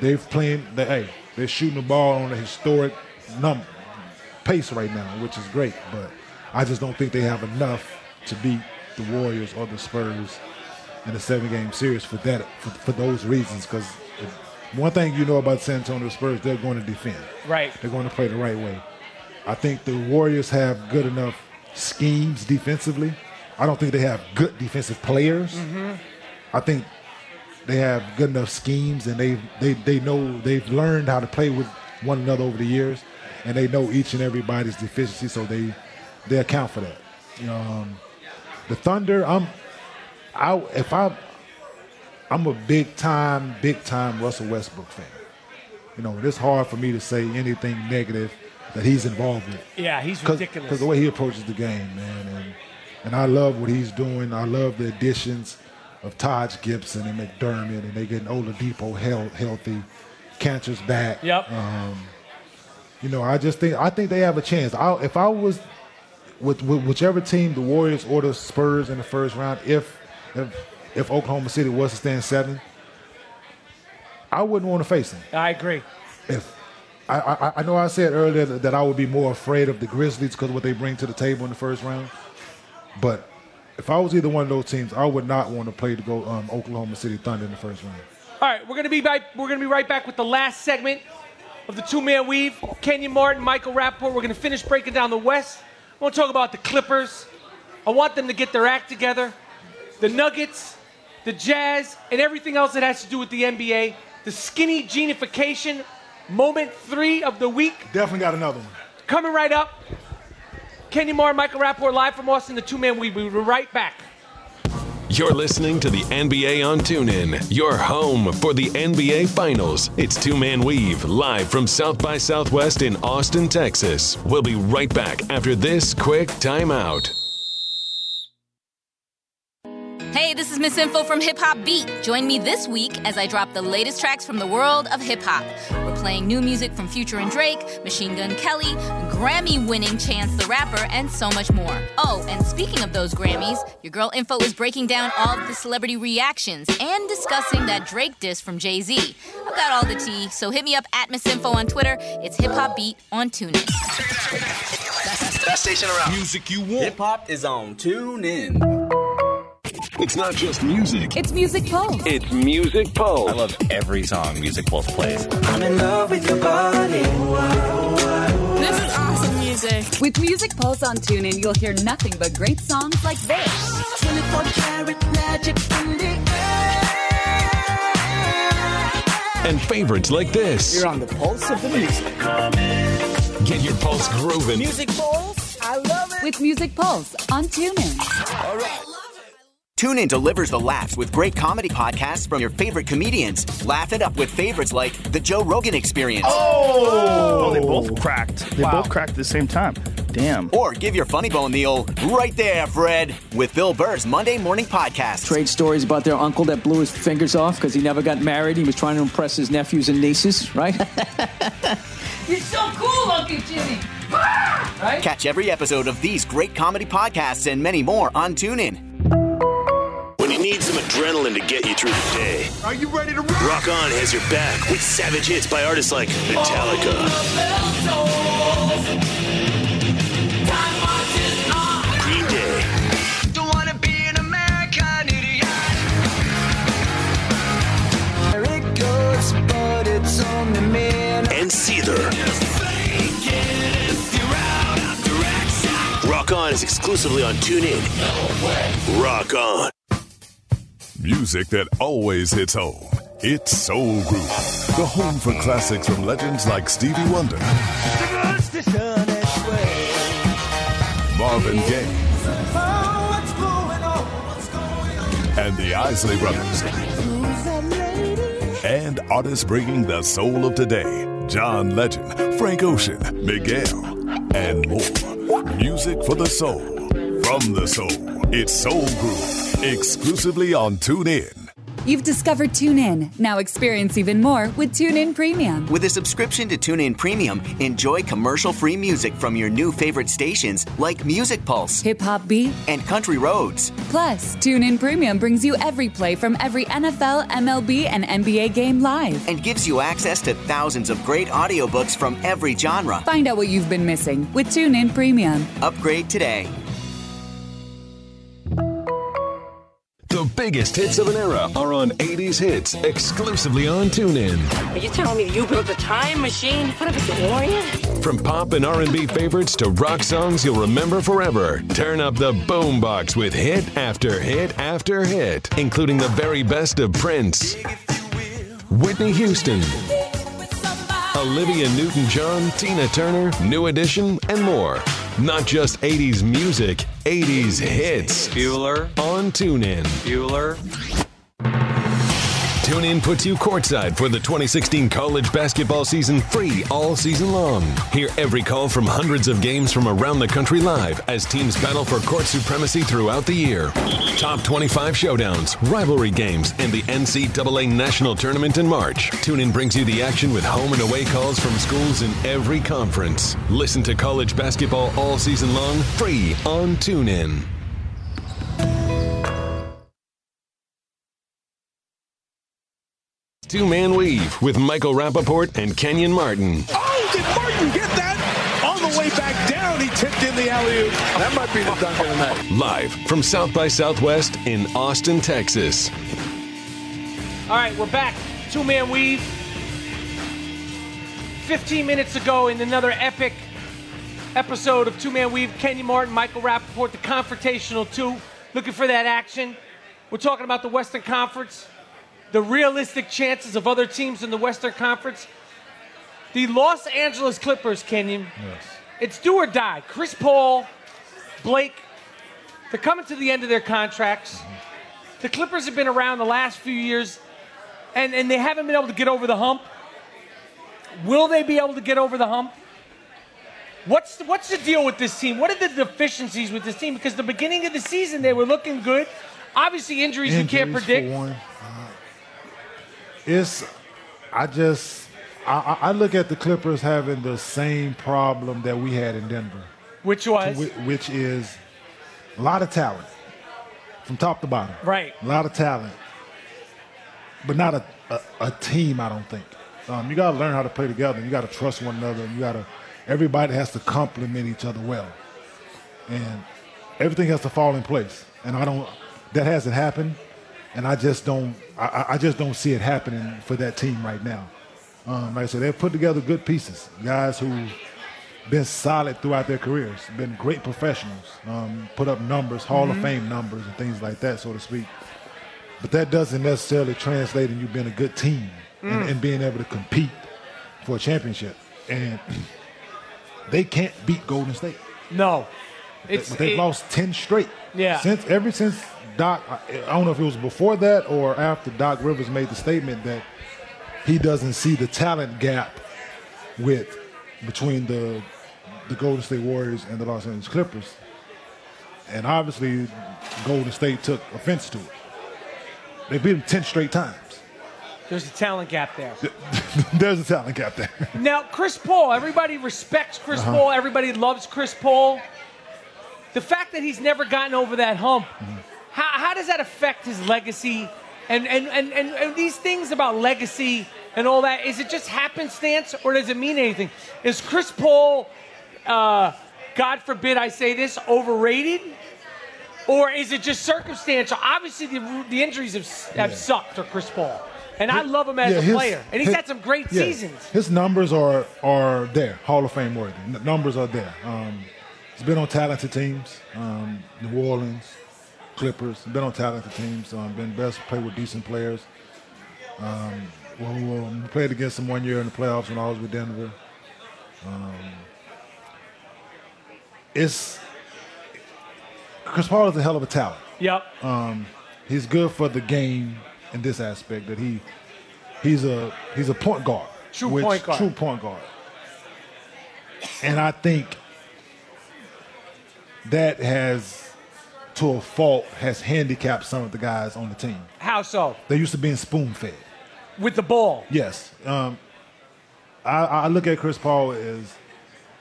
D: they've playing. They, hey, they're shooting the ball on a historic number pace right now, which is great. But I just don't think they have enough to beat the Warriors or the Spurs in a seven game series for that for, for those reasons. Because one thing you know about San Antonio Spurs, they're going to defend.
C: Right.
D: They're going to play the right way. I think the Warriors have good enough schemes defensively. I don't think they have good defensive players.
J: Mhm.
D: I think they have good enough schemes and they they they know they've learned how to play with one another over the years and they know each and everybody's deficiency so they they account for that. Um, the Thunder, I'm I if I I'm a big time big time Russell Westbrook fan. You know, it's hard for me to say anything negative that he's involved with.
C: Yeah, he's ridiculous.
D: Because the way he approaches the game, man, and and I love what he's doing. I love the additions of Taj Gibson and McDermott, and they getting Oladipo health, healthy, Cantor's back.
C: Yep.
D: Um, you know, I just think I think they have a chance. I, if I was with, with whichever team, the Warriors or the Spurs in the first round, if if if Oklahoma City was to stand seven, I wouldn't want to face them.
C: I agree.
D: If I, I, I know I said earlier that, that I would be more afraid of the Grizzlies because what they bring to the table in the first round, but if I was either one of those teams, I would not want to play to go um, Oklahoma City Thunder in the first round.
C: All right, we're gonna be right, we're gonna be right back with the last segment of the two man weave. Kenyon Martin, Michael Rapport. We're gonna finish breaking down the West. I want to talk about the Clippers. I want them to get their act together. The Nuggets, the Jazz, and everything else that has to do with the NBA. The skinny genification moment three of the week.
D: Definitely got another one.
C: Coming right up. Kenyon Martin, Michael Rapport, live from Austin. The two man weave. We'll be right back.
A: You're listening to the NBA on TuneIn, your home for the NBA Finals. It's Two Man Weave, live from South by Southwest in Austin, Texas. We'll be right back after this quick timeout.
E: Hey, this is Miss Info from Hip Hop Beat. Join me this week as I drop the latest tracks from the world of hip hop. We're playing new music from Future and Drake, Machine Gun Kelly, Grammy winning Chance the Rapper, and so much more. Oh, and speaking of those Grammys, your girl Info is breaking down all of the celebrity reactions and discussing that Drake diss from Jay Z. I've got all the tea, so hit me up at Miss Info on Twitter. It's Hip Hop Beat on TuneIn.
F: Best station around. Music you want. Hip hop is on. Tune in.
A: It's not just music.
I: It's Music Pulse.
O: It's Music Pulse. I love every song Music Pulse plays.
J: I'm in love with your body.
P: This is awesome music.
I: With Music Pulse on TuneIn, you'll hear nothing but great songs like this.
J: 24 karat magic in the
A: And favorites like this.
J: You're on the pulse of the music.
A: Get your pulse grooving.
I: Pulse, I love it. With Music Pulse on TuneIn. All right.
G: TuneIn delivers the laughs with great comedy podcasts from your favorite comedians. Laugh it up with favorites like The Joe Rogan Experience.
K: Oh, they both cracked. They both cracked at the same time. Damn.
G: Or give your funny bone the old right there, Fred, with Bill Burr's Monday Morning Podcast.
H: Trade stories about their uncle that blew his fingers off because he never got married. He was trying to impress his nephews and nieces, right? (laughs)
J: You're so cool, Uncle Jimmy.
G: Catch every episode of these great comedy podcasts and many more on TuneIn.
B: When you need some adrenaline to get you through the day,
J: Are you ready to
B: Rock On has your back with savage hits by artists like Metallica, Green Day,
J: Don't wanna be an American idiot. There it goes, but it's only me.
B: and Seether. Rock On is exclusively on TuneIn. Rock On.
L: Music that always hits home. It's Soul Group, the home for classics from legends like Stevie Wonder, Marvin Gaye, and the Isley Brothers, and artists bringing the soul of today. John Legend, Frank Ocean, Miguel, and more. Music for the soul, from the soul. It's Soul Group, exclusively on TuneIn.
I: You've discovered TuneIn. Now experience even more with TuneIn Premium.
G: With a subscription to TuneIn Premium, enjoy commercial-free music from your new favorite stations like Music Pulse,
I: Hip Hop Beat,
G: and Country Roads.
I: Plus, TuneIn Premium brings you every play from every NFL, MLB, and NBA game live.
G: And gives you access to thousands of great audiobooks from every genre.
I: Find out what you've been missing with TuneIn Premium.
G: Upgrade today.
A: The biggest hits of an era are on 80s hits exclusively on TuneIn.
N: Are you telling me that you built a time machine? What if it's a DeLorean?
A: From pop and R&B favorites to rock songs you'll remember forever, turn up the boombox with hit after hit after hit, including the very best of Prince, Whitney Houston, Olivia Newton-John, Tina Turner, New Edition, and more. Not just 80s music, 80s hits. Bueller on TuneIn. Bueller. TuneIn puts you courtside for the 2016 college basketball season free all season long. Hear every call from hundreds of games from around the country live as teams battle for court supremacy throughout the year. Top 25 showdowns, rivalry games, and the NCAA National Tournament in March. TuneIn brings you the action with home and away calls from schools in every conference. Listen to college basketball all season long free on TuneIn. Two Man Weave with Michael Rappaport and Kenyon Martin.
M: Oh, did Martin get that? On the way back down, he tipped in the alley oop. That might be the dunk of the night.
A: Live from South by Southwest in Austin, Texas.
C: All right, we're back. Two man weave. 15 minutes ago in another epic episode of Two Man Weave, Kenny Martin, Michael Rappaport, the confrontational two, looking for that action. We're talking about the Western Conference, the realistic chances of other teams in the Western Conference. The Los Angeles Clippers, Kenyon, it's do or die. Chris Paul, Blake, they're coming to the end of their contracts.
D: Mm-hmm.
C: The Clippers have been around the last few years, and, and they haven't been able to get over the hump. Will they be able to get over the hump? What's the, what's the deal with this team? What are the deficiencies with this team? Because the beginning of the season they were looking good. Obviously, injuries, you can't
D: Injuries for
C: predict.
D: one. It's, I just, I, I I look at the Clippers having the same problem that we had in Denver,
C: which was
D: which is a lot of talent from top to bottom.
C: Right.
D: A lot of talent, but not a, a, a team. I don't think. Um, you got to learn how to play together. You got to trust one another. You got to. Everybody has to complement each other well, and everything has to fall in place. And I don't. That hasn't happened, and I just don't. I- I, I just don't see it happening for that team right now. Um, like I said, they've put together good pieces, guys who been solid throughout their careers, been great professionals, um, put up numbers, Hall
M: Mhm.
D: of Fame numbers, and things like that, so to speak. But that doesn't necessarily translate in you being a good team and,
M: Mm.
D: and being able to compete for a championship. And (clears throat) they can't beat Golden State.
C: No,
D: it's they, have lost ten straight.
C: Yeah.
D: since ever since Doc, I, I don't know if it was before that or after Doc Rivers made the statement that he doesn't see the talent gap with between the the Golden State Warriors and the Los Angeles Clippers. And obviously, Golden State took offense to it. They beat them ten straight times. (laughs)
C: There's a talent gap there.
D: There's a talent gap there.
C: Now, Chris Paul, everybody respects Chris
D: Uh-huh.
C: Paul, everybody loves Chris Paul. The fact that he's never gotten over that hump,
D: Mm-hmm.
C: how, how does that affect his legacy? And, and, and, and, and these things about legacy and all that, is it just happenstance or does it mean anything? Is Chris Paul, uh, God forbid I say this, overrated? Or is it just circumstantial? Obviously, the, the injuries have, have
D: Yeah.
C: sucked for Chris Paul. And I love him as
D: Yeah,
C: a
D: his-
C: player. And he's
D: his-
C: had some great
D: yeah.
C: seasons.
D: His numbers are are there, Hall of Fame worthy. N- numbers are there. Um, he's been on talented teams, um, New Orleans, Clippers. Been on talented teams. Um, been best played with decent players. Um, well, well, we played against him one year in the playoffs when I was with Denver. Um, it's Chris Paul is a hell of a talent.
C: Yep.
D: Um, he's good for the game in this aspect that he he's a he's a point guard.
C: True point guard.
D: True point guard. And I think that has to a fault has handicapped some of the guys on the team.
C: How so?
D: They used to being spoon fed.
C: With the ball.
D: Yes. Um, I, I look at Chris Paul as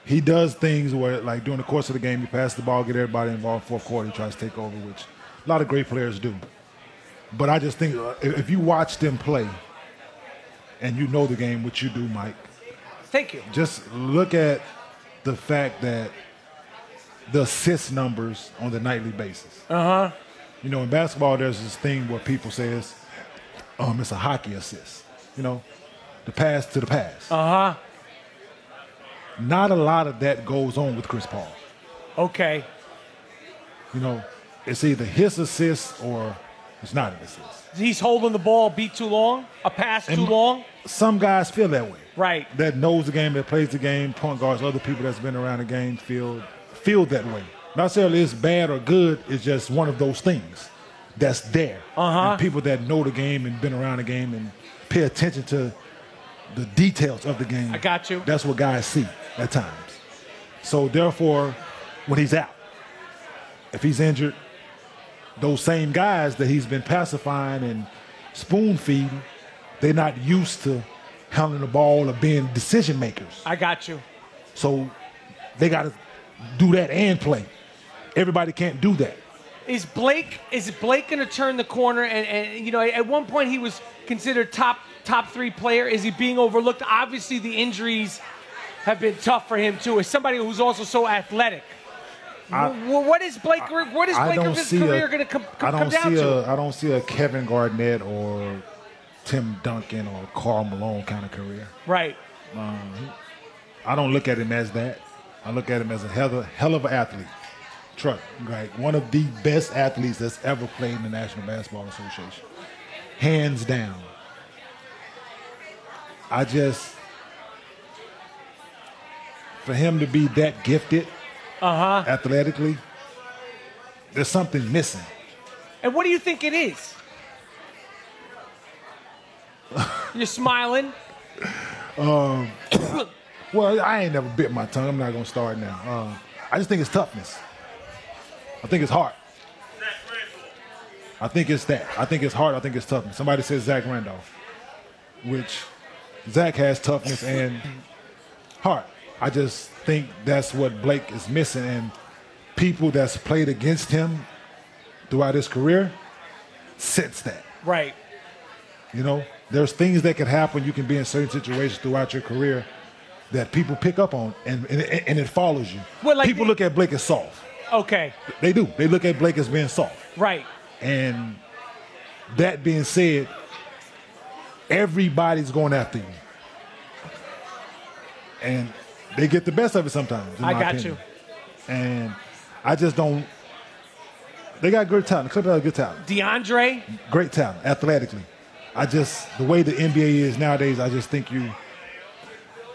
D: he does things where, like, during the course of the game, he passes the ball, get everybody involved. Fourth quarter, he tries to take over, which a lot of great players do. But I just think uh, if if you watch them play and you know the game, which you do, Mike,
C: Thank you.
D: just look at the fact that the assist numbers on the nightly basis.
C: Uh huh.
D: You know, in basketball, there's this thing where people says, um, it's a hockey assist. You know, the pass to the pass.
C: Uh huh.
D: Not a lot of that goes on with Chris Paul.
C: Okay.
D: You know, it's either his assist or it's not an assist.
C: He's holding the ball beat too long, a pass too
D: And
C: long.
D: Some guys feel that way.
C: Right.
D: That knows the game, that plays the game, point guards, other people that's been around the game feel feel that way. Not necessarily it's bad or good, it's just one of those things that's there.
C: Uh-huh.
D: And people that know the game and been around the game and pay attention to the details of the game. I
C: got you.
D: That's what guys see at times. So therefore, when he's out, if he's injured, those same guys that he's been pacifying and spoon feeding, they're not used to handling the ball or being decision makers.
C: I got you.
D: So they got to do that and play. Everybody can't do that.
C: Is Blake is Blake going to turn the corner? And, and you know, at one point he was considered top top three player. Is he being overlooked? Obviously, the injuries have been tough for him too. As somebody who's also so athletic,
D: I-
C: Wh- wh- what is Blake? what is
D: I
C: Blake
D: don't
C: Griffin's
D: see a-
C: career going to come,
D: I
C: come
D: don't
C: down
D: see
C: to?
D: a I don't see a Kevin Garnett or Tim Duncan or Carl Malone kind of career.
C: right.
D: Um, I don't look at him as that. I look at him as a hell of, hell of an athlete. Truck, right? One of the best athletes that's ever played in the National Basketball Association. Hands down. I just, for him to be that gifted
C: uh-huh.
D: athletically, there's something missing.
C: And what do you think it is?
D: (laughs)
C: You're smiling.
D: Um, (coughs) well, I ain't never bit my tongue. I'm not gonna start now. Um, I just think it's toughness. I think it's hard. I think it's that. I think it's hard. I think it's toughness. Somebody says Zach Randolph, which Zach has toughness and heart. I just think that's what Blake is missing, and people that's played against him throughout his career sense that.
C: Right.
D: You know, there's things that can happen. You can be in certain situations throughout your career that people pick up on, and and, and it follows you. people look at Blake as soft.
C: Okay.
D: They do. They look at Blake as being soft.
C: Right.
D: And that being said, everybody's going after you, and they get the best of it sometimes. in
C: I
D: my
C: got
D: opinion. And I just don't. They got good talent. The Clippers have good talent
C: you. DeAndre.
D: great talent athletically. I just the way the NBA is nowadays, I just think you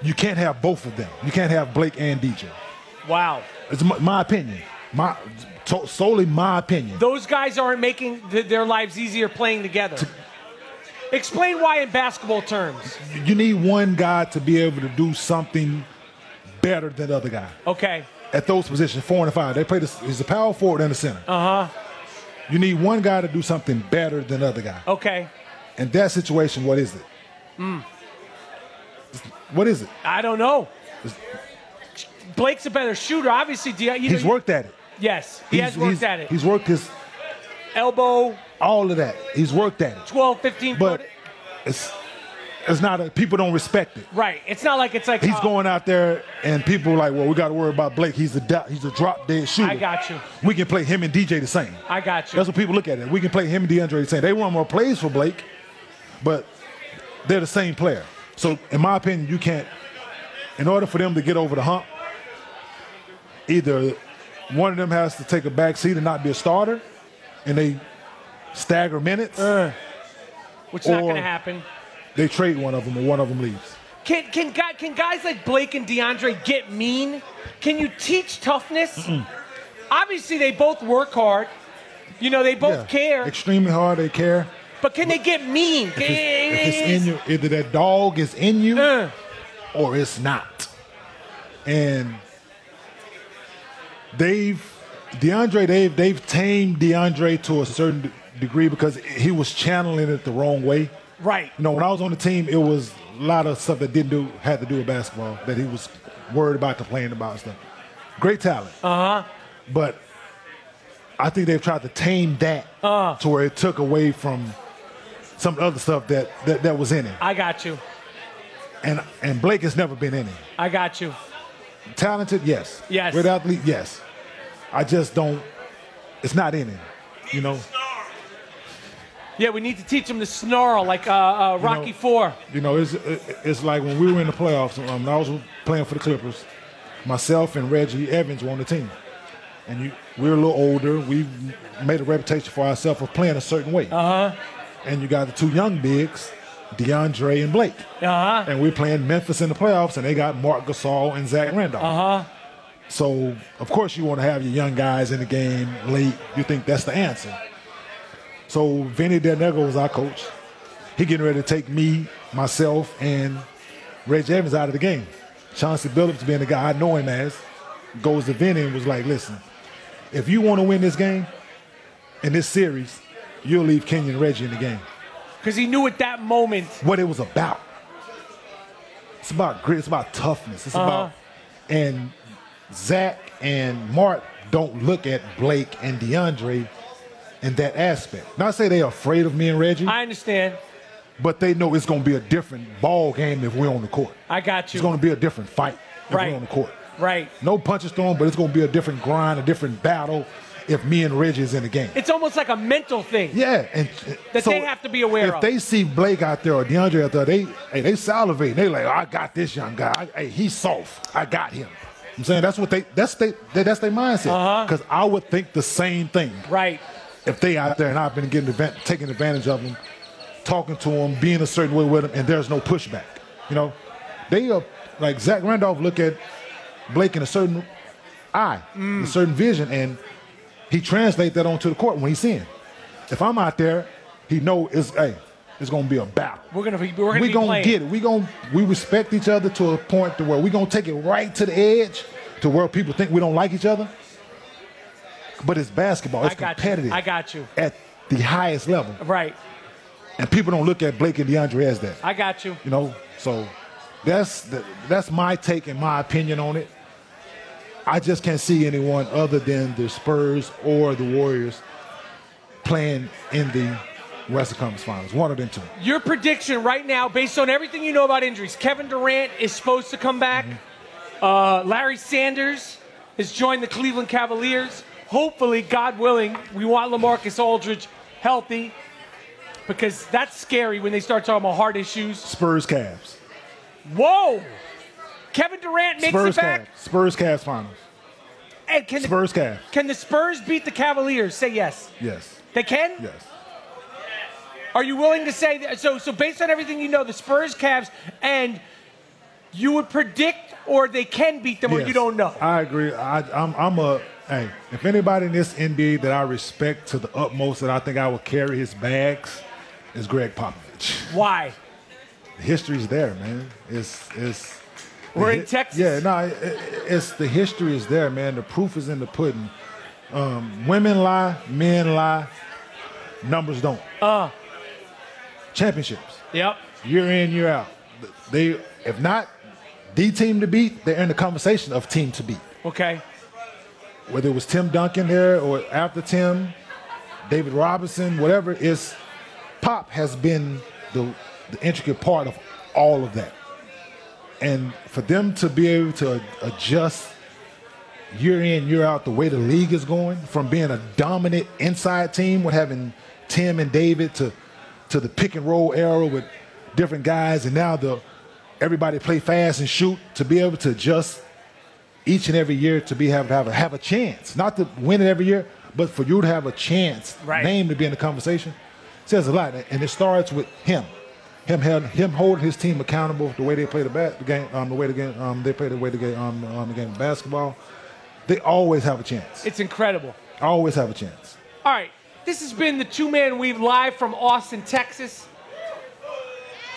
D: you can't have both of them. You can't have Blake and DJ.
C: Wow.
D: It's my, my opinion. My to, solely my opinion.
C: Those guys aren't making th- their lives easier playing together. Explain why in basketball terms.
D: You need one guy to be able to do something better than the other guy
C: Okay.
D: at those positions, four and five. They play this. He's a power forward and a center.
C: Uh huh.
D: You need one guy to do something better than the other guy.
C: Okay.
D: In that situation, what is it?
C: Mm.
D: What is it?
C: I don't know. Blake's a better shooter, obviously. De- you know,
D: He's
C: you-
D: worked at it.
C: Yes, he has worked
D: he's-
C: at it.
D: He's worked his
C: elbow,
D: all of that. He's worked at it.
C: 12, 15
D: but
C: foot.
D: it's it's not a, people don't respect it.
C: Right. It's not like it's like
D: He's
C: uh,
D: going out there and people like, well, we got to worry about Blake. He's a do- he's a drop dead shooter.
C: I got you.
D: We can play him and DJ the same.
C: I got you.
D: That's what people look at it. We can play him and DeAndre the same. They run more plays for Blake, but they're the same player. So in my opinion, you can't. In order for them to get over the hump, either one of them has to take a back seat and not be a starter, and they stagger minutes,
C: Uh. which is not
D: or-
C: going to happen.
D: they trade one of them or one of them leaves.
C: Can can guy, can guys like Blake and DeAndre get mean? Can you teach toughness? Obviously, they both work hard. You know, they both
D: Yeah.
C: care.
D: Extremely hard. They care.
C: But can they get mean?
D: If it's, if it's in you, either that dog is in you or it's not. And they've DeAndre, they've they've tamed DeAndre to a certain d- degree because he was channeling it the wrong way.
R: Right.
D: You know, when I was on the team, it was a lot of stuff that didn't do had to do with basketball that he was worried about, complaining about and stuff. Great talent.
C: Uh huh.
D: But I think they've tried to tame that to where it took away from some other stuff that that, that was in him.
C: I got you.
D: And and Blake has never been in him.
C: I got you.
D: Talented, yes.
C: Yes.
D: Great athlete, yes. I just don't. It's not in him. You know.
C: Yeah, we need to teach him to snarl like uh, uh, Rocky Four.
D: You know, it's it- it's like when we were in the playoffs. Um, I was playing for the Clippers. Myself and Reggie Evans were on the team, and you, we were a little older. We made a reputation for ourselves of playing a certain way. Uh huh. And you got the two young bigs, DeAndre and Blake. Uh huh. And we're playing Memphis in the playoffs, and they got Mark Gasol and Zach Randolph.
C: Uh huh.
D: So of course you want to have your young guys in the game late. You think that's the answer. So Vinny Del Negro was our coach. He getting ready to take me, myself, and Reggie Evans out of the game. Chauncey Billups being the guy I know him as, goes to Vinny and was like, listen, if you want to win this game, in this series, you'll leave Kenyon and Reggie in the game.
C: Because he knew at that moment
D: what it was about. It's about grit. It's about toughness. It's
C: Uh-huh.
D: about and Zach and Mark don't look at Blake and DeAndre in that aspect. Not say they're afraid of me and Reggie,
C: I understand.
D: but they know it's going to be a different ball game if we're on the court.
C: I got you.
D: It's going to be a different fight if
C: Right.
D: we're on the court.
C: Right.
D: No punches thrown, but it's going to be a different grind, a different battle if me and Reggie is in the game.
C: It's almost like a mental thing.
D: Yeah, and (laughs)
C: that they have to be aware
D: if
C: of.
D: they see Blake out there or DeAndre out there, they hey, they salivate. They like, I got this young guy. I- hey, he's soft. I got him. I'm saying that's what they that's they that, that's their mindset. Because I would think the same thing.
C: Uh-huh. Right.
D: If they out there and I've been getting advan- taking advantage of them, talking to them, being a certain way with them, and there's no pushback. You know, they are like Zach Randolph look at Blake in a certain eye, Mm. a certain vision, and he translate that onto the court when he's in. If I'm out there, he know it's hey, it's gonna be a battle.
C: We're gonna be. We're gonna,
D: we
C: be
D: gonna
C: playing.
D: get it. We gonna we respect each other to a point to where we gonna take it right to the edge to where people think we don't like each other. But it's basketball. It's
C: I got
D: competitive
C: You. I got you.
D: at the highest level,
C: Right.
D: and people don't look at Blake and DeAndre as that.
C: I got you.
D: You know, so that's the, that's my take and my opinion on it. I just can't see anyone other than the Spurs or the Warriors playing in the Western Conference Finals. One of them two.
C: Your prediction right now, based on everything you know about injuries, Kevin Durant is supposed to come back.
D: Mm-hmm.
C: Uh, Larry Sanders has joined the Cleveland Cavaliers. Hopefully, God willing, we want Lamarcus Aldridge healthy because that's scary when they start talking about heart issues.
D: Spurs Cavs.
C: Whoa! Kevin Durant makes
D: Spurs
C: it back.
D: Cavs. Spurs Cavs Finals.
C: Hey, can the-
D: Spurs Cavs.
C: Can the Spurs beat the Cavaliers? Say yes.
D: Yes.
C: They can?
D: Yes.
C: Are you willing to say that? So, so based on everything you know, the Spurs, Cavs, and you would predict or they can beat them or you
D: Yes.
C: don't know?
D: I agree. I, I'm, I'm a hey. If anybody in this NBA that I respect to the utmost, that I think I will carry his bags, is Greg Popovich.
C: Why?
D: The history's there, man. It's it's.
C: We're
D: the
C: in
D: hi-
C: Texas.
D: Yeah, no, it- it- it's the history is there, man. The proof is in the pudding. Um, women lie, men lie, numbers don't.
C: Uh.
D: Championships
C: Yep.
D: year in, year out. They, if not the team to beat, they're in the conversation of team to beat.
C: Okay.
D: Whether it was Tim Duncan there or after Tim, David Robinson, whatever, it's Pop has been the, the intricate part of all of that. And for them to be able to adjust year in, year out, the way the league is going, from being a dominant inside team with having Tim and David to to the pick and roll era with different guys, and now the everybody play fast and shoot to be able to adjust each and every year to be have have a, have a chance, not to win it every year, but for you to have a chance,
M: Right.
D: name to be in the conversation, says a lot, and it starts with him. Him, held- him holding his team accountable the way they play the, bat, the game, um, the way the game, um, they play the way the game, um, um, the game of basketball. They always have a chance.
C: It's incredible.
D: Always have a chance.
C: All right. This has been the Two Man Weave live from Austin, Texas.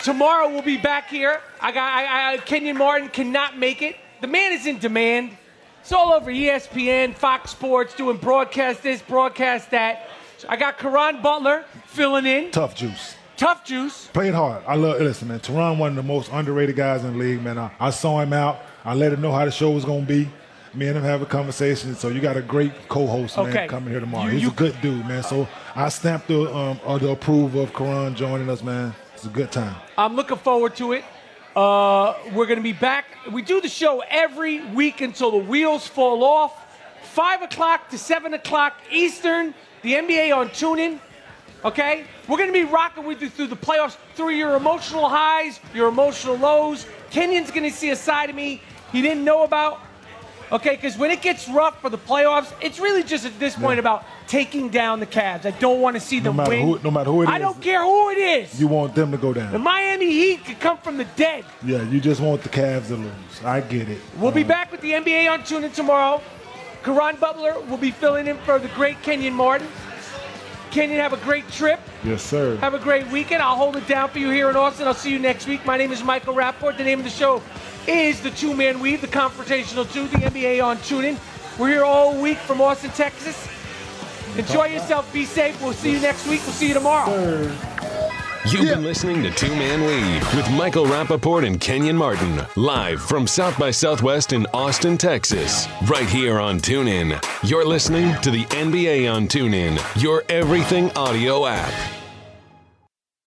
C: Tomorrow we'll be back here. I got I, I, Kenyon Martin cannot make it. The man is in demand. It's all over E ESPN, Fox Sports, doing broadcast this, broadcast that. So I got Karan Butler filling in.
D: Tough juice.
C: Tough juice.
D: Played hard. I love listen, man. Teron, one of the most underrated guys in the league, man. I, I saw him out. I let him know how the show was gonna be. Me and him have a conversation. So you got a great co-host, man,
C: Okay.
D: coming here tomorrow.
C: You-
D: He's
C: you-
D: a good dude, man. So I stamped the um uh, the approval of Karan joining us, man. It's a good time.
C: I'm looking forward to it. Uh, we're going to be back. We do the show every week until the wheels fall off. 5 o'clock to 7 o'clock Eastern, the NBA on TuneIn. Okay? We're going to be rocking with you through the playoffs, through your emotional highs, your emotional lows. Kenyon's going to see a side of me he didn't know about. Okay? Because when it gets rough for the playoffs, it's really just at this point about taking down the Cavs. I don't want to see
D: No
C: them
D: matter
C: win.
D: who- no matter who it
C: I
D: is.
C: don't care who it is.
D: You want them to go down.
C: The Miami Heat could come from the dead.
D: Yeah, you just want the Cavs to lose. I get it.
C: We'll be back with the NBA on TuneIn tomorrow. Karan Butler will be filling in for the great Kenyon Martin. Kenyon, have a great trip.
D: Yes, sir.
C: Have a great weekend. I'll hold it down for you here in Austin. I'll see you next week. My name is Michael Rapport. The name of the show is The Two Man Weave, The Confrontational Two, the NBA on TuneIn. We're here all week from Austin, Texas. Enjoy yourself. Be safe. We'll see you next week. We'll see you tomorrow.
A: You've been listening to Two Man Weave with Michael Rappaport and Kenyon Martin, live from South by Southwest in Austin, Texas, right here on TuneIn. You're listening to the NBA on TuneIn, your everything audio app.